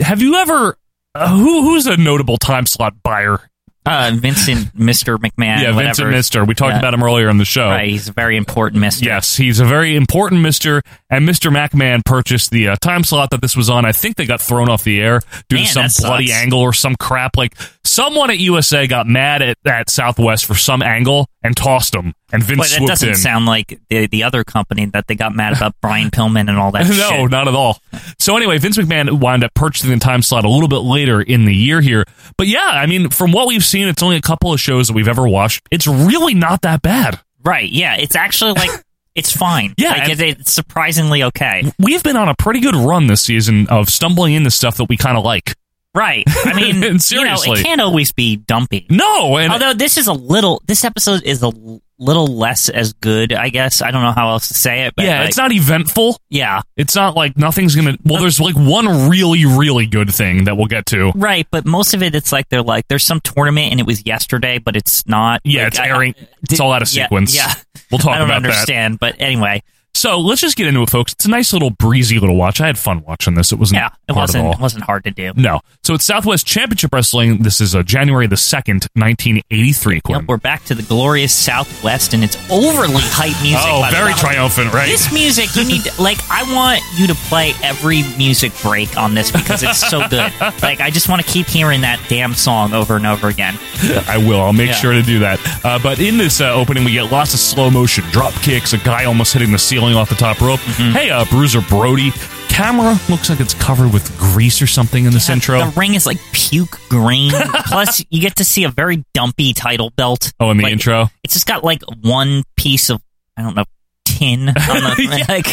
[SPEAKER 1] have you ever. Uh, who Who's a notable time slot buyer?
[SPEAKER 2] Uh, Vincent, Mr. McMahon.
[SPEAKER 1] yeah, Vincent
[SPEAKER 2] whatever.
[SPEAKER 1] Mister. We talked
[SPEAKER 2] Yeah.
[SPEAKER 1] about him earlier in the show.
[SPEAKER 2] Right, he's a very important Mister.
[SPEAKER 1] Yes, he's a very important Mister. And Mister MacMahon purchased the uh, time slot that this was on. I think they got thrown off the air due
[SPEAKER 2] Man,
[SPEAKER 1] to some
[SPEAKER 2] that sucks.
[SPEAKER 1] bloody angle or some crap. Like someone at USA got mad at, at Southwest for some angle and tossed him. And Vince
[SPEAKER 2] But that
[SPEAKER 1] swooped
[SPEAKER 2] doesn't
[SPEAKER 1] in.
[SPEAKER 2] sound like the, the other company that they got mad about Brian Pillman and all that
[SPEAKER 1] no,
[SPEAKER 2] shit.
[SPEAKER 1] not at all. So anyway, Vince McMahon wound up purchasing the time slot a little bit later in the year here. But yeah, I mean, from what we've seen, it's only a couple of shows that we've ever watched. It's really not that bad.
[SPEAKER 2] Right, yeah. It's actually like, it's fine.
[SPEAKER 1] Yeah,
[SPEAKER 2] Like,
[SPEAKER 1] and-
[SPEAKER 2] it- it's surprisingly okay.
[SPEAKER 1] We've been on a pretty good run this season of stumbling into stuff that we kind of like.
[SPEAKER 2] Right. I
[SPEAKER 1] And
[SPEAKER 2] mean, you know,
[SPEAKER 1] seriously.
[SPEAKER 2] it can't always be dumpy.
[SPEAKER 1] No, and
[SPEAKER 2] Although this is a little, this episode is a l- little less as good, I guess. I don't know how else to say it. But
[SPEAKER 1] yeah,
[SPEAKER 2] like,
[SPEAKER 1] it's not eventful.
[SPEAKER 2] Yeah.
[SPEAKER 1] It's not like nothing's gonna. Well, there's like one really, really good thing that we'll get to.
[SPEAKER 2] Right, but most of it, it's like they're like, there's some tournament and it was yesterday, but it's not.
[SPEAKER 1] Yeah,
[SPEAKER 2] Like,
[SPEAKER 1] it's
[SPEAKER 2] I-
[SPEAKER 1] airing. it's
[SPEAKER 2] did-
[SPEAKER 1] all out of
[SPEAKER 2] yeah,
[SPEAKER 1] sequence.
[SPEAKER 2] Yeah,
[SPEAKER 1] we'll talk
[SPEAKER 2] I don't
[SPEAKER 1] about that.
[SPEAKER 2] understand, but anyway,
[SPEAKER 1] So let's just get into it, folks. It's a nice little breezy little watch. I had fun watching this. It wasn't
[SPEAKER 2] yeah, it
[SPEAKER 1] hard
[SPEAKER 2] wasn't
[SPEAKER 1] at all.
[SPEAKER 2] it wasn't hard to do.
[SPEAKER 1] No. So it's Southwest Championship Wrestling. This is uh, January the 2nd, 1983. Quinn.
[SPEAKER 2] Yep, we're back to the glorious Southwest, and it's overly hype music.
[SPEAKER 1] Oh,
[SPEAKER 2] by the
[SPEAKER 1] very
[SPEAKER 2] way.
[SPEAKER 1] triumphant, right?
[SPEAKER 2] This music, you need to, like. I want you to play every music break on this because it's so good. like, I just want to keep hearing that damn song over and over again.
[SPEAKER 1] I will. I'll make
[SPEAKER 2] Yeah.
[SPEAKER 1] sure to do that. Uh, but in this uh, opening, we get lots of slow motion drop kicks, a guy almost hitting the ceiling off the top rope. Hey, uh, Bruiser Brody. Camera looks like it's covered with grease or something in this intro.
[SPEAKER 2] The ring is like puke green. Plus, you get to see a very dumpy title belt.
[SPEAKER 1] Oh, in the
[SPEAKER 2] Like,
[SPEAKER 1] intro?
[SPEAKER 2] it's just got like one piece of I don't know tin. On the, Like,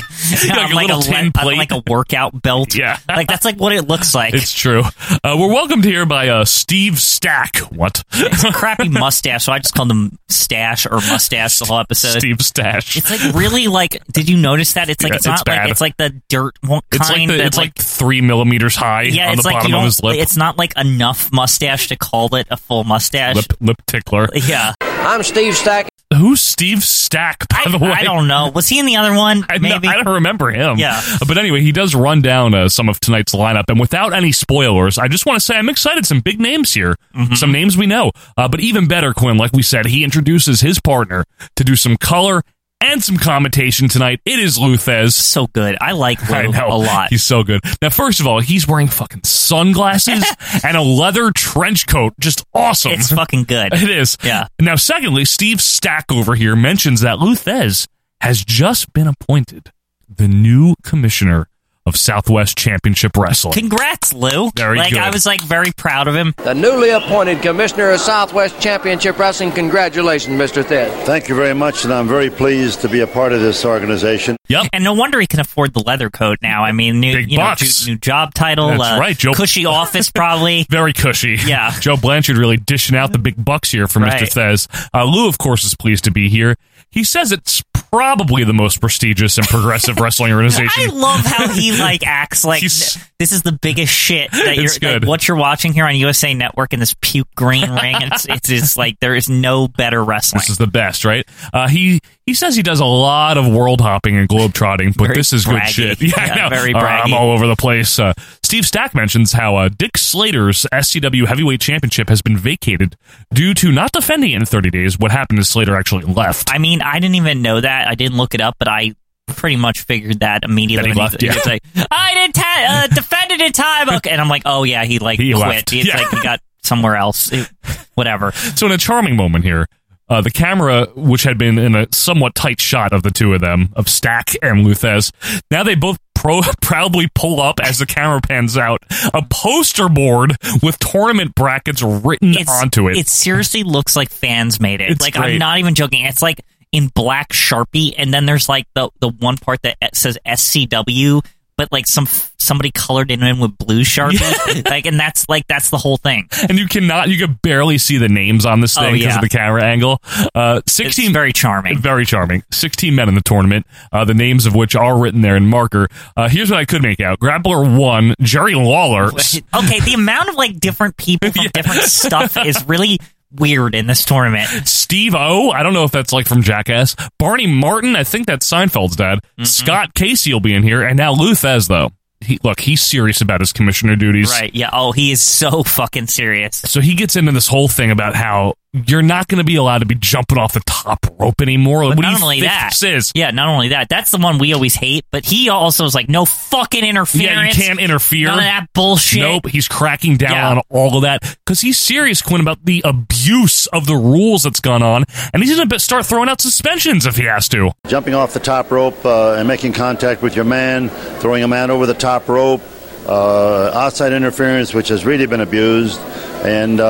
[SPEAKER 2] on
[SPEAKER 1] a
[SPEAKER 2] like,
[SPEAKER 1] little
[SPEAKER 2] a
[SPEAKER 1] tin
[SPEAKER 2] le- on
[SPEAKER 1] plate.
[SPEAKER 2] like a workout belt.
[SPEAKER 1] Yeah.
[SPEAKER 2] like that's like what it looks like.
[SPEAKER 1] It's true. Uh, we're welcomed here by uh, Steve Stack. What?
[SPEAKER 2] It's a crappy mustache, so I just called him Stash or Mustache the whole episode.
[SPEAKER 1] Steve Stash.
[SPEAKER 2] It's like really like. Did you notice that? It's like
[SPEAKER 1] Yeah,
[SPEAKER 2] it's
[SPEAKER 1] it's
[SPEAKER 2] not
[SPEAKER 1] bad.
[SPEAKER 2] like it's like the dirt one
[SPEAKER 1] It's like
[SPEAKER 2] kind.
[SPEAKER 1] the,
[SPEAKER 2] that,
[SPEAKER 1] it's like, three millimeters high
[SPEAKER 2] yeah,
[SPEAKER 1] on
[SPEAKER 2] it's
[SPEAKER 1] the
[SPEAKER 2] like
[SPEAKER 1] bottom
[SPEAKER 2] you
[SPEAKER 1] of
[SPEAKER 2] don't-
[SPEAKER 1] his lip.
[SPEAKER 2] It's not like enough mustache to call it a full mustache.
[SPEAKER 1] lip lip tickler.
[SPEAKER 2] Yeah.
[SPEAKER 17] I'm Steve Stack.
[SPEAKER 1] Who's Steve Stack? By the way,
[SPEAKER 2] I don't know. Was he in the other one?
[SPEAKER 1] I,
[SPEAKER 2] Maybe.
[SPEAKER 1] I don't remember him.
[SPEAKER 2] Yeah.
[SPEAKER 1] But anyway, he does run down uh, some of tonight's lineup. And without any spoilers, I just want to say I'm excited. Some big names here,
[SPEAKER 2] Mm-hmm.
[SPEAKER 1] some names we know. Uh, but even better, Quinn, like we said, he introduces his partner to do some color and some commentation tonight. It is Luthez.
[SPEAKER 2] So good. I like Lou
[SPEAKER 1] I know.
[SPEAKER 2] a lot.
[SPEAKER 1] He's so good. Now, first of all, he's wearing fucking sunglasses and a leather trench coat. Just awesome.
[SPEAKER 2] It's fucking good.
[SPEAKER 1] It is.
[SPEAKER 2] Yeah.
[SPEAKER 1] Now, secondly, Steve Stack over here mentions that Luthez has just been appointed the new commissioner of Southwest Championship Wrestling.
[SPEAKER 2] Congrats, Lou.
[SPEAKER 1] Very
[SPEAKER 2] like
[SPEAKER 1] good.
[SPEAKER 2] I was like very proud of him.
[SPEAKER 17] The newly appointed Commissioner of Southwest Championship Wrestling. Congratulations, Mr. Thedd.
[SPEAKER 18] Thank you very much, and I'm very pleased to be a part of this organization.
[SPEAKER 1] Yep.
[SPEAKER 2] And no wonder he can afford the leather coat now. I mean, new
[SPEAKER 1] Big
[SPEAKER 2] you know,
[SPEAKER 1] bucks.
[SPEAKER 2] ju- new job title.
[SPEAKER 1] That's
[SPEAKER 2] uh,
[SPEAKER 1] right, Joe.
[SPEAKER 2] Cushy office, probably.
[SPEAKER 1] Very cushy.
[SPEAKER 2] Yeah.
[SPEAKER 1] Joe Blanchard really dishing out the big bucks here for
[SPEAKER 2] Right.
[SPEAKER 1] Mr. Thez. Uh, Lou, of course, is pleased to be here. He says it's probably the most prestigious and progressive wrestling
[SPEAKER 2] I
[SPEAKER 1] organization.
[SPEAKER 2] love how he like acts like
[SPEAKER 1] He's-
[SPEAKER 2] "N- this is the biggest shit that you're
[SPEAKER 1] It's
[SPEAKER 2] like,
[SPEAKER 1] good.
[SPEAKER 2] what you're watching here on USA Network in this puke green ring. It's it's just like there is no better wrestling.
[SPEAKER 1] This is the best, right? Uh, he he says he does a lot of world hopping and globe trotting, but
[SPEAKER 2] Very
[SPEAKER 1] this is
[SPEAKER 2] braggy.
[SPEAKER 1] good shit. Yeah, I
[SPEAKER 2] Yeah,
[SPEAKER 1] know.
[SPEAKER 2] very
[SPEAKER 1] Uh, I'm
[SPEAKER 2] braggy.
[SPEAKER 1] all over the place. Uh, Steve Stack mentions how uh, Dick Slater's SCW Heavyweight Championship has been vacated due to not defending it in 30 days. What happened is Slater actually left.
[SPEAKER 2] I mean, I didn't even know that. I didn't look it up, but I pretty much figured that immediately.
[SPEAKER 1] That he
[SPEAKER 2] when
[SPEAKER 1] left, yeah.
[SPEAKER 2] was like, I didn't ta- uh, defend it in time. Okay. And I'm like, oh yeah, he like
[SPEAKER 1] He
[SPEAKER 2] quit.
[SPEAKER 1] left.
[SPEAKER 2] It's
[SPEAKER 1] Yeah.
[SPEAKER 2] like he got somewhere else. It- whatever.
[SPEAKER 1] So in a charming moment here, uh, the camera, which had been in a somewhat tight shot of the two of them, of Stack and Luthez, now they both pro- proudly pull up as the camera pans out a poster board with tournament brackets written onto it.
[SPEAKER 2] It seriously looks like fans made it.
[SPEAKER 1] It's
[SPEAKER 2] like
[SPEAKER 1] great.
[SPEAKER 2] I'm not even joking. It's like e, in black sharpie, and then there's like the the one part that says SCW. but like some somebody colored it in with blue sharpie, like, and that's like that's the whole thing.
[SPEAKER 1] and you cannot you can barely see the names on this
[SPEAKER 2] Oh,
[SPEAKER 1] thing because
[SPEAKER 2] yeah.
[SPEAKER 1] of the camera angle uh 16
[SPEAKER 2] very charming
[SPEAKER 1] very charming 16 men in the tournament uh the names of which are written there in marker uh here's what i could make out grappler one jerry lawler
[SPEAKER 2] Okay, the amount of like different people from different stuff is really weird in this tournament.
[SPEAKER 1] Steve O, I don't know if that's like from Jackass. Barney Martin, I think that's Seinfeld's dad.
[SPEAKER 2] Mm-hmm.
[SPEAKER 1] Scott Casey will be in here, and now Lou Thez, though. He, look, he's serious about his commissioner duties.
[SPEAKER 2] Right? Yeah. Oh, he is so fucking serious.
[SPEAKER 1] So he gets into this whole thing about how you're not going to be allowed to be jumping off the top rope anymore.
[SPEAKER 2] But
[SPEAKER 1] what do
[SPEAKER 2] not
[SPEAKER 1] you
[SPEAKER 2] only
[SPEAKER 1] think
[SPEAKER 2] that,
[SPEAKER 1] this is?
[SPEAKER 2] yeah, not only that, that's the one we always hate. But he also is like, no fucking
[SPEAKER 1] Yeah, you
[SPEAKER 2] interference.
[SPEAKER 1] can't interfere.
[SPEAKER 2] None of that bullshit.
[SPEAKER 1] Nope, he's cracking down
[SPEAKER 2] Yeah.
[SPEAKER 1] on all of that because he's serious, Quinn, about the abuse of the rules that's gone on, and he's going to start throwing out suspensions if he has to.
[SPEAKER 18] Jumping off the top rope uh, and making contact with your man, throwing a man over the top rope, uh, outside interference, which has really been abused, and uh,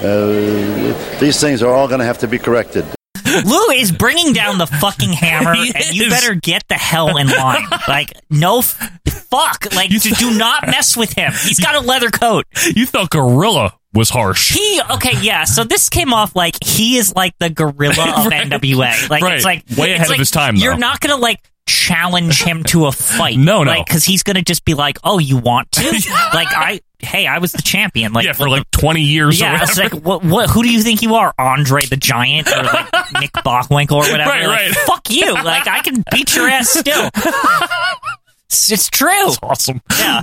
[SPEAKER 18] uh, these things are all going to have to be corrected.
[SPEAKER 2] Lou is bringing down the fucking hammer, and you better get the hell in line. Like, no f- fuck. Like, do- do not mess with him. He's got a leather coat.
[SPEAKER 1] You thought Gorilla was harsh.
[SPEAKER 2] He okay, yeah. So this came off like he is like the gorilla of NWA. Like
[SPEAKER 1] Right.
[SPEAKER 2] it's like
[SPEAKER 1] Way
[SPEAKER 2] it's
[SPEAKER 1] ahead of
[SPEAKER 2] like
[SPEAKER 1] his time,
[SPEAKER 2] You're
[SPEAKER 1] though.
[SPEAKER 2] not gonna like challenge him to a fight.
[SPEAKER 1] No, no.
[SPEAKER 2] because he's gonna just be like, oh, you want to? like I, hey, I was the champion. Like
[SPEAKER 1] yeah, for like 20 years or
[SPEAKER 2] yeah, it's
[SPEAKER 1] whatever.
[SPEAKER 2] like what, what? Who do you think you are, Andre the Giant or like Nick Bockwinkel or whatever?
[SPEAKER 1] Right,
[SPEAKER 2] Like,
[SPEAKER 1] right.
[SPEAKER 2] Fuck you! Like I can beat your ass still. It's, it's true. It's
[SPEAKER 1] awesome.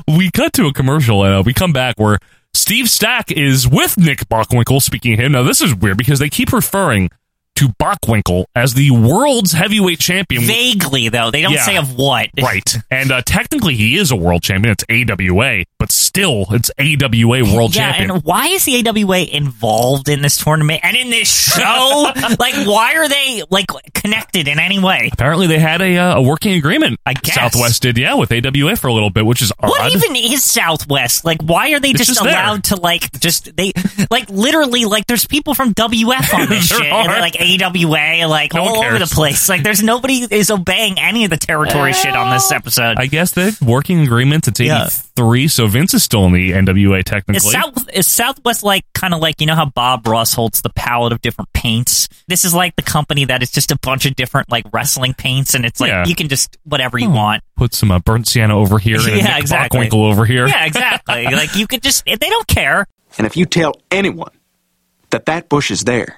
[SPEAKER 1] We cut to a commercial and uh, we come back where Steve Stack is with Nick Bockwinkel speaking of him. Now, this is weird because they keep referring to Bockwinkel as the world's heavyweight champion.
[SPEAKER 2] Vaguely, though. They don't
[SPEAKER 1] Yeah.
[SPEAKER 2] say of what.
[SPEAKER 1] Right. And uh, technically, he is a world champion. It's AWA, but still, it's AWA world
[SPEAKER 2] yeah,
[SPEAKER 1] champion.
[SPEAKER 2] and why is the AWA involved in this tournament and in this show? like, why are they like connected in any way?
[SPEAKER 1] Apparently, they had a, uh, a working agreement. I
[SPEAKER 2] guess.
[SPEAKER 1] Southwest did, yeah, with AWA for a little bit, which is odd.
[SPEAKER 2] What even is Southwest? Like, why are they
[SPEAKER 1] Oh, It's
[SPEAKER 2] just,
[SPEAKER 1] just there.
[SPEAKER 2] allowed to like just they like literally like there's people from WF on this
[SPEAKER 1] There
[SPEAKER 2] shit, and
[SPEAKER 1] are.
[SPEAKER 2] they're, like AWA, like
[SPEAKER 1] No one
[SPEAKER 2] all over the
[SPEAKER 1] cares.
[SPEAKER 2] place. Like, there's nobody is obeying any of the territory shit on this episode.
[SPEAKER 1] I guess the working agreement, it's 83, so Vince is still in the NWA technically.
[SPEAKER 2] Is South is Southwest like kind of like you know how Bob Ross holds the palette of different paints? This is like the company that is just a bunch of different like wrestling paints, and it's like
[SPEAKER 1] Yeah. Hmm.
[SPEAKER 2] you can just whatever you want.
[SPEAKER 1] Put some uh, burnt sienna over here and yeah, Nick Bockwinkel over here.
[SPEAKER 2] Yeah, exactly. like you could just they don't care.
[SPEAKER 19] And if you tell anyone that that bush is there,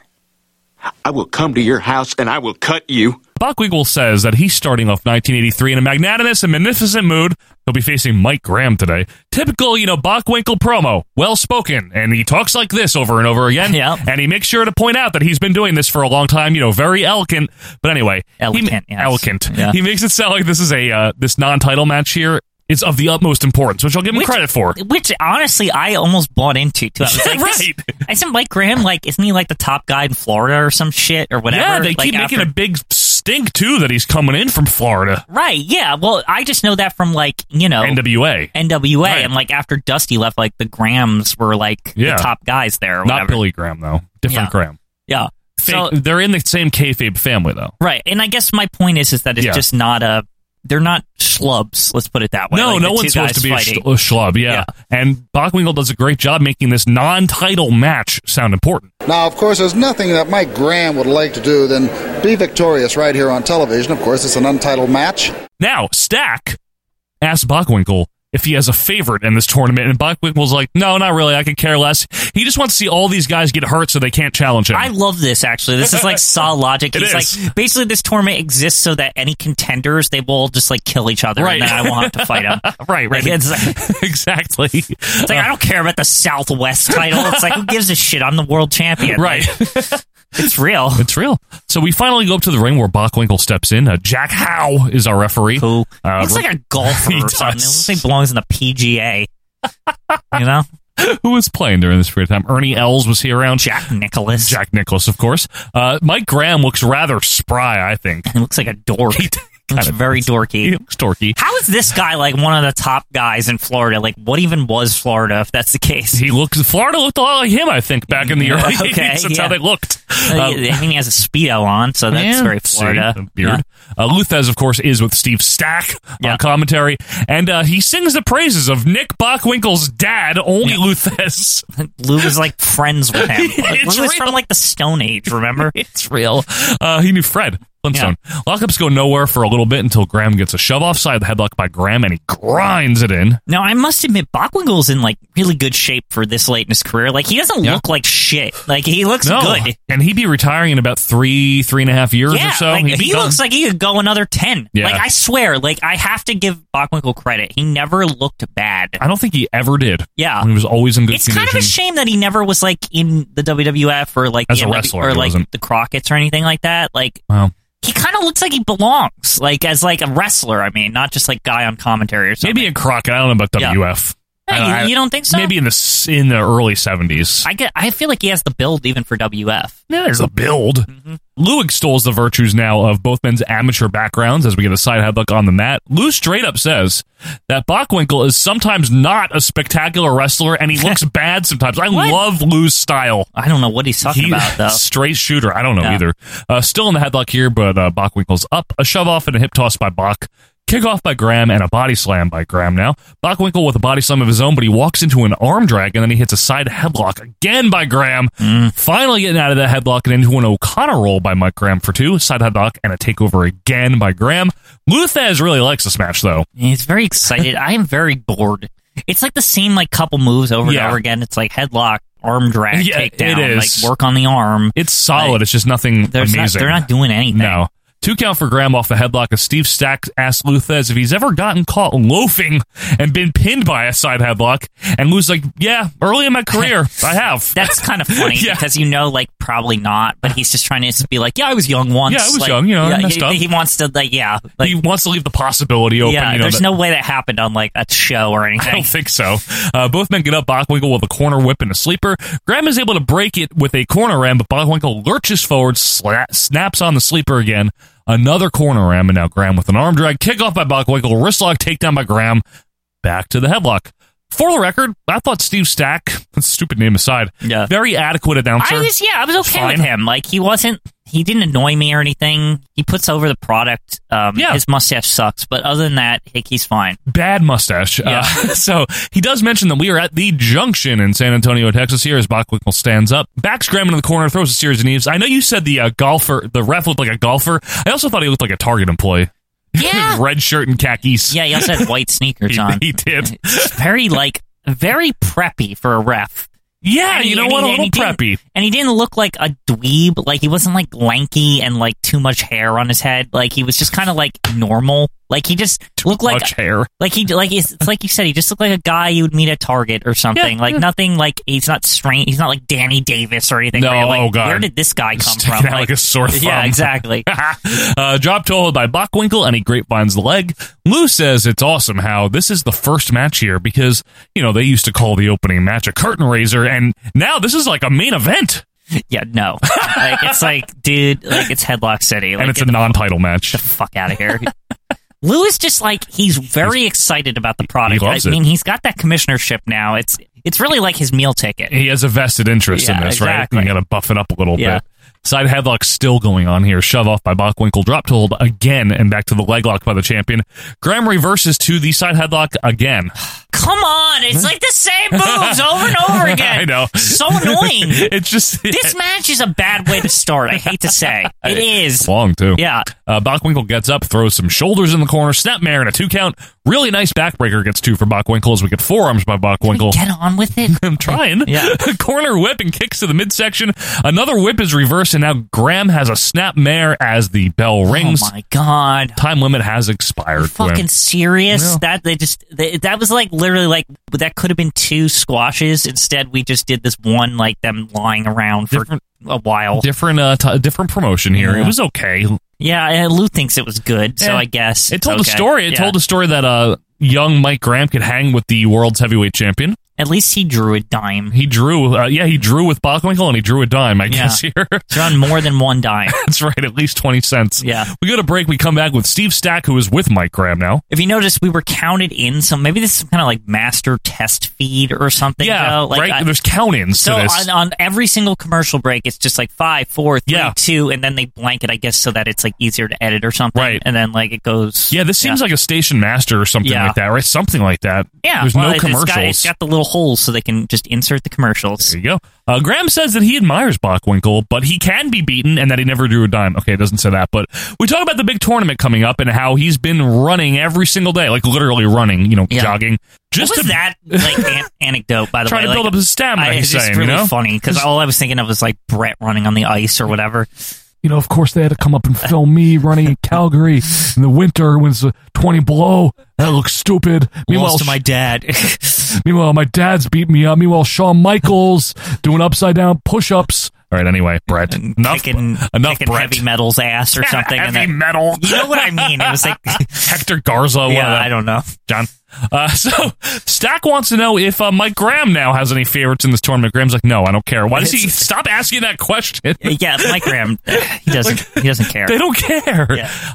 [SPEAKER 19] I will come to your house and I will cut you.
[SPEAKER 1] Bockwinkel says that he's starting off 1983 in a magnanimous and magnificent mood. He'll be facing Mike Graham today. Typical, you know, Bockwinkel promo. Well spoken. And he talks like this over and over again. Yeah. And he makes sure to point out that he's been doing this for a long time, you know, very eloquent. But anyway,
[SPEAKER 2] Eloquent,
[SPEAKER 1] He,
[SPEAKER 2] yes.
[SPEAKER 1] eloquent.
[SPEAKER 2] Yeah.
[SPEAKER 1] He makes it sound like this is a, uh, this non title match here is of the utmost importance, which I'll give him
[SPEAKER 2] Which-
[SPEAKER 1] credit for.
[SPEAKER 2] Which honestly, I almost bought into. Too. I was like, this- Isn't Mike Graham like? Isn't he like the top guy in Florida or some shit or whatever?
[SPEAKER 1] Yeah, they
[SPEAKER 2] Like,
[SPEAKER 1] keep making
[SPEAKER 2] after-
[SPEAKER 1] a big stink too that he's coming in from Florida.
[SPEAKER 2] Right, yeah. Well, I just know that from like, you know,
[SPEAKER 1] NWA.
[SPEAKER 2] NWA. And like after Dusty left, like the Grahams were like
[SPEAKER 1] Yeah.
[SPEAKER 2] the top guys there. Or
[SPEAKER 1] Not
[SPEAKER 2] whatever.
[SPEAKER 1] Billy Graham though. Different
[SPEAKER 2] Yeah.
[SPEAKER 1] Graham.
[SPEAKER 2] Yeah.
[SPEAKER 1] Fa-
[SPEAKER 2] So,
[SPEAKER 1] they're in the same kayfabe family though.
[SPEAKER 2] right. And I guess my point is, is that it's
[SPEAKER 1] Yeah.
[SPEAKER 2] just not a, they're not schlubs. Let's put it that way.
[SPEAKER 1] No,
[SPEAKER 2] Like,
[SPEAKER 1] no
[SPEAKER 2] the two
[SPEAKER 1] one's supposed
[SPEAKER 2] guys
[SPEAKER 1] to be a, sh-
[SPEAKER 2] fighting.
[SPEAKER 1] a schlub. Yeah. and Bockwinkel does a great job making this non-title match sound important.
[SPEAKER 20] Now, of course, there's nothing that Mike Graham would like to do than be victorious right here on television. Of course, it's an untitled match.
[SPEAKER 1] Now Stack asks Bockwinkel if he has a favorite in this tournament, and Bockwinkel's like, "No, not really. I could care less. He just wants to see all these guys get hurt so they can't challenge him."
[SPEAKER 2] I love this actually. This is like saw logic.
[SPEAKER 1] It
[SPEAKER 2] He's
[SPEAKER 1] is.
[SPEAKER 2] like basically this tournament exists so that any contenders they will just like kill each other
[SPEAKER 1] Right.
[SPEAKER 2] and then I won't have to fight them.
[SPEAKER 1] right, right,
[SPEAKER 2] Like, it's like-
[SPEAKER 1] exactly. It's
[SPEAKER 2] like I don't care about the Southwest title. It's like who gives a shit? I'm the world champion.
[SPEAKER 1] Right.
[SPEAKER 2] it's real.
[SPEAKER 1] It's real. So we finally go up to the ring where Bockwinkel steps in. Uh, Jack Howe is our referee. Who uh,
[SPEAKER 2] Looks like a golfer
[SPEAKER 1] He
[SPEAKER 2] or something. It
[SPEAKER 1] does.
[SPEAKER 2] looks like he belongs in the PGA. you know?
[SPEAKER 1] Who was playing during this period of time? Ernie Els was he around?
[SPEAKER 2] Jack Nicholas.
[SPEAKER 1] Jack Nicholas, of course. Uh, Mike Graham looks rather spry, I think.
[SPEAKER 2] He looks like a dork.
[SPEAKER 1] He,
[SPEAKER 2] It's very dorky.
[SPEAKER 1] It looks dorky.
[SPEAKER 2] How is this guy like one of the top guys in Florida? Like, what even was Florida if that's the case?
[SPEAKER 1] He looks. Florida looked a lot like him, I think, back in the early 80s. That's how they looked. Uh,
[SPEAKER 2] I mean, he has a speedo on, so Uh, that's
[SPEAKER 1] um, Yeah.
[SPEAKER 2] very
[SPEAKER 1] See,
[SPEAKER 2] Florida.
[SPEAKER 1] the beard. Uh, Luthez, of course, is with Steve Stack on commentary, and uh, he sings the praises of Nick Bockwinkel's dad, only Luthez.
[SPEAKER 2] Lou was like friends with him. Like,
[SPEAKER 1] It's
[SPEAKER 2] Lou was from like the Stone Age. Remember?
[SPEAKER 1] it's real. Uh, he knew Fred Flintstone. Lockups go nowhere for a little bit until Graham gets a shove off side headlock by Graham, and he grinds it in.
[SPEAKER 2] No, I must admit, Bockwinkel's in like really good shape for this late in his career. Like he doesn't look like shit. Like he looks good.
[SPEAKER 1] and he'd be retiring in about three, three and a half years
[SPEAKER 2] Yeah,
[SPEAKER 1] or so.
[SPEAKER 2] like,
[SPEAKER 1] He'd be
[SPEAKER 2] he
[SPEAKER 1] done.
[SPEAKER 2] looks like he could go another ten.
[SPEAKER 1] Yeah.
[SPEAKER 2] Like I swear, like I have to give Bockwinkel credit. He never looked bad.
[SPEAKER 1] I don't think he ever did.
[SPEAKER 2] Yeah.
[SPEAKER 1] he was always in good
[SPEAKER 2] It's
[SPEAKER 1] condition.
[SPEAKER 2] kind of a shame that he never was like in the WWF or like
[SPEAKER 1] As
[SPEAKER 2] the
[SPEAKER 1] a
[SPEAKER 2] MW
[SPEAKER 1] wrestler,
[SPEAKER 2] or
[SPEAKER 1] he
[SPEAKER 2] like
[SPEAKER 1] wasn't.
[SPEAKER 2] the Crockett's or anything like that. Like
[SPEAKER 1] Wow.
[SPEAKER 2] he kind of looks like he belongs, like as like a wrestler. I mean, not just like guy on commentary or something.
[SPEAKER 1] Maybe in Crockett. I don't know about
[SPEAKER 2] Yeah.
[SPEAKER 1] WF.
[SPEAKER 2] Hey,
[SPEAKER 1] I
[SPEAKER 2] you-
[SPEAKER 1] I-
[SPEAKER 2] you don't think so?
[SPEAKER 1] Maybe in the s- in the early seventies.
[SPEAKER 2] I get. I feel like he has the build even for WF.
[SPEAKER 1] Yeah, there's a build.
[SPEAKER 2] Mm-hmm.
[SPEAKER 1] Lou extols the virtues now of both men's amateur backgrounds as we get a side headlock on the mat. Lou straight up says that Bockwinkel is sometimes not a spectacular wrestler and he looks bad sometimes. I
[SPEAKER 2] What?
[SPEAKER 1] love Lou's style.
[SPEAKER 2] I don't know what he's talking about though.
[SPEAKER 1] Straight shooter. I don't know
[SPEAKER 2] Yeah.
[SPEAKER 1] either. Uh, still in the headlock here, but uh, Bockwinkel's up. A shove off and a hip toss by Bach. Kick off by Graham and a body slam by Graham now. Bockwinkel with a body slam of his own, but he walks into an arm drag and then he hits a side headlock again by Graham.
[SPEAKER 2] Mm.
[SPEAKER 1] Finally getting out of that headlock and into an O'Connor roll by Mike Graham for two. Side headlock and a takeover again by Graham. Luthez really likes this match though.
[SPEAKER 2] He's very excited. I am very bored. It's like the same like couple moves over
[SPEAKER 1] Yeah.
[SPEAKER 2] and over again. It's like headlock, arm drag,
[SPEAKER 1] Yeah, it
[SPEAKER 2] takedown,
[SPEAKER 1] is.
[SPEAKER 2] like work on the arm.
[SPEAKER 1] It's solid.
[SPEAKER 2] Like,
[SPEAKER 1] it's just nothing
[SPEAKER 2] there's
[SPEAKER 1] amazing.
[SPEAKER 2] not- they're not doing anything.
[SPEAKER 1] No. Two count for Graham off the headlock as Steve Stack asks Luthez if he's ever gotten caught loafing and been pinned by a side headlock. And Lou's like, yeah, early in my career, I have.
[SPEAKER 2] That's kind of funny
[SPEAKER 1] Yeah.
[SPEAKER 2] because you know, like probably not, but he's just trying to be like, yeah, I was young once.
[SPEAKER 1] Yeah, I was
[SPEAKER 2] like,
[SPEAKER 1] young, you know, I
[SPEAKER 2] yeah,
[SPEAKER 1] messed
[SPEAKER 2] he,
[SPEAKER 1] up.
[SPEAKER 2] he wants to, like, yeah, like,
[SPEAKER 1] he wants to leave the possibility open.
[SPEAKER 2] yeah.
[SPEAKER 1] you know,
[SPEAKER 2] there's
[SPEAKER 1] that-
[SPEAKER 2] no way that happened on like a show or
[SPEAKER 1] I
[SPEAKER 2] anything.
[SPEAKER 1] don't think so. Uh, both men get up. Bockwinkel with a corner whip and a sleeper. Graham is able to break it with a corner ram, but Bockwinkel lurches forward, sla- snaps on the sleeper again. Another corner ram, and now Graham with an arm drag. Kickoff by Bockwinkel. Wrist lock. Takedown by Graham. Back to the headlock. For the record, I thought Steve Stack, stupid name aside,
[SPEAKER 2] Yeah.
[SPEAKER 1] very adequate announcer.
[SPEAKER 2] I was, yeah, I was okay
[SPEAKER 1] Fine.
[SPEAKER 2] with him. Like, he wasn't, he didn't annoy me or anything. He puts over the product. Um,
[SPEAKER 1] Yeah.
[SPEAKER 2] his mustache sucks, but other than that, like, he's fine.
[SPEAKER 1] bad mustache. Uh,
[SPEAKER 2] Yeah.
[SPEAKER 1] so he does mention that we are at the junction in San Antonio, Texas. Here as Bockwinkel stands up, backs Graham into the corner, throws a series of knees. I know you said the uh, golfer, the ref looked like a golfer. I also thought he looked like a Target employee.
[SPEAKER 2] Yeah.
[SPEAKER 1] red shirt and khakis.
[SPEAKER 2] Yeah, he also had white sneakers
[SPEAKER 1] he,
[SPEAKER 2] on.
[SPEAKER 1] he did.
[SPEAKER 2] Very like very preppy for a ref.
[SPEAKER 1] Yeah,
[SPEAKER 2] And he-
[SPEAKER 1] you know
[SPEAKER 2] and
[SPEAKER 1] what? A
[SPEAKER 2] he- and
[SPEAKER 1] little
[SPEAKER 2] he didn't-
[SPEAKER 1] preppy.
[SPEAKER 2] And he didn't look like a dweeb. Like he wasn't like lanky and like too much hair on his head. Like he was just kind of like normal. Like he just looked like
[SPEAKER 1] Much hair.
[SPEAKER 2] like he like it's, it's like you said. He just looked like a guy you would meet at Target or something. like nothing. Like he's not strange. He's not like Danny Davis or anything.
[SPEAKER 1] No,
[SPEAKER 2] where you're like,
[SPEAKER 1] oh, God.
[SPEAKER 2] Where did this guy come
[SPEAKER 1] Sticking
[SPEAKER 2] from?
[SPEAKER 1] out like a sore
[SPEAKER 2] Yeah,
[SPEAKER 1] thumb.
[SPEAKER 2] exactly.
[SPEAKER 1] uh, drop told by Bockwinkel, and he grapevines the leg. Lou says it's awesome how this is the first match here because you know they used to call the opening match a curtain raiser, and now this is like a main event,
[SPEAKER 2] yeah, no. Like it's like, dude, like it's Headlock City. Like
[SPEAKER 1] and it's a
[SPEAKER 2] get the
[SPEAKER 1] non-title match.
[SPEAKER 2] fuck out of here. Lou is just like he's very excited about the product.
[SPEAKER 1] he loves
[SPEAKER 2] I
[SPEAKER 1] it.
[SPEAKER 2] mean, he's got that commissionership now. It's it's really like his meal ticket.
[SPEAKER 1] He has a vested interest in
[SPEAKER 2] Yeah,
[SPEAKER 1] this,
[SPEAKER 2] exactly.
[SPEAKER 1] right? You got to buff it up a little
[SPEAKER 2] Yeah.
[SPEAKER 1] bit. Side headlock still going on here. Shove off by Bockwinkel. Drop to hold again, and back to the leg lock by the champion. Graham reverses to the side headlock again.
[SPEAKER 2] Come on, it's like the same moves over and over again.
[SPEAKER 1] I know.
[SPEAKER 2] So annoying.
[SPEAKER 1] it's just
[SPEAKER 2] this match is a bad way to start. I hate to say it
[SPEAKER 1] It's
[SPEAKER 2] is.
[SPEAKER 1] long too.
[SPEAKER 2] Yeah.
[SPEAKER 1] Uh, Bockwinkel gets up, throws some shoulders in the corner, snapmare and a two count. Really nice backbreaker gets two for Bockwinkel as we get forearms by Bockwinkel.
[SPEAKER 2] Get on with it. Oh
[SPEAKER 1] I'm trying.
[SPEAKER 2] Yeah.
[SPEAKER 1] Corner whip and kicks to the midsection. Another whip is reversed, and now Graham has a snapmare as the bell rings.
[SPEAKER 2] Oh my god.
[SPEAKER 1] Time limit has expired. Graham.
[SPEAKER 2] Fucking serious?
[SPEAKER 1] Yeah.
[SPEAKER 2] That they just they, that was like literally like that could have been two squashes. Instead, we just did this one like them lying around for a while.
[SPEAKER 1] different, uh, t- different promotion here.
[SPEAKER 2] Yeah.
[SPEAKER 1] It was okay.
[SPEAKER 2] Yeah, and Lou thinks it was good, so
[SPEAKER 1] Yeah.
[SPEAKER 2] I guess
[SPEAKER 1] It told
[SPEAKER 2] the
[SPEAKER 1] a story. It told a story that uh, young Mike Graham could hang with the world's heavyweight champion.
[SPEAKER 2] At least he drew a dime.
[SPEAKER 1] He drew, uh, yeah, he drew with Bachwinkle and he drew a dime, I guess, here.
[SPEAKER 2] Drawn more than one dime.
[SPEAKER 1] That's right, at least 20 cents.
[SPEAKER 2] Yeah.
[SPEAKER 1] We go to break, we come back with Steve Stack, who is with Mike Graham now.
[SPEAKER 2] If you notice, we were counted in some. Maybe this is kind of like master test feed or something.
[SPEAKER 1] Yeah,
[SPEAKER 2] though. Like,
[SPEAKER 1] right?
[SPEAKER 2] I-
[SPEAKER 1] There's count ins
[SPEAKER 2] so
[SPEAKER 1] to this.
[SPEAKER 2] on, on every single commercial break, it's just like five, four, three, two, and then they blanket, I guess, so that it's like easier to edit or something. Right. And then like it goes.
[SPEAKER 1] yeah, this seems like a station master or something
[SPEAKER 2] Yeah.
[SPEAKER 1] like that, right? Something like that.
[SPEAKER 2] Yeah,
[SPEAKER 1] There's
[SPEAKER 2] well,
[SPEAKER 1] no
[SPEAKER 2] it's-
[SPEAKER 1] commercials.
[SPEAKER 2] It's got, it's got the little holes so they can just insert the commercials.
[SPEAKER 1] There you go. Uh, Graham says that he admires Bachwinkle, but he can be beaten and that he never drew a dime. Okay, it doesn't say that, but we talk about the big tournament coming up and how he's been running every single day, like literally running, you know, jogging. Just
[SPEAKER 2] what was
[SPEAKER 1] to,
[SPEAKER 2] that like an- anecdote by the
[SPEAKER 1] Trying
[SPEAKER 2] way?
[SPEAKER 1] to build
[SPEAKER 2] Like,
[SPEAKER 1] up his stamina,
[SPEAKER 2] I,
[SPEAKER 1] he's
[SPEAKER 2] it's just
[SPEAKER 1] saying, you
[SPEAKER 2] really
[SPEAKER 1] know?
[SPEAKER 2] funny because all I was thinking of was like Brett running on the ice or whatever.
[SPEAKER 14] You know, of course, they had to come up and film me running in Calgary in the winter when it's uh, 20 below. That looks stupid.
[SPEAKER 2] Lost to my dad.
[SPEAKER 14] meanwhile, my dad's beating me up. Meanwhile, Shawn Michaels doing upside down push ups.
[SPEAKER 1] All right, anyway, Brett. Enough,
[SPEAKER 2] kicking,
[SPEAKER 1] enough
[SPEAKER 2] kicking
[SPEAKER 1] Brett.
[SPEAKER 2] heavy metal's ass or something. and
[SPEAKER 1] Heavy
[SPEAKER 2] then,
[SPEAKER 1] metal.
[SPEAKER 2] You know what I mean? It was like
[SPEAKER 1] Hector Garza. one of
[SPEAKER 2] Yeah,
[SPEAKER 1] them.
[SPEAKER 2] I don't know.
[SPEAKER 1] John. Uh, so Stack wants to know if uh, Mike Graham now has any favorites in this tournament. Graham's like, no, I don't care. Why does he stop asking that question?
[SPEAKER 2] Yeah, Mike Graham. He doesn't. he doesn't care.
[SPEAKER 1] They don't care.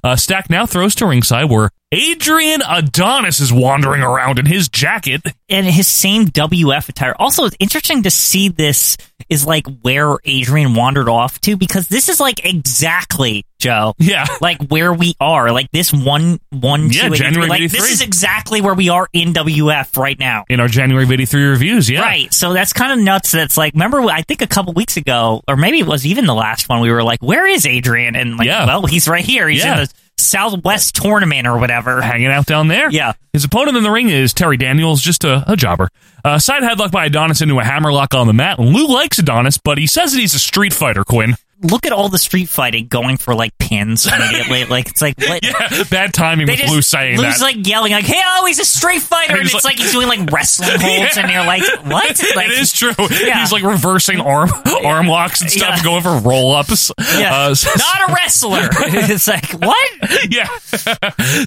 [SPEAKER 1] Uh, Stack now throws to ringside where Adrian Adonis is wandering around in his jacket.
[SPEAKER 2] and his same WF attire. Also, it's interesting to see this is like where Adrian wandered off to because this is like exactly Joe.
[SPEAKER 1] Yeah,
[SPEAKER 2] like where we are. Like this one one
[SPEAKER 1] Yeah,
[SPEAKER 2] two, 83,
[SPEAKER 1] January
[SPEAKER 2] Like
[SPEAKER 1] 83.
[SPEAKER 2] this is exactly where we are in WF right now.
[SPEAKER 1] In our January of 83 reviews, yeah.
[SPEAKER 2] Right. So that's kind of nuts. That's like, remember, I think a couple weeks ago, or maybe it was even the last one, we were like, where is Adrian? And like,
[SPEAKER 1] Yeah.
[SPEAKER 2] well, he's right here. He's
[SPEAKER 1] Yeah.
[SPEAKER 2] in the Southwest tournament or whatever.
[SPEAKER 1] hanging out down there.
[SPEAKER 2] Yeah.
[SPEAKER 1] His opponent in the ring is Terry Daniels, just a, a jobber. Uh, side headlock by Adonis into a hammerlock on the mat. Lou likes Adonis, but he says that he's a street fighter, Quinn.
[SPEAKER 2] Look at all the street fighting going for like pins immediately. like, it's like, what?
[SPEAKER 1] Bad timing with Lou saying
[SPEAKER 2] Lou's
[SPEAKER 1] that.
[SPEAKER 2] like yelling, like, "Hey, oh, he's a street fighter!" And
[SPEAKER 1] He's
[SPEAKER 2] it's like, he's doing like wrestling holds, and you're like, "What?" Like,
[SPEAKER 1] it is true.
[SPEAKER 2] Yeah.
[SPEAKER 1] He's like reversing arm arm locks and stuff,
[SPEAKER 2] Yeah.
[SPEAKER 1] going for roll ups.
[SPEAKER 2] Yeah.
[SPEAKER 1] Uh,
[SPEAKER 2] not a wrestler. it's like, what?
[SPEAKER 1] Yeah.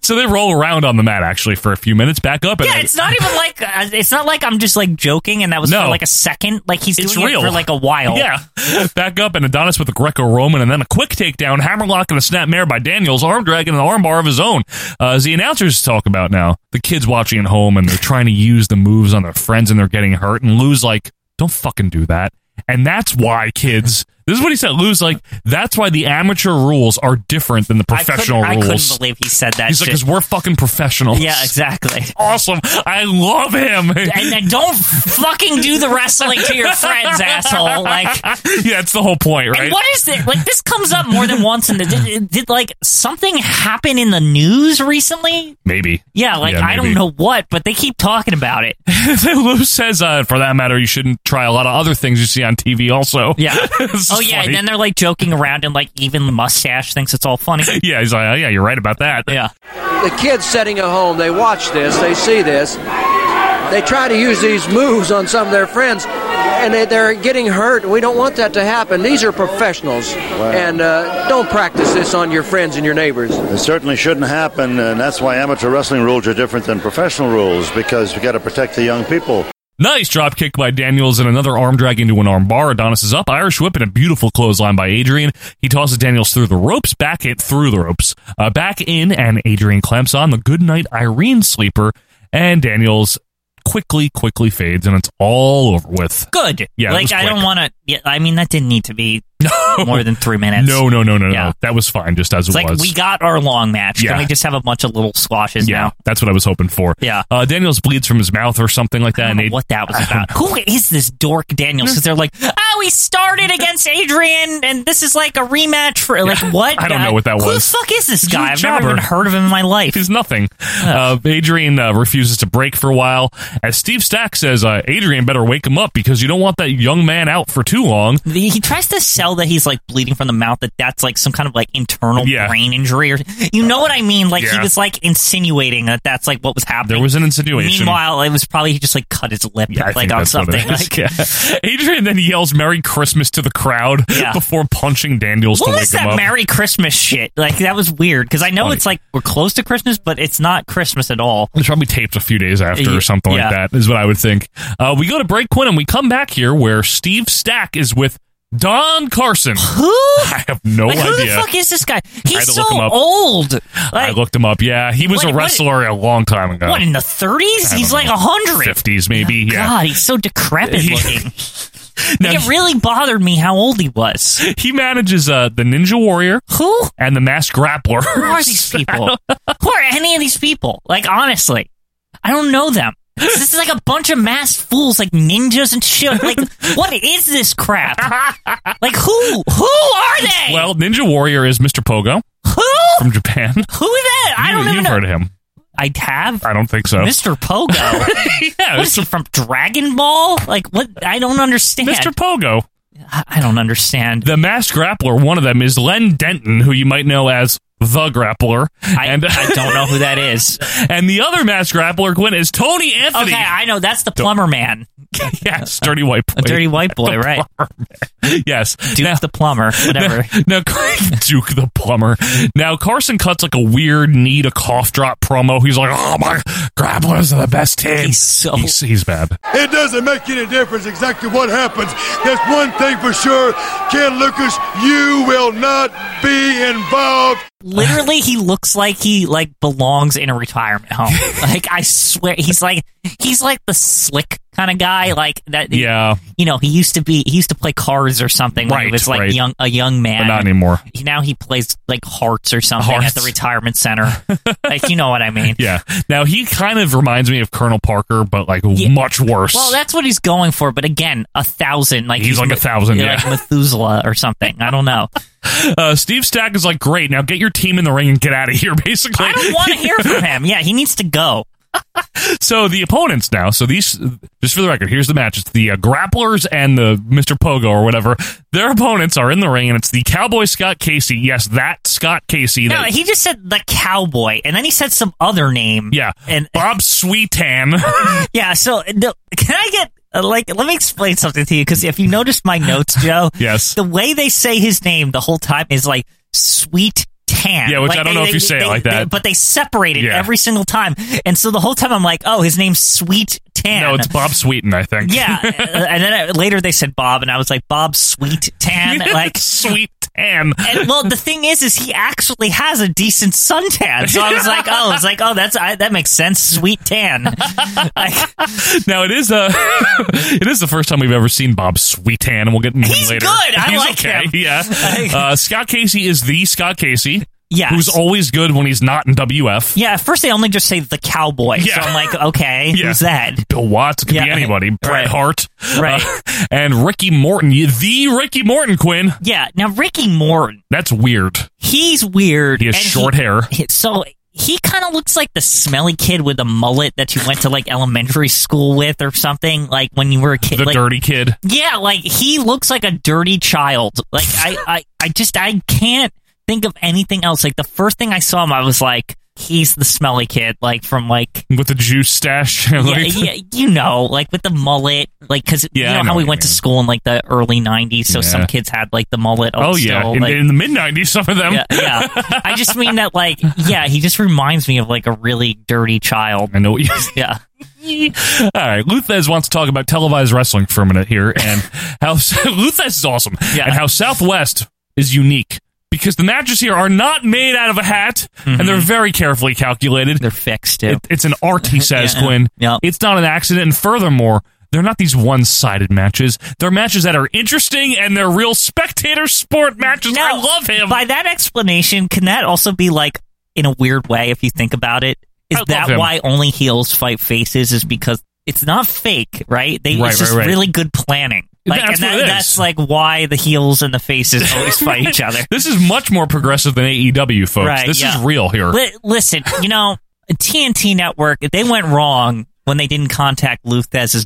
[SPEAKER 1] so they roll around on the mat actually for a few minutes, back up. And
[SPEAKER 2] Yeah, it's not even like uh, it's not like I'm just like joking, and that was
[SPEAKER 1] No.
[SPEAKER 2] for like a second. Like he's
[SPEAKER 1] It's
[SPEAKER 2] doing
[SPEAKER 1] real.
[SPEAKER 2] it for like a while.
[SPEAKER 1] Yeah. Back up and Adonis with a Greco Roman and then a quick takedown, hammerlock and a snapmare by Daniels, arm drag and an armbar of his own. Uh, as the announcers talk about now, the kids watching at home and they're trying to use the moves on their friends and they're getting hurt. And Lou's like, don't fucking do that. And that's why, kids. This is what he said. Lou's like, that's why the amateur rules are different than the
[SPEAKER 2] I couldn't-
[SPEAKER 1] professional
[SPEAKER 2] I couldn't,
[SPEAKER 1] rules.
[SPEAKER 2] believe he said that.
[SPEAKER 1] He's like,
[SPEAKER 2] shit.
[SPEAKER 1] because we're fucking professionals.
[SPEAKER 2] yeah, exactly.
[SPEAKER 1] Awesome. I love him.
[SPEAKER 2] And then don't fucking do the wrestling to your friends, asshole. Like,
[SPEAKER 1] yeah, it's the whole point, right?
[SPEAKER 2] and what is this? Like, this comes up more than once. And did, did like something happen in the news recently?
[SPEAKER 1] Maybe.
[SPEAKER 2] Yeah, like I don't
[SPEAKER 1] maybe.
[SPEAKER 2] know what, but they keep talking about it.
[SPEAKER 1] Lou says, uh, for that matter, you shouldn't try a lot of other things you see on TV also.
[SPEAKER 2] Yeah.
[SPEAKER 1] This
[SPEAKER 2] oh
[SPEAKER 1] is
[SPEAKER 2] yeah,
[SPEAKER 1] funny.
[SPEAKER 2] and then they're like joking around, and like even the mustache thinks it's all funny.
[SPEAKER 1] yeah, he's like, oh, yeah, you're right about that.
[SPEAKER 2] Yeah.
[SPEAKER 17] The kids setting a home, they watch this, they see this, they try to use these moves on some of their friends, and they, they're getting hurt. We don't want that to happen. These are professionals, and uh, don't practice this on your friends and your neighbors.
[SPEAKER 18] It certainly shouldn't happen, and that's why amateur wrestling rules are different than professional rules because we got to protect the young people.
[SPEAKER 1] Nice drop kick by Daniels and another arm drag into an arm bar. Adonis is up, Irish whip, and a beautiful clothesline by Adrian. He tosses Daniels through the ropes, back it through the ropes, uh, back in, and Adrian clamps on the goodnight Irene sleeper, and Daniels quickly, quickly fades, and it's all over with.
[SPEAKER 2] Good.
[SPEAKER 1] Yeah, it was
[SPEAKER 2] Like I don't
[SPEAKER 1] quick.
[SPEAKER 2] want to. Yeah, I mean that didn't need to be more than three minutes.
[SPEAKER 1] No, no, no, no,
[SPEAKER 2] Yeah.
[SPEAKER 1] no. That was fine, just as
[SPEAKER 2] It's
[SPEAKER 1] it
[SPEAKER 2] like
[SPEAKER 1] was.
[SPEAKER 2] we got our long match.
[SPEAKER 1] Yeah.
[SPEAKER 2] Can we just have a bunch of little squashes
[SPEAKER 1] yeah,
[SPEAKER 2] now?
[SPEAKER 1] that's what I was hoping for.
[SPEAKER 2] Yeah.
[SPEAKER 1] Uh, Daniels bleeds from his mouth or something like that.
[SPEAKER 2] I
[SPEAKER 1] And
[SPEAKER 2] don't
[SPEAKER 1] they,
[SPEAKER 2] know what that was
[SPEAKER 1] I don't
[SPEAKER 2] about. Who is this dork Daniels? Because they're like, oh, he started against Adrian, and this is like a rematch for like what? Uh,
[SPEAKER 1] I don't know what that
[SPEAKER 2] Who the
[SPEAKER 1] was.
[SPEAKER 2] fuck is this
[SPEAKER 1] He's
[SPEAKER 2] guy?
[SPEAKER 1] a
[SPEAKER 2] I've never even
[SPEAKER 1] jobber.
[SPEAKER 2] heard of him in my life.
[SPEAKER 1] He's nothing. Uh, Adrian uh, refuses to break for a while. As Steve Stack says, uh, Adrian better wake him up because you don't want that young man out for too long.
[SPEAKER 2] The- He tries to sell that he's like bleeding from the mouth, that that's like some kind of like internal
[SPEAKER 1] Yeah.
[SPEAKER 2] brain injury, or you know what I mean? Like he
[SPEAKER 1] Yeah.
[SPEAKER 2] was like insinuating that that's like what was happening.
[SPEAKER 1] There was an insinuation.
[SPEAKER 2] Meanwhile, it was probably he just like cut his lip
[SPEAKER 1] Yeah, I
[SPEAKER 2] like
[SPEAKER 1] think
[SPEAKER 2] on
[SPEAKER 1] that's what
[SPEAKER 2] something.
[SPEAKER 1] it is.
[SPEAKER 2] Like,
[SPEAKER 1] Yeah. Adrian then yells Merry Christmas to the crowd
[SPEAKER 2] Yeah.
[SPEAKER 1] before punching Daniels
[SPEAKER 2] What
[SPEAKER 1] to
[SPEAKER 2] was
[SPEAKER 1] wake him
[SPEAKER 2] that
[SPEAKER 1] up.
[SPEAKER 2] Merry Christmas shit? Like that was weird because I know it's like we're close to Christmas, but it's not Christmas at all.
[SPEAKER 1] It's probably taped a few days after
[SPEAKER 2] Yeah.
[SPEAKER 1] or something like
[SPEAKER 2] Yeah.
[SPEAKER 1] that, is what I would think. Uh, we go to break, Quinn, and we come back here where Steve Stack is with Don Carson.
[SPEAKER 2] Who?
[SPEAKER 1] I have no
[SPEAKER 2] like,
[SPEAKER 1] idea.
[SPEAKER 2] Who the fuck is this guy?
[SPEAKER 1] I had
[SPEAKER 2] He's
[SPEAKER 1] to
[SPEAKER 2] so
[SPEAKER 1] look him up.
[SPEAKER 2] old. Like,
[SPEAKER 1] I looked him up. Yeah, he was
[SPEAKER 2] What-
[SPEAKER 1] a
[SPEAKER 2] what-
[SPEAKER 1] wrestler a long time ago.
[SPEAKER 2] what in the thirties? He's like hundred.
[SPEAKER 1] Fifties, maybe. yeah.
[SPEAKER 2] God, he's so decrepit
[SPEAKER 1] He-
[SPEAKER 2] looking.
[SPEAKER 1] Now,
[SPEAKER 2] like, it really bothered me how old he was.
[SPEAKER 1] He manages uh, the Ninja Warrior,
[SPEAKER 2] who,
[SPEAKER 1] and the Masked Grappler.
[SPEAKER 2] Who are these people? Who are any of these people? Like, honestly, I don't know them. This is like a bunch of mass fools, like ninjas and shit. Like, what is this crap? Like, who? Who are they?
[SPEAKER 1] Well, Ninja Warrior is Mr. Pogo
[SPEAKER 2] who?
[SPEAKER 1] from Japan.
[SPEAKER 2] Who is that? I
[SPEAKER 1] you,
[SPEAKER 2] don't even
[SPEAKER 1] you've
[SPEAKER 2] know.
[SPEAKER 1] heard of him.
[SPEAKER 2] I have.
[SPEAKER 1] I don't think so.
[SPEAKER 2] Mr. Pogo.
[SPEAKER 1] Yeah,
[SPEAKER 2] what is he from Dragon Ball? Like, what? I don't understand.
[SPEAKER 1] Mr. Pogo.
[SPEAKER 2] I I don't understand.
[SPEAKER 1] The Masked Grappler, one of them, is Len Denton, who you might know as The Grappler.
[SPEAKER 2] I,
[SPEAKER 1] and,
[SPEAKER 2] I don't know who that is.
[SPEAKER 1] and the other Masked Grappler, Quinn, is Tony Anthony.
[SPEAKER 2] Okay, I know that's the plumber man,
[SPEAKER 1] yes, Dirty White Boy.
[SPEAKER 2] a dirty white boy, right?
[SPEAKER 1] Yes.
[SPEAKER 2] Duke the plumber, whatever.
[SPEAKER 1] Now, Duke the plumber. Now, Carson cuts like a weird need a cough drop promo. He's like, oh, my grapplers are the best team.
[SPEAKER 2] He's so-
[SPEAKER 1] he's, he's bad.
[SPEAKER 21] It doesn't make any difference exactly what happens. There's one thing for sure, Ken Lucas, you will not be involved.
[SPEAKER 2] Literally, he looks like he like belongs in a retirement home. Like I swear, he's like he's like the slick kind of guy. Like that.
[SPEAKER 1] Yeah.
[SPEAKER 2] You know, he used to be he used to play cards or something when he
[SPEAKER 1] Right,
[SPEAKER 2] was like
[SPEAKER 1] right.
[SPEAKER 2] young a young man.
[SPEAKER 1] But not anymore.
[SPEAKER 2] He- Now he plays like hearts or something at the
[SPEAKER 1] Hearts.
[SPEAKER 2] retirement center. like you know what I mean.
[SPEAKER 1] Yeah. Now, he kind of reminds me of Colonel Parker, but like much worse.
[SPEAKER 2] Well, that's what he's going for, but again, a thousand. Like
[SPEAKER 1] He's like a thousand,
[SPEAKER 2] like
[SPEAKER 1] yeah.
[SPEAKER 2] Methuselah or something. I don't know.
[SPEAKER 1] uh, Steve Stack is like, great. Now get your team in the ring and get out of here, basically.
[SPEAKER 2] I don't want to hear from him. Yeah, he needs to go.
[SPEAKER 1] so the opponents now. So these, just for the record, here's the match. It's the uh, grapplers and the Mr. Pogo or whatever. Their opponents are in the ring, and it's the Cowboy Scott Casey. Yes, that Scott Casey.
[SPEAKER 2] No,
[SPEAKER 1] that-
[SPEAKER 2] he just said the cowboy, and then he said some other name.
[SPEAKER 1] yeah,
[SPEAKER 2] and
[SPEAKER 1] Bob Sweetan.
[SPEAKER 2] yeah. So no, can I get uh, like? Let me explain something to you because if you noticed my notes, Joe.
[SPEAKER 1] Yes.
[SPEAKER 2] The way they say his name the whole time is like sweet tan.
[SPEAKER 1] Yeah, which
[SPEAKER 2] Like,
[SPEAKER 1] I don't
[SPEAKER 2] they-
[SPEAKER 1] know if
[SPEAKER 2] they-
[SPEAKER 1] you say it
[SPEAKER 2] they-
[SPEAKER 1] like
[SPEAKER 2] they-
[SPEAKER 1] that.
[SPEAKER 2] but they separate it
[SPEAKER 1] Yeah.
[SPEAKER 2] every single time, and so the whole time I'm like, oh, his name's Sweet Tan.
[SPEAKER 1] no, it's Bob Sweeten, I think.
[SPEAKER 2] Yeah, uh, and then I, later they said Bob, and I was like Bob Sweet Tan, like
[SPEAKER 1] Sweet Tan.
[SPEAKER 2] And well, the thing is, is he actually has a decent suntan, so I was like, oh, it's like, oh, that's I, that makes sense, Sweet Tan. Like,
[SPEAKER 1] now it is uh it is the first time we've ever seen Bob Sweetan, and we'll get into him
[SPEAKER 2] He's
[SPEAKER 1] later.
[SPEAKER 2] good. I
[SPEAKER 1] He's
[SPEAKER 2] like
[SPEAKER 1] okay,
[SPEAKER 2] him.
[SPEAKER 1] Yeah.
[SPEAKER 2] Like-
[SPEAKER 1] uh, Scott Casey is the Scott Casey.
[SPEAKER 2] Yes.
[SPEAKER 1] Who's always good when he's not in WF.
[SPEAKER 2] yeah, at first they only just say the cowboy, so
[SPEAKER 1] Yeah.
[SPEAKER 2] I'm like, okay,
[SPEAKER 1] Yeah.
[SPEAKER 2] who's that?
[SPEAKER 1] Bill Watts it could be
[SPEAKER 2] Yeah.
[SPEAKER 1] anybody. Bret
[SPEAKER 2] Right.
[SPEAKER 1] Hart,
[SPEAKER 2] Right.
[SPEAKER 1] Uh, and Ricky Morton, You- the Ricky Morton Quinn.
[SPEAKER 2] Yeah. Now Ricky Morton,
[SPEAKER 1] That's weird.
[SPEAKER 2] he's weird.
[SPEAKER 1] He has
[SPEAKER 2] and
[SPEAKER 1] short hair.
[SPEAKER 2] he- so. He kind of looks like the smelly kid with a mullet that you went to like elementary school with or something, like when you were a kid.
[SPEAKER 1] The
[SPEAKER 2] like,
[SPEAKER 1] dirty kid.
[SPEAKER 2] Yeah, like he looks like a dirty child. Like I, I, I just I can't think of anything else. Like the first thing I saw him, I was like, he's the smelly kid, like from like.
[SPEAKER 1] With the juice stash.
[SPEAKER 2] Yeah,
[SPEAKER 1] Like-
[SPEAKER 2] yeah, you know, like with the mullet, like because
[SPEAKER 1] Yeah, I
[SPEAKER 2] you know,
[SPEAKER 1] know
[SPEAKER 2] how
[SPEAKER 1] what
[SPEAKER 2] we
[SPEAKER 1] you
[SPEAKER 2] went to
[SPEAKER 1] mean.
[SPEAKER 2] school in like the early '90s, so
[SPEAKER 1] Yeah.
[SPEAKER 2] some kids had like the mullet. up
[SPEAKER 1] Oh, yeah.
[SPEAKER 2] still,
[SPEAKER 1] in,
[SPEAKER 2] like-
[SPEAKER 1] in the mid 90s, some of them.
[SPEAKER 2] yeah, yeah. I just mean that, like, yeah, he just reminds me of like a really dirty child.
[SPEAKER 1] I know what you
[SPEAKER 2] Yeah,
[SPEAKER 1] All right, Luthez wants to talk about televised wrestling for a minute here, and how Luthez is awesome,
[SPEAKER 2] Yeah.
[SPEAKER 1] and how Southwest is unique because the matches here are not made out of a hat, and
[SPEAKER 2] Mm-hmm.
[SPEAKER 1] they're very carefully calculated.
[SPEAKER 2] they're fixed too.
[SPEAKER 1] It- it's an art, he says,
[SPEAKER 2] Yeah.
[SPEAKER 1] Quinn.
[SPEAKER 2] Yeah.
[SPEAKER 1] It's not an accident, and furthermore. They're not these one-sided matches. They're matches that are interesting, and they're real spectator sport matches. I
[SPEAKER 2] Now,
[SPEAKER 1] love him.
[SPEAKER 2] By that explanation, can that also be like in a weird way if you think about it? Is
[SPEAKER 1] I love
[SPEAKER 2] that
[SPEAKER 1] him.
[SPEAKER 2] why only heels fight faces? Is because it's not fake, right? They
[SPEAKER 1] Right,
[SPEAKER 2] it's just
[SPEAKER 1] right, right.
[SPEAKER 2] really good planning. Like,
[SPEAKER 1] That's
[SPEAKER 2] and
[SPEAKER 1] what it is.
[SPEAKER 2] that's like why the heels and the faces always fight each other.
[SPEAKER 1] this is much more progressive than AEW, folks.
[SPEAKER 2] Right,
[SPEAKER 1] this
[SPEAKER 2] yeah.
[SPEAKER 1] is real here.
[SPEAKER 2] Li- listen, you know, TNT Network they went wrong when they didn't contact Luthez's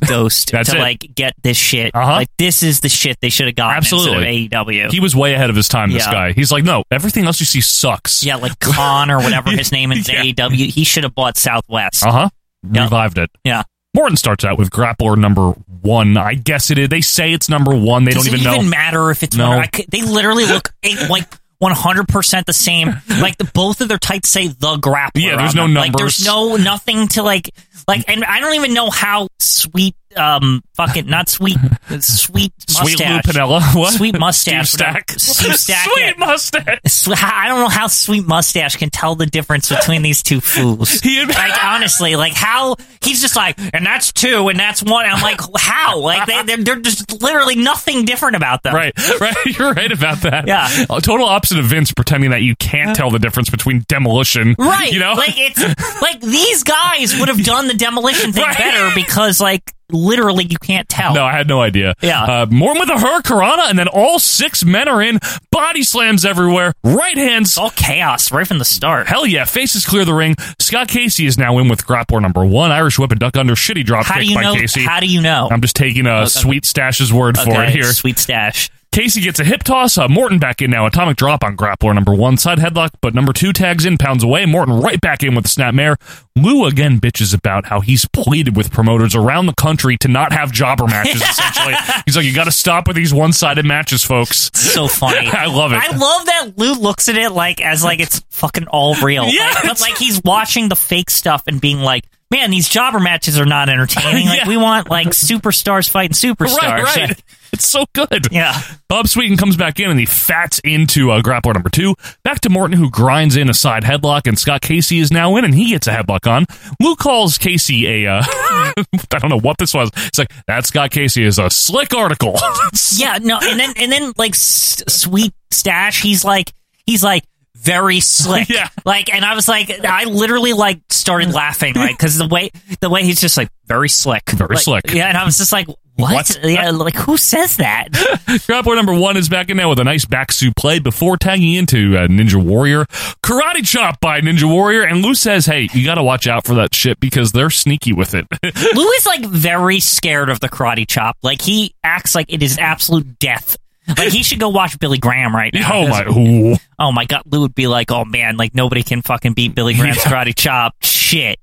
[SPEAKER 2] ghost
[SPEAKER 1] That's
[SPEAKER 2] to
[SPEAKER 1] it.
[SPEAKER 2] like get this shit.
[SPEAKER 1] Uh-huh.
[SPEAKER 2] Like this is the shit they should have gotten E
[SPEAKER 1] Absolutely.
[SPEAKER 2] instead of AEW.
[SPEAKER 1] He was way ahead of his time. This
[SPEAKER 2] Yeah.
[SPEAKER 1] guy. He's like, no, everything else you see sucks.
[SPEAKER 2] yeah, like Khan or whatever his name is E
[SPEAKER 1] Yeah.
[SPEAKER 2] AEW. He should have bought Southwest.
[SPEAKER 1] Uh huh.
[SPEAKER 2] Yeah.
[SPEAKER 1] Revived it.
[SPEAKER 2] Yeah.
[SPEAKER 1] Morton starts out with grappler number one. I guess it is. They say it's number one. They
[SPEAKER 2] Does
[SPEAKER 1] don't
[SPEAKER 2] it
[SPEAKER 1] even know.
[SPEAKER 2] even matter if it's
[SPEAKER 1] No.
[SPEAKER 2] I could- they literally look eight, like one hundred percent the same. Like the, both of their tights say the grappler.
[SPEAKER 1] Yeah, there's
[SPEAKER 2] on
[SPEAKER 1] no
[SPEAKER 2] them. Like
[SPEAKER 1] numbers.
[SPEAKER 2] there's no nothing to like like, and I don't even know how sweet. Um, fucking not sweet, sweet
[SPEAKER 1] Sweet
[SPEAKER 2] mustache.
[SPEAKER 1] Lou Piniella? What?
[SPEAKER 2] Sweet mustache.
[SPEAKER 1] Steve Stack?
[SPEAKER 2] Steve Stack.
[SPEAKER 1] Sweet mustache.
[SPEAKER 2] I don't know how sweet mustache can tell the difference between these two fools. like honestly, like how he's just like, and that's two, and that's one. I'm like, how? Like they, they're, they're just literally nothing different about them.
[SPEAKER 1] Right, right. You're right about that.
[SPEAKER 2] Yeah.
[SPEAKER 1] A total opposite of Vince pretending that you can't tell the difference between demolition.
[SPEAKER 2] Right.
[SPEAKER 1] You know?
[SPEAKER 2] Like it's like these guys would have done the demolition thing
[SPEAKER 1] Right.
[SPEAKER 2] better because like literally you can't tell.
[SPEAKER 1] No, I had no idea.
[SPEAKER 2] Yeah.
[SPEAKER 1] Uh, Morton with a hurricanrana, and then all six men are in. Body slams everywhere. Right hands.
[SPEAKER 2] All chaos right from the start.
[SPEAKER 1] Hell yeah. Faces clear the ring. Scott Casey is now in with grappler number one. Irish whip and duck under. Shitty drop
[SPEAKER 2] How
[SPEAKER 1] kick
[SPEAKER 2] do you
[SPEAKER 1] by
[SPEAKER 2] know?
[SPEAKER 1] Casey.
[SPEAKER 2] How do you know?
[SPEAKER 1] I'm just taking a
[SPEAKER 2] Okay.
[SPEAKER 1] sweet stash's word for
[SPEAKER 2] Okay,
[SPEAKER 1] it here.
[SPEAKER 2] Sweet stash.
[SPEAKER 1] Casey gets a hip toss. Uh, Morton back in now. Atomic drop on grappler number one. Side headlock, but number two tags in, pounds away. Morton right back in with a snapmare. Lou again bitches about how he's pleaded with promoters around the country to not have jobber matches, essentially. He's like, you got to stop with these one sided matches, folks.
[SPEAKER 2] So funny.
[SPEAKER 1] I love it.
[SPEAKER 2] I love that Lou looks at it like as like it's fucking all real.
[SPEAKER 1] Yeah,
[SPEAKER 2] Like,
[SPEAKER 1] it's-
[SPEAKER 2] but like he's watching the fake stuff and being like, "Man, these jobber matches are not entertaining. Like
[SPEAKER 1] Yeah.
[SPEAKER 2] we want like superstars fighting superstars."
[SPEAKER 1] Right, right. It's so good.
[SPEAKER 2] Yeah.
[SPEAKER 1] Bob Sweeten comes back in and he fats into uh, grappler number two. Back to Morton, who grinds in a side headlock, and Scott Casey is now in and he gets a headlock on. Lou calls Casey a, uh, I don't know what this was. It's like, that Scott Casey is a slick article.
[SPEAKER 2] yeah, no, and then and then like s- sweet stash, he's like he's like very slick.
[SPEAKER 1] Yeah.
[SPEAKER 2] Like and I was like I literally like started laughing like cuz the way the way he's just like very slick.
[SPEAKER 1] Very
[SPEAKER 2] Like,
[SPEAKER 1] slick.
[SPEAKER 2] Yeah, and I was just like what?
[SPEAKER 1] What?
[SPEAKER 2] Yeah, like who says that?
[SPEAKER 1] Grappler number one is back in now with a nice back suplex before tagging into uh, Ninja Warrior. Karate chop by Ninja Warrior, and Lou says, hey, you got to watch out for that shit because they're sneaky with it.
[SPEAKER 2] Lou is like very scared of the karate chop. Like he acts like it is absolute death. Like he should go watch Billy Graham right now.
[SPEAKER 1] oh my.
[SPEAKER 2] Because-
[SPEAKER 1] Ooh.
[SPEAKER 2] Oh my god, Lou would be like, "Oh man, like nobody can fucking beat Billy Graham's karate chop." Shit.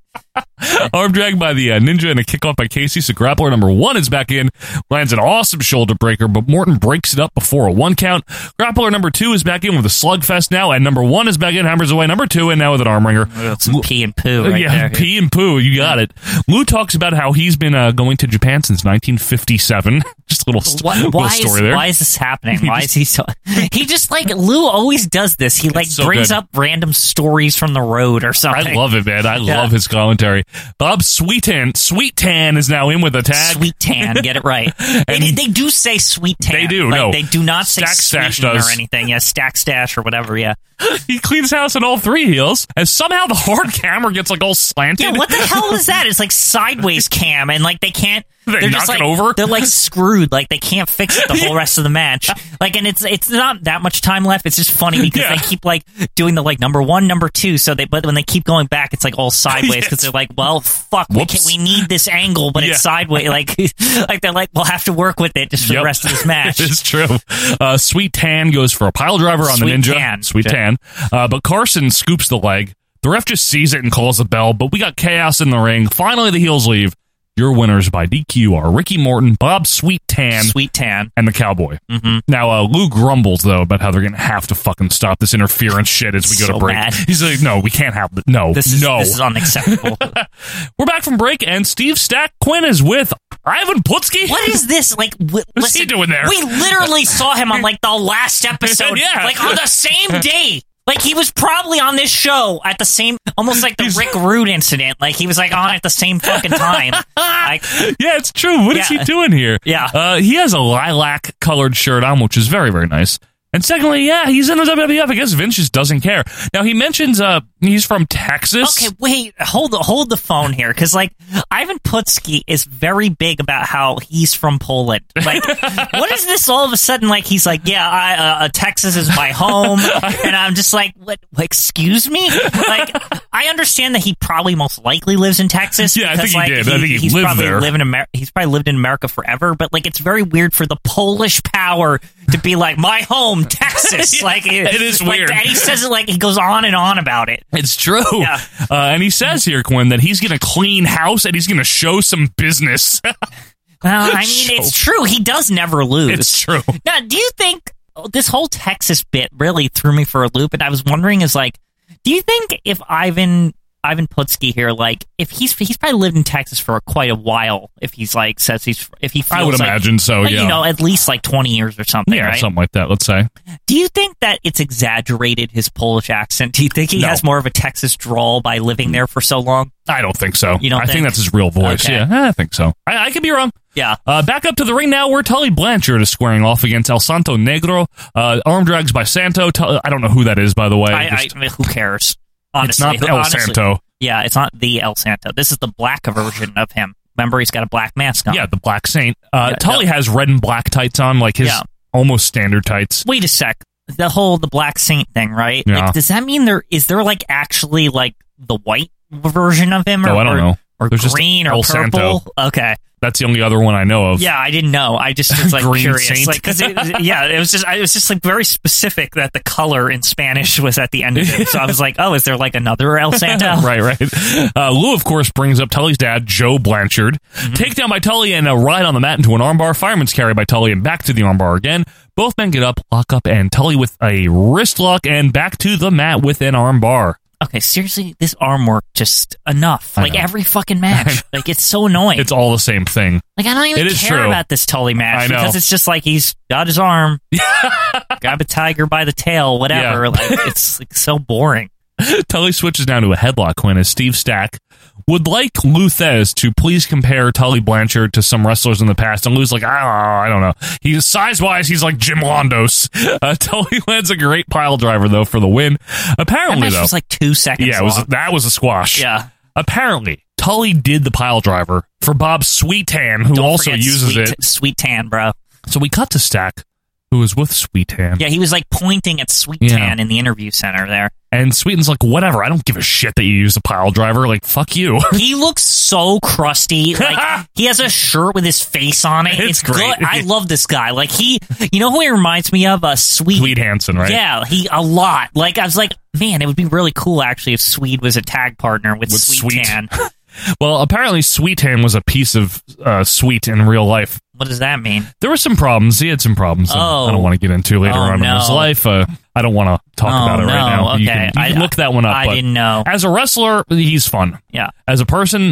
[SPEAKER 1] Arm drag by the uh, ninja and a kickoff by Casey. So grappler number one is back in, lands an awesome shoulder breaker, but Morton breaks it up before a one count. Grappler number two is back in with a slugfest now, and number one is back in, hammers away number two, and now with an arm wringer.
[SPEAKER 2] Some pee and poo right
[SPEAKER 1] uh, yeah,
[SPEAKER 2] there.
[SPEAKER 1] pee and poo. You got it. Lou talks about how he's been uh, going to Japan since 1957. Just a little, st-
[SPEAKER 2] Why-
[SPEAKER 1] little
[SPEAKER 2] why,
[SPEAKER 1] story
[SPEAKER 2] is,
[SPEAKER 1] there.
[SPEAKER 2] why is this happening?
[SPEAKER 1] He
[SPEAKER 2] Why
[SPEAKER 1] just-
[SPEAKER 2] is he so? He just like Lou always does this. He like
[SPEAKER 1] so
[SPEAKER 2] brings
[SPEAKER 1] good.
[SPEAKER 2] up random stories from the road or
[SPEAKER 1] I
[SPEAKER 2] something.
[SPEAKER 1] love it, man. I
[SPEAKER 2] Yeah.
[SPEAKER 1] love his commentary. Bob Sweetan, Sweet Tan is now in with a tag.
[SPEAKER 2] Sweet tan, get it right. they,
[SPEAKER 1] And-
[SPEAKER 2] do- they do say sweet tan.
[SPEAKER 1] They do,
[SPEAKER 2] Like,
[SPEAKER 1] no.
[SPEAKER 2] they do not say
[SPEAKER 1] Stack Stash
[SPEAKER 2] sweeten
[SPEAKER 1] does.
[SPEAKER 2] or anything. Yeah, stack stash or whatever. Yeah.
[SPEAKER 1] he cleans house in all three heels, and somehow the hard camera gets like all slanted.
[SPEAKER 2] Yeah, what the hell is that? It's like sideways cam, and like they can't.
[SPEAKER 1] They
[SPEAKER 2] They're just
[SPEAKER 1] knock
[SPEAKER 2] like
[SPEAKER 1] it over?
[SPEAKER 2] they're like screwed. Like they can't fix it the whole rest of the match. Like, and it's it's not that much time left. It's just funny because
[SPEAKER 1] Yeah.
[SPEAKER 2] they keep like doing the like number one, number two. So they but when they keep going back, it's like all sideways because they're like, well, fuck, we,
[SPEAKER 1] Whoops.
[SPEAKER 2] can, we need this angle, but
[SPEAKER 1] Yeah.
[SPEAKER 2] it's sideways. Like like they're like, we'll have to work with it just for
[SPEAKER 1] Yep.
[SPEAKER 2] the rest of this match.
[SPEAKER 1] it's true. Uh, Sweet Tan goes for a pile driver on
[SPEAKER 2] Sweet
[SPEAKER 1] the ninja.
[SPEAKER 2] Tan.
[SPEAKER 1] Sweet
[SPEAKER 2] Yeah.
[SPEAKER 1] Tan. Uh, but Carson scoops the leg. The ref just sees it and calls the bell, but we got chaos in the ring. Finally, the heels leave. Your winners by DQ are Ricky Morton, Bob Sweet Tan,
[SPEAKER 2] Sweet tan.
[SPEAKER 1] and the Cowboy.
[SPEAKER 2] Mm-hmm.
[SPEAKER 1] Now, uh, Lou grumbles, though, about how they're going to have to fucking stop this interference shit as we go
[SPEAKER 2] So
[SPEAKER 1] to break.
[SPEAKER 2] mad.
[SPEAKER 1] He's like, no, we can't have th- No,
[SPEAKER 2] This is
[SPEAKER 1] no.
[SPEAKER 2] this is unacceptable.
[SPEAKER 1] We're back from break, and Steve Stack Quinn is with Ivan Putski.
[SPEAKER 2] What is this? Like, w-
[SPEAKER 1] What's he
[SPEAKER 2] listen,
[SPEAKER 1] doing there?
[SPEAKER 2] We literally saw him on like the last episode.
[SPEAKER 1] Yeah.
[SPEAKER 2] Like on the same day. Like he was probably on this show at the same, almost like the Rick Rude incident. Like he was like on at the same fucking time. Like,
[SPEAKER 1] Yeah, it's true. What is
[SPEAKER 2] Yeah.
[SPEAKER 1] he doing here?
[SPEAKER 2] Yeah.
[SPEAKER 1] Uh, he has a lilac colored shirt on, which is very, very nice. And secondly, yeah, he's in the WWF. I guess Vince just doesn't care. Now, he mentions uh, he's from Texas.
[SPEAKER 2] okay, wait, hold the hold the phone here, because like Ivan Putski is very big about how he's from Poland. Like, what is this? All of a sudden, like he's like, yeah, I, uh, uh, Texas is my home, and I'm just like, what? Excuse me? Like, I understand that he probably most likely lives in Texas.
[SPEAKER 1] Yeah, I
[SPEAKER 2] because,
[SPEAKER 1] think he
[SPEAKER 2] like,
[SPEAKER 1] did. I think he
[SPEAKER 2] he's
[SPEAKER 1] lived
[SPEAKER 2] probably
[SPEAKER 1] there.
[SPEAKER 2] lived in Amer- he's probably lived in America forever, but like it's very weird for the Polish power to be like my home, Texas. like
[SPEAKER 1] it is
[SPEAKER 2] like,
[SPEAKER 1] weird.
[SPEAKER 2] and he says it like he goes on and on about it.
[SPEAKER 1] It's true. Uh, and he says here, Quinn, that he's going to clean house and he's going to show some business.
[SPEAKER 2] Well, I mean, it's true. He does never lose. It's
[SPEAKER 1] true.
[SPEAKER 2] Now, do you think this whole Texas bit really threw me for a loop? And I was wondering, is like, do you think if Ivan Ivan Putski here, like, if he's he's probably lived in Texas for quite a while, if he's like says he's if he, feels
[SPEAKER 1] I would
[SPEAKER 2] like-
[SPEAKER 1] imagine so,
[SPEAKER 2] like,
[SPEAKER 1] yeah.
[SPEAKER 2] you know, at least like twenty years or something,
[SPEAKER 1] yeah,
[SPEAKER 2] right?
[SPEAKER 1] something like that, let's say.
[SPEAKER 2] Do you think that it's exaggerated his Polish accent? Do you think he
[SPEAKER 1] No.
[SPEAKER 2] has more of a Texas drawl by living there for so long?
[SPEAKER 1] I don't think so.
[SPEAKER 2] You don't
[SPEAKER 1] I think,
[SPEAKER 2] think?
[SPEAKER 1] that's his real voice.
[SPEAKER 2] Okay.
[SPEAKER 1] Yeah, I think so. I, I could be wrong.
[SPEAKER 2] Yeah.
[SPEAKER 1] Uh, back up to the ring now, where Tully Blanchard is squaring off against El Santo Negro. Uh, arm drags by Santo. Tu- I don't know who that is, by the way.
[SPEAKER 2] I,
[SPEAKER 1] Just-
[SPEAKER 2] I, who cares? Honestly,
[SPEAKER 1] not
[SPEAKER 2] who-
[SPEAKER 1] El
[SPEAKER 2] honestly-
[SPEAKER 1] Santo.
[SPEAKER 2] Yeah, it's not the El Santo. This is the black version of him. Remember, he's got a black mask on.
[SPEAKER 1] yeah, the Black Saint. Uh,
[SPEAKER 2] Yeah,
[SPEAKER 1] Tully has red and black tights on, like his
[SPEAKER 2] Yeah.
[SPEAKER 1] almost standard tights.
[SPEAKER 2] Wait a sec. The whole the black saint thing, right?
[SPEAKER 1] Yeah.
[SPEAKER 2] Like, does that mean there is there like actually like the white version of him? Or,
[SPEAKER 1] No, I don't
[SPEAKER 2] or,
[SPEAKER 1] know.
[SPEAKER 2] Or
[SPEAKER 1] There's just
[SPEAKER 2] green or
[SPEAKER 1] El
[SPEAKER 2] purple?
[SPEAKER 1] Santo.
[SPEAKER 2] Okay.
[SPEAKER 1] That's the only other one I know of.
[SPEAKER 2] Yeah, I didn't know. I just was like
[SPEAKER 1] Green
[SPEAKER 2] curious,
[SPEAKER 1] saint.
[SPEAKER 2] like 'cause it, yeah, it was just I it was just like very specific that the color in Spanish was at the end of it. So I was like, oh, is there like another El Santo?
[SPEAKER 1] right, right. Uh, Lou, of course, brings up Tully's dad, Joe Blanchard.
[SPEAKER 2] Mm-hmm.
[SPEAKER 1] Takedown by Tully and a ride on the mat into an armbar. Fireman's carry by Tully and back to the armbar again. Both men get up, lock up, and Tully with a wrist lock and back to the mat with an armbar.
[SPEAKER 2] Okay, seriously, this arm work just enough.
[SPEAKER 1] I
[SPEAKER 2] Like
[SPEAKER 1] know.
[SPEAKER 2] every fucking match, like it's so annoying.
[SPEAKER 1] It's all the same thing.
[SPEAKER 2] Like I don't even
[SPEAKER 1] It is
[SPEAKER 2] care
[SPEAKER 1] true.
[SPEAKER 2] about this Tully match
[SPEAKER 1] I know.
[SPEAKER 2] because it's just like he's got his arm, grab a tiger by the tail, whatever.
[SPEAKER 1] Yeah.
[SPEAKER 2] Like it's like so boring.
[SPEAKER 1] Tully switches now to a headlock when as Steve Stack would like Luthez to please compare Tully Blanchard to some wrestlers in the past. And Lou's like, ah, I don't know. He's size wise, he's like Jim Londos. Uh, Tully lands a great pile driver though for the win.
[SPEAKER 2] That
[SPEAKER 1] Apparently
[SPEAKER 2] match
[SPEAKER 1] though,
[SPEAKER 2] was like two seconds.
[SPEAKER 1] yeah, it was
[SPEAKER 2] long.
[SPEAKER 1] that was a squash.
[SPEAKER 2] Yeah.
[SPEAKER 1] Apparently, Tully did the pile driver for Bob Sweetan, who
[SPEAKER 2] Don't
[SPEAKER 1] also
[SPEAKER 2] forget
[SPEAKER 1] uses
[SPEAKER 2] sweet,
[SPEAKER 1] it. Hmm.
[SPEAKER 2] Sweet Tan, bro.
[SPEAKER 1] So we cut to Stack, who is with Sweetan.
[SPEAKER 2] Yeah, he was like pointing at Sweet
[SPEAKER 1] Yeah.
[SPEAKER 2] Tan in the interview center there.
[SPEAKER 1] And Sweetan's like, whatever, I don't give a shit that you use a pile driver. Like, fuck you.
[SPEAKER 2] He looks so crusty. Like he has a shirt with his face on it.
[SPEAKER 1] It's
[SPEAKER 2] It's,
[SPEAKER 1] great.
[SPEAKER 2] good. I love this guy. Like he, you know who he reminds me of? A sweet.
[SPEAKER 1] Sweet Hansen, right?
[SPEAKER 2] Yeah, he a lot. Like I was like, man, it would be really cool actually if Swede was a tag partner with,
[SPEAKER 1] With
[SPEAKER 2] Sweet,
[SPEAKER 1] Sweet.
[SPEAKER 2] Tan.
[SPEAKER 1] Well, apparently, Sweetan was a piece of uh, sweet in real life.
[SPEAKER 2] What does that mean?
[SPEAKER 1] There were some problems. He had some problems. that
[SPEAKER 2] Oh.
[SPEAKER 1] I don't want to get into later
[SPEAKER 2] Oh,
[SPEAKER 1] on in his
[SPEAKER 2] no.
[SPEAKER 1] life. Uh, I don't want to talk
[SPEAKER 2] Oh,
[SPEAKER 1] about it right
[SPEAKER 2] no.
[SPEAKER 1] now. You can,
[SPEAKER 2] Okay.
[SPEAKER 1] you can
[SPEAKER 2] I-
[SPEAKER 1] look that one up.
[SPEAKER 2] I
[SPEAKER 1] but
[SPEAKER 2] didn't know.
[SPEAKER 1] As a wrestler, he's fun.
[SPEAKER 2] Yeah.
[SPEAKER 1] As a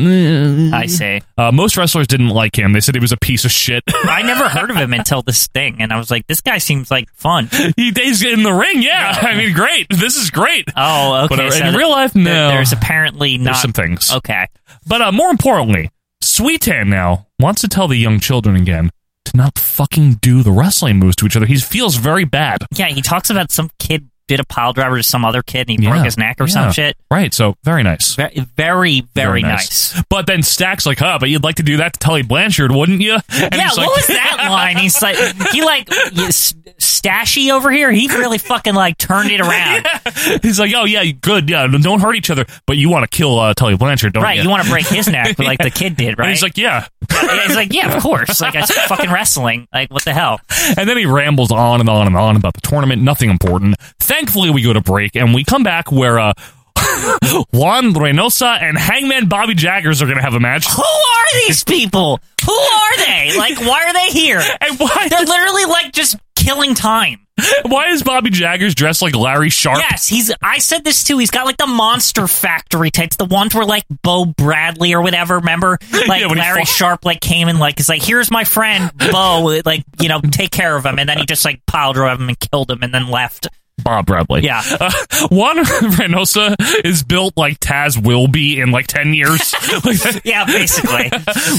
[SPEAKER 1] person,
[SPEAKER 2] I see.
[SPEAKER 1] Uh, most wrestlers didn't like him. They said he was a piece of shit.
[SPEAKER 2] I never heard of him until this thing, and I was like, this guy seems like fun.
[SPEAKER 1] he, he's in the ring. Yeah. I mean, great. This is great.
[SPEAKER 2] Oh, okay.
[SPEAKER 1] But, uh,
[SPEAKER 2] so
[SPEAKER 1] in
[SPEAKER 2] th-
[SPEAKER 1] real life,
[SPEAKER 2] there-
[SPEAKER 1] no.
[SPEAKER 2] there's apparently not
[SPEAKER 1] There's some things.
[SPEAKER 2] Okay.
[SPEAKER 1] But uh, more importantly, Sweetan now wants to tell the young children again to not fucking do the wrestling moves to each other. He feels very bad.
[SPEAKER 2] Yeah, he talks about some kid did a pile driver to some other kid and he
[SPEAKER 1] Yeah,
[SPEAKER 2] broke his neck or some
[SPEAKER 1] yeah.
[SPEAKER 2] shit.
[SPEAKER 1] Right. So very nice.
[SPEAKER 2] Ve- Very, very, nice.
[SPEAKER 1] But then Stack's like, huh, but you'd like to do that to Tully Blanchard, wouldn't you? And
[SPEAKER 2] yeah,
[SPEAKER 1] he's
[SPEAKER 2] what
[SPEAKER 1] like,
[SPEAKER 2] was that line? He's like, he like you s- stashy over here. He really fucking like turned it around.
[SPEAKER 1] He's like, oh, yeah, good. Yeah, don't hurt each other, but you want to kill uh, Tully Blanchard, don't
[SPEAKER 2] right,
[SPEAKER 1] you?
[SPEAKER 2] you want to break his neck, like the kid did,
[SPEAKER 1] And
[SPEAKER 2] right?
[SPEAKER 1] he's like, yeah.
[SPEAKER 2] Yeah, he's like, yeah, of course. Like, it's fucking wrestling. Like, what the hell?
[SPEAKER 1] And then he rambles on and on and on about the tournament. Nothing important. Thankfully, we go to break and we come back where uh, Juan Reynosa and Hangman Bobby Jaggers are going to have a match.
[SPEAKER 2] Who are these people? Who are they? Like, why are they here?
[SPEAKER 1] And why,
[SPEAKER 2] They're literally like just killing time.
[SPEAKER 1] why is Bobby Jaggers dressed like Larry Sharp?
[SPEAKER 2] Yes, he's. I said this too. He's got like the Monster Factory types, the ones where like Bo Bradley or whatever. Remember, like
[SPEAKER 1] Yeah, when he
[SPEAKER 2] Larry
[SPEAKER 1] fought.
[SPEAKER 2] Sharp like came and like is like, here's my friend Bo. Like, you know, take care of him, and then he just like pile drove him and killed him, and then left.
[SPEAKER 1] Bob Bradley.
[SPEAKER 2] Yeah.
[SPEAKER 1] Uh, Juan Reynosa is built like Taz will be in like 10 years. Like,
[SPEAKER 2] Yeah, basically.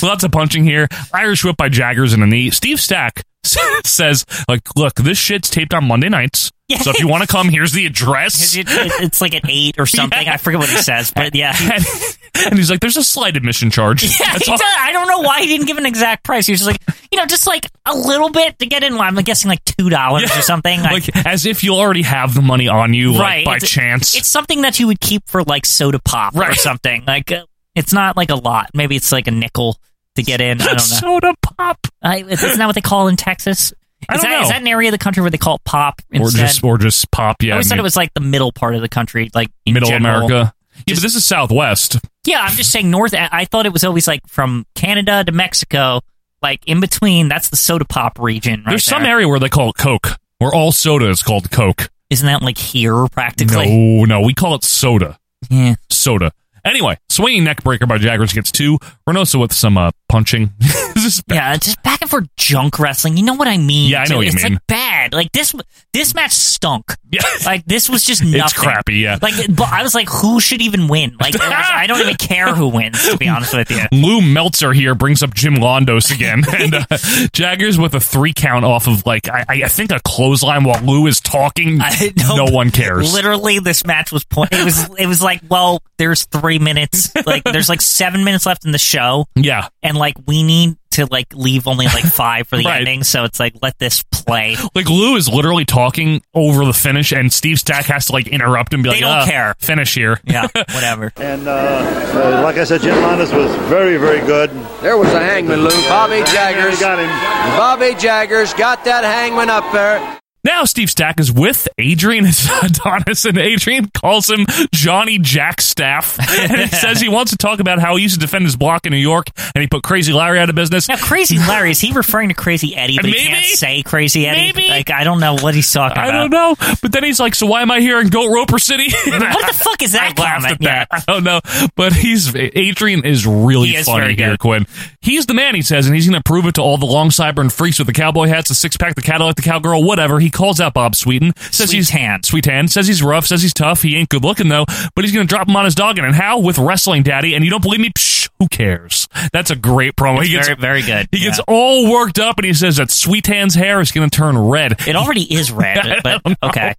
[SPEAKER 1] Lots of punching here. Irish whip by Jaggers and a knee. Steve Stack says, like, look, this shit's taped on Monday nights. So if you want to come, here's the address.
[SPEAKER 2] It- it- it's like an eight or something. I forget what he says, but yeah.
[SPEAKER 1] and, and he's like, "There's a slight admission charge."
[SPEAKER 2] Yeah, he
[SPEAKER 1] That's all.
[SPEAKER 2] does. I don't know why he didn't give an exact price. He was just like, you know, just like a little bit to get in. I'm guessing like two dollars or something. Like,
[SPEAKER 1] Like as if you already have the money on you, like
[SPEAKER 2] right
[SPEAKER 1] by
[SPEAKER 2] it's-
[SPEAKER 1] chance.
[SPEAKER 2] It's something that you would keep for like soda pop or something. Like uh, it's not like a lot. Maybe it's like a nickel to get in. I don't know.
[SPEAKER 1] soda pop.
[SPEAKER 2] I, isn't that what they call in Texas?
[SPEAKER 1] I
[SPEAKER 2] Is
[SPEAKER 1] don't
[SPEAKER 2] that,
[SPEAKER 1] know.
[SPEAKER 2] is that an area of the country where they call it pop
[SPEAKER 1] or
[SPEAKER 2] instead?
[SPEAKER 1] just or just pop? Yeah,
[SPEAKER 2] I always
[SPEAKER 1] I
[SPEAKER 2] thought
[SPEAKER 1] mean,
[SPEAKER 2] it was like the middle part of the country, like in
[SPEAKER 1] middle
[SPEAKER 2] general.
[SPEAKER 1] America. Yeah, but this is Southwest.
[SPEAKER 2] Yeah, I'm just saying north. I I thought it was always like from Canada to Mexico, like in between. That's the soda pop region. Right
[SPEAKER 1] There's some
[SPEAKER 2] there.
[SPEAKER 1] area where they call it Coke, where all soda is called Coke.
[SPEAKER 2] Isn't that like here practically?
[SPEAKER 1] No, no, we call it soda.
[SPEAKER 2] Yeah.
[SPEAKER 1] Soda. Anyway, swinging neck breaker by Jaggers gets two. Renosa with some uh, punching.
[SPEAKER 2] Yeah, it's just back and forth junk wrestling. You know what I mean?
[SPEAKER 1] Yeah, I know
[SPEAKER 2] dude?
[SPEAKER 1] what you
[SPEAKER 2] it's
[SPEAKER 1] mean.
[SPEAKER 2] like bad. Like this, this match stunk. Yeah, like this was just nothing.
[SPEAKER 1] It's crappy, yeah.
[SPEAKER 2] Like, but I was like, who should even win? Like, it was- I don't even care who wins. To be honest with you,
[SPEAKER 1] Lou Meltzer here brings up Jim Londos again, and uh, Jaggers with a three count off of like I, I I think a clothesline while Lou is talking.
[SPEAKER 2] I-
[SPEAKER 1] no one cares.
[SPEAKER 2] Literally, this match was point. It was it was like, well, there's three minutes. Like, there's like seven minutes left in the show.
[SPEAKER 1] Yeah.
[SPEAKER 2] and like we need to like leave only like five for the
[SPEAKER 1] Right.
[SPEAKER 2] ending. So it's like let this play.
[SPEAKER 1] Like Lou is literally talking over the finish, and Steve Stack has to like interrupt and be
[SPEAKER 2] They
[SPEAKER 1] like,
[SPEAKER 2] don't
[SPEAKER 1] "Uh,
[SPEAKER 2] care."
[SPEAKER 1] Finish here.
[SPEAKER 2] Yeah, whatever.
[SPEAKER 18] And uh, uh, like I said, Jim Landis was very, very good.
[SPEAKER 17] There was a hangman, Lou. Bobby Jaggers.
[SPEAKER 18] got him.
[SPEAKER 17] Bobby Jaggers got that hangman up there.
[SPEAKER 1] Now Steve Stack is with Adrian Adonis, and Adrian calls him Johnny Jackstaff, and he says he wants to talk about how he used to defend his block in New York, and he put Crazy Larry out of business.
[SPEAKER 2] Now, Crazy Larry is he referring to Crazy Eddie? But he can't
[SPEAKER 1] Maybe.
[SPEAKER 2] say Crazy Eddie.
[SPEAKER 1] Maybe.
[SPEAKER 2] Like I don't know what he's talking
[SPEAKER 1] I don't
[SPEAKER 2] about.
[SPEAKER 1] know, but then he's like, "So why am I here in Goat Roper City?" And I
[SPEAKER 2] What the fuck is that
[SPEAKER 1] laughed
[SPEAKER 2] comment?
[SPEAKER 1] at that. I don't know, but he's Adrian is really
[SPEAKER 2] He is
[SPEAKER 1] funny
[SPEAKER 2] very
[SPEAKER 1] here,
[SPEAKER 2] good.
[SPEAKER 1] Quinn. He's the man, he says, and he's going to prove it to all the long sideburn freaks with the cowboy hats, the six pack, the Cadillac, the cowgirl, whatever. He calls out Bob Sweeten, says
[SPEAKER 2] Sweet
[SPEAKER 1] he's
[SPEAKER 2] Tan.
[SPEAKER 1] Sweet Tan, says he's rough, says he's tough. He ain't good looking though, but he's going to drop him on his dog. And how with wrestling, daddy? And you don't believe me? Psh, who cares? That's a great promo.
[SPEAKER 2] It's
[SPEAKER 1] he gets
[SPEAKER 2] very, very good.
[SPEAKER 1] He gets
[SPEAKER 2] Yeah.
[SPEAKER 1] all worked up, and he says that Sweet Tan's hair is going to turn red.
[SPEAKER 2] It already is red, but okay.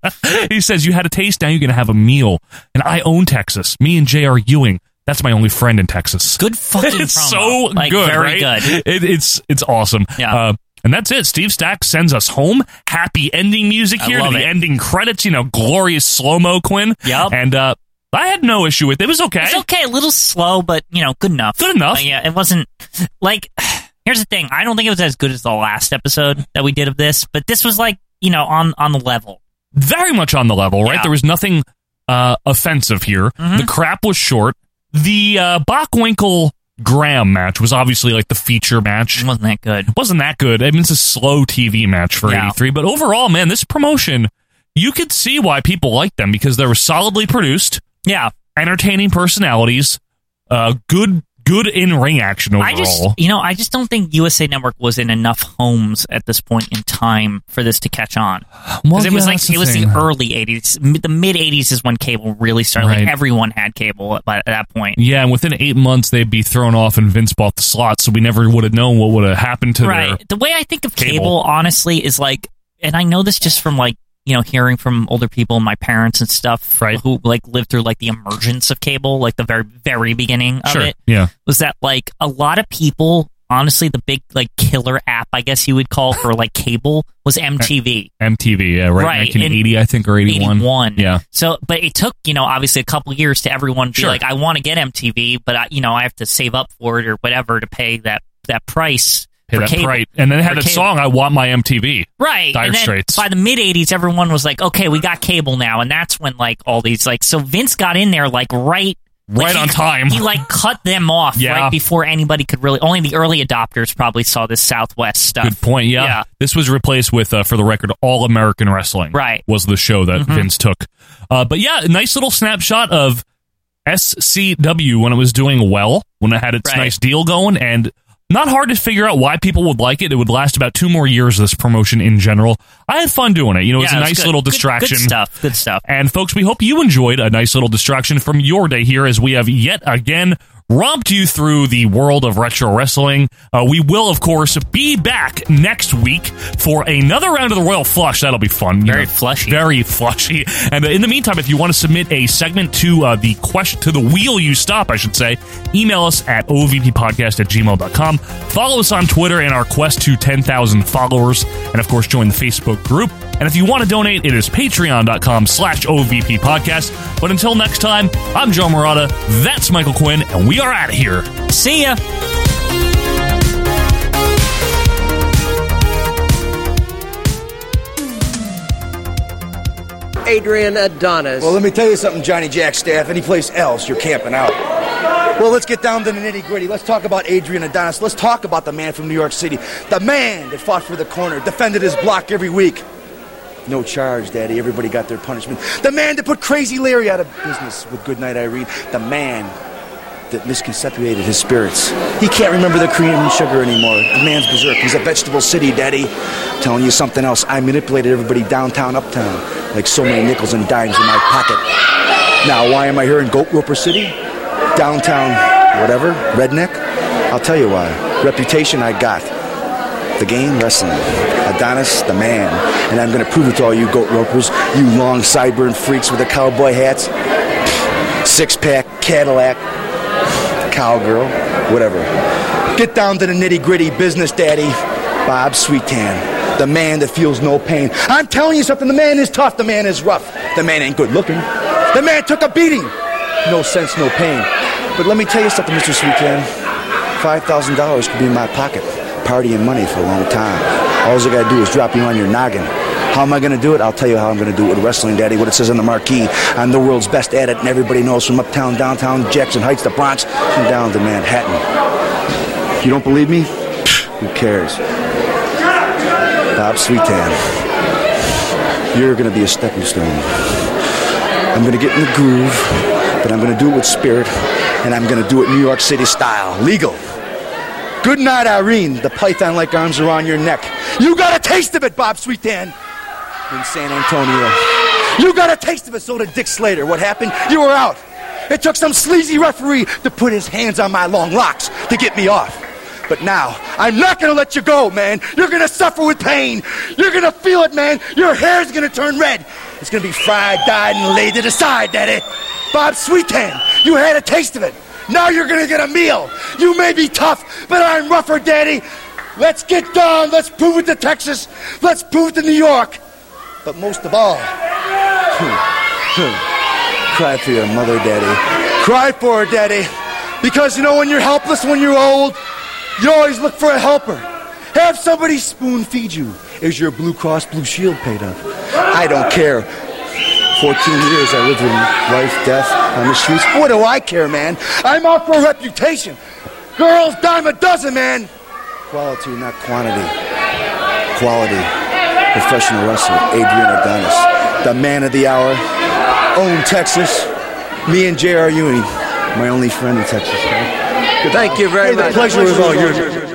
[SPEAKER 1] he says, You had a taste, now you're going to have a meal. And I own Texas. Me and J.R. Ewing. That's my only friend in Texas.
[SPEAKER 2] Good fucking
[SPEAKER 1] It's
[SPEAKER 2] promo.
[SPEAKER 1] so
[SPEAKER 2] Like,
[SPEAKER 1] good.
[SPEAKER 2] very
[SPEAKER 1] right?
[SPEAKER 2] good.
[SPEAKER 1] It, it's, it's awesome.
[SPEAKER 2] Yeah.
[SPEAKER 1] Uh, and that's it. Steve Stack sends us home. Happy ending music
[SPEAKER 2] I
[SPEAKER 1] here to
[SPEAKER 2] love
[SPEAKER 1] the
[SPEAKER 2] it.
[SPEAKER 1] ending credits. You know, glorious slow mo, Quinn.
[SPEAKER 2] Yep.
[SPEAKER 1] And uh, I had no issue with it. It was okay.
[SPEAKER 2] It's okay, a little slow, but you know, good enough.
[SPEAKER 1] Good enough.
[SPEAKER 2] Uh, yeah, it wasn't like. Here's the thing: I don't think it was as good as the last episode that we did of this, but this was like you know on on the level.
[SPEAKER 1] very much on the level, right?
[SPEAKER 2] Yeah. Mm-hmm.
[SPEAKER 1] There was nothing uh, offensive here. The crap was short. The uh, Bockwinkel Graham match was obviously like the feature match.
[SPEAKER 2] Wasn't that good?
[SPEAKER 1] Wasn't that good? I mean, it's a slow TV match for
[SPEAKER 2] Yeah.
[SPEAKER 1] '83, but overall, man, this promotion you could see why people liked them because they were solidly produced,
[SPEAKER 2] Yeah,
[SPEAKER 1] entertaining personalities, uh, good good in ring action overall.
[SPEAKER 2] I just e- you know I just don't think USA Network was in enough homes at this point in time for this to catch on.
[SPEAKER 1] Well,
[SPEAKER 2] Because it was
[SPEAKER 1] yeah,
[SPEAKER 2] like
[SPEAKER 1] that's the
[SPEAKER 2] it was
[SPEAKER 1] thing.
[SPEAKER 2] the early '80s, M- the mid '80s is when cable really started.
[SPEAKER 1] Right.
[SPEAKER 2] Like everyone had cable at, at that point.
[SPEAKER 1] Yeah, and within eight months they'd be thrown off, and Vince bought the slot, so we never would have known what would have happened to
[SPEAKER 2] right.
[SPEAKER 1] their
[SPEAKER 2] The way I think of cable,
[SPEAKER 1] cable.
[SPEAKER 2] honestly, is like, and I know this just from like you know hearing from older people, my parents and stuff, right? Who like lived through like the emergence of cable, like the very very beginning of
[SPEAKER 1] Sure.
[SPEAKER 2] it.
[SPEAKER 1] Yeah.
[SPEAKER 2] was that like a lot of people. Honestly, the big like killer app, I guess you would call for like cable, was MTV.
[SPEAKER 1] MTV, yeah, right,
[SPEAKER 2] Right,
[SPEAKER 1] 1980, I think, or 81.
[SPEAKER 2] 81.
[SPEAKER 1] Yeah.
[SPEAKER 2] So, but it took you know obviously a couple years to everyone be
[SPEAKER 1] Sure.
[SPEAKER 2] like, I want to get MTV, but I you know I have to save up for it or whatever to pay that that price.
[SPEAKER 1] Hey,
[SPEAKER 2] for
[SPEAKER 1] that
[SPEAKER 2] cable-
[SPEAKER 1] right. And then it had
[SPEAKER 2] for
[SPEAKER 1] that
[SPEAKER 2] cable.
[SPEAKER 1] song, I Want My MTV.
[SPEAKER 2] Right.
[SPEAKER 1] Dire
[SPEAKER 2] and then
[SPEAKER 1] Straits.
[SPEAKER 2] By the mid 80s, everyone was like, okay, we got cable now. And that's when, like, all these, like, so Vince got in there, like, right. like,
[SPEAKER 1] Right
[SPEAKER 2] he-
[SPEAKER 1] on time.
[SPEAKER 2] He, like, cut them off
[SPEAKER 1] Yeah.
[SPEAKER 2] right before anybody could really. Only the early adopters probably saw this Southwest stuff.
[SPEAKER 1] Good point. Yeah.
[SPEAKER 2] Yeah.
[SPEAKER 1] This was replaced with, uh, for the record, All American Wrestling.
[SPEAKER 2] Right. Mm-hmm.
[SPEAKER 1] Was the show that Vince took. Uh, but yeah, nice little snapshot of SCW when it was doing well, when it had its
[SPEAKER 2] Right.
[SPEAKER 1] nice deal going, and not hard to figure out why people would like it. It would last about two more years, this promotion in general. I had fun doing it. You know, it was
[SPEAKER 2] Yeah,
[SPEAKER 1] a
[SPEAKER 2] it was
[SPEAKER 1] nice
[SPEAKER 2] good.
[SPEAKER 1] little
[SPEAKER 2] Good- good
[SPEAKER 1] distraction.
[SPEAKER 2] stuff. Good stuff.
[SPEAKER 1] And folks, we hope you enjoyed a nice little distraction from your day here as we have yet again romped you through the world of retro wrestling. Uh, we will, of course, be back next week for another round of the Royal Flush. That'll be fun. Very
[SPEAKER 2] flushy.
[SPEAKER 1] Very flushy. And uh, in the meantime, if you want to submit a segment to uh, the question, to the wheel you stop, I should say, email us at ovppodcast at gmail.com. Follow us on Twitter in our quest to 10,000 followers. And of course, join the Facebook group. And if you want to donate, it is patreon.com slash OVP podcast. But until next time, I'm Joe Morata. That's Michael Quinn. And we are out of here.
[SPEAKER 2] See ya.
[SPEAKER 17] Adrian Adonis.
[SPEAKER 3] Well, let me tell you something, Johnny Jack staff. Any place else, you're camping out. Well, let's get down to the nitty gritty. Let's talk about Adrian Adonis. Let's talk about the man from New York City. The man that fought for the corner, defended his block every week. No charge, Daddy. Everybody got their punishment. The man that put Crazy Larry out of business with Goodnight Irene. The man that misconceptuated his spirits. He can't remember the cream and sugar anymore. The man's berserk. He's a vegetable city, Daddy. Telling you something else. I manipulated everybody downtown, uptown, like so many nickels and dimes in my pocket. Now, why am I here in Goat Roper City? Downtown, whatever, redneck? I'll tell you why. Reputation I got. The game wrestling. Adonis, the man. And I'm going to prove it to all you goat ropers, you long sideburn freaks with the cowboy hats, six pack, Cadillac, cowgirl, whatever. Get down to the nitty gritty business, daddy. Bob Sweetan, the man that feels no pain. I'm telling you something, the man is tough, the man is rough, the man ain't good looking. The man took a beating. No sense, no pain. But let me tell you something, Mr. Sweetan. $5,000 could be in my pocket, partying money for a long time. All I gotta do is drop you on your noggin. How am I gonna do it? I'll tell you how I'm gonna do it with wrestling, Daddy, what it says on the marquee. I'm the world's best at it, and everybody knows from uptown, downtown, Jackson Heights, the Bronx, and down to Manhattan. You don't believe me? Who cares? Bob Sweetan, you're gonna be a stepping stone. I'm gonna get in the groove, but I'm gonna do it with spirit, and I'm gonna do it New York City style, legal. Good night, Irene. The python-like arms are on your neck. You got a taste of it, Bob Sweetan, in San Antonio. You got a taste of it. So did Dick Slater. What happened? You were out. It took some sleazy referee to put his hands on my long locks to get me off. But now, I'm not gonna let you go, man. You're gonna suffer with pain. You're gonna feel it, man. Your hair's gonna turn red. It's gonna be fried, dyed, and laid to the side, Daddy. Bob Sweetan, you had a taste of it. Now you're gonna get a meal. You may be tough, but I'm rougher, Daddy. Let's get down. Let's prove it to Texas. Let's prove it to New York. But most of all, Cry for your mother, Daddy. Cry for her, Daddy. Because you know, when you're helpless, when you're old, you always look for a helper. Have somebody spoon feed you. Is your Blue Cross Blue Shield paid up? I don't care. 14 years I lived in life, death, on the streets. What do I care, man? I'm out for a reputation. Girls, dime a dozen, man. Quality, not quantity. Quality. Professional wrestler, Adrian Adonis. The man of the hour. Own Texas. Me and J.R. Ewing, my only friend in Texas.
[SPEAKER 17] Thank you very
[SPEAKER 3] Hey, the
[SPEAKER 17] much.
[SPEAKER 3] pleasure was all yours.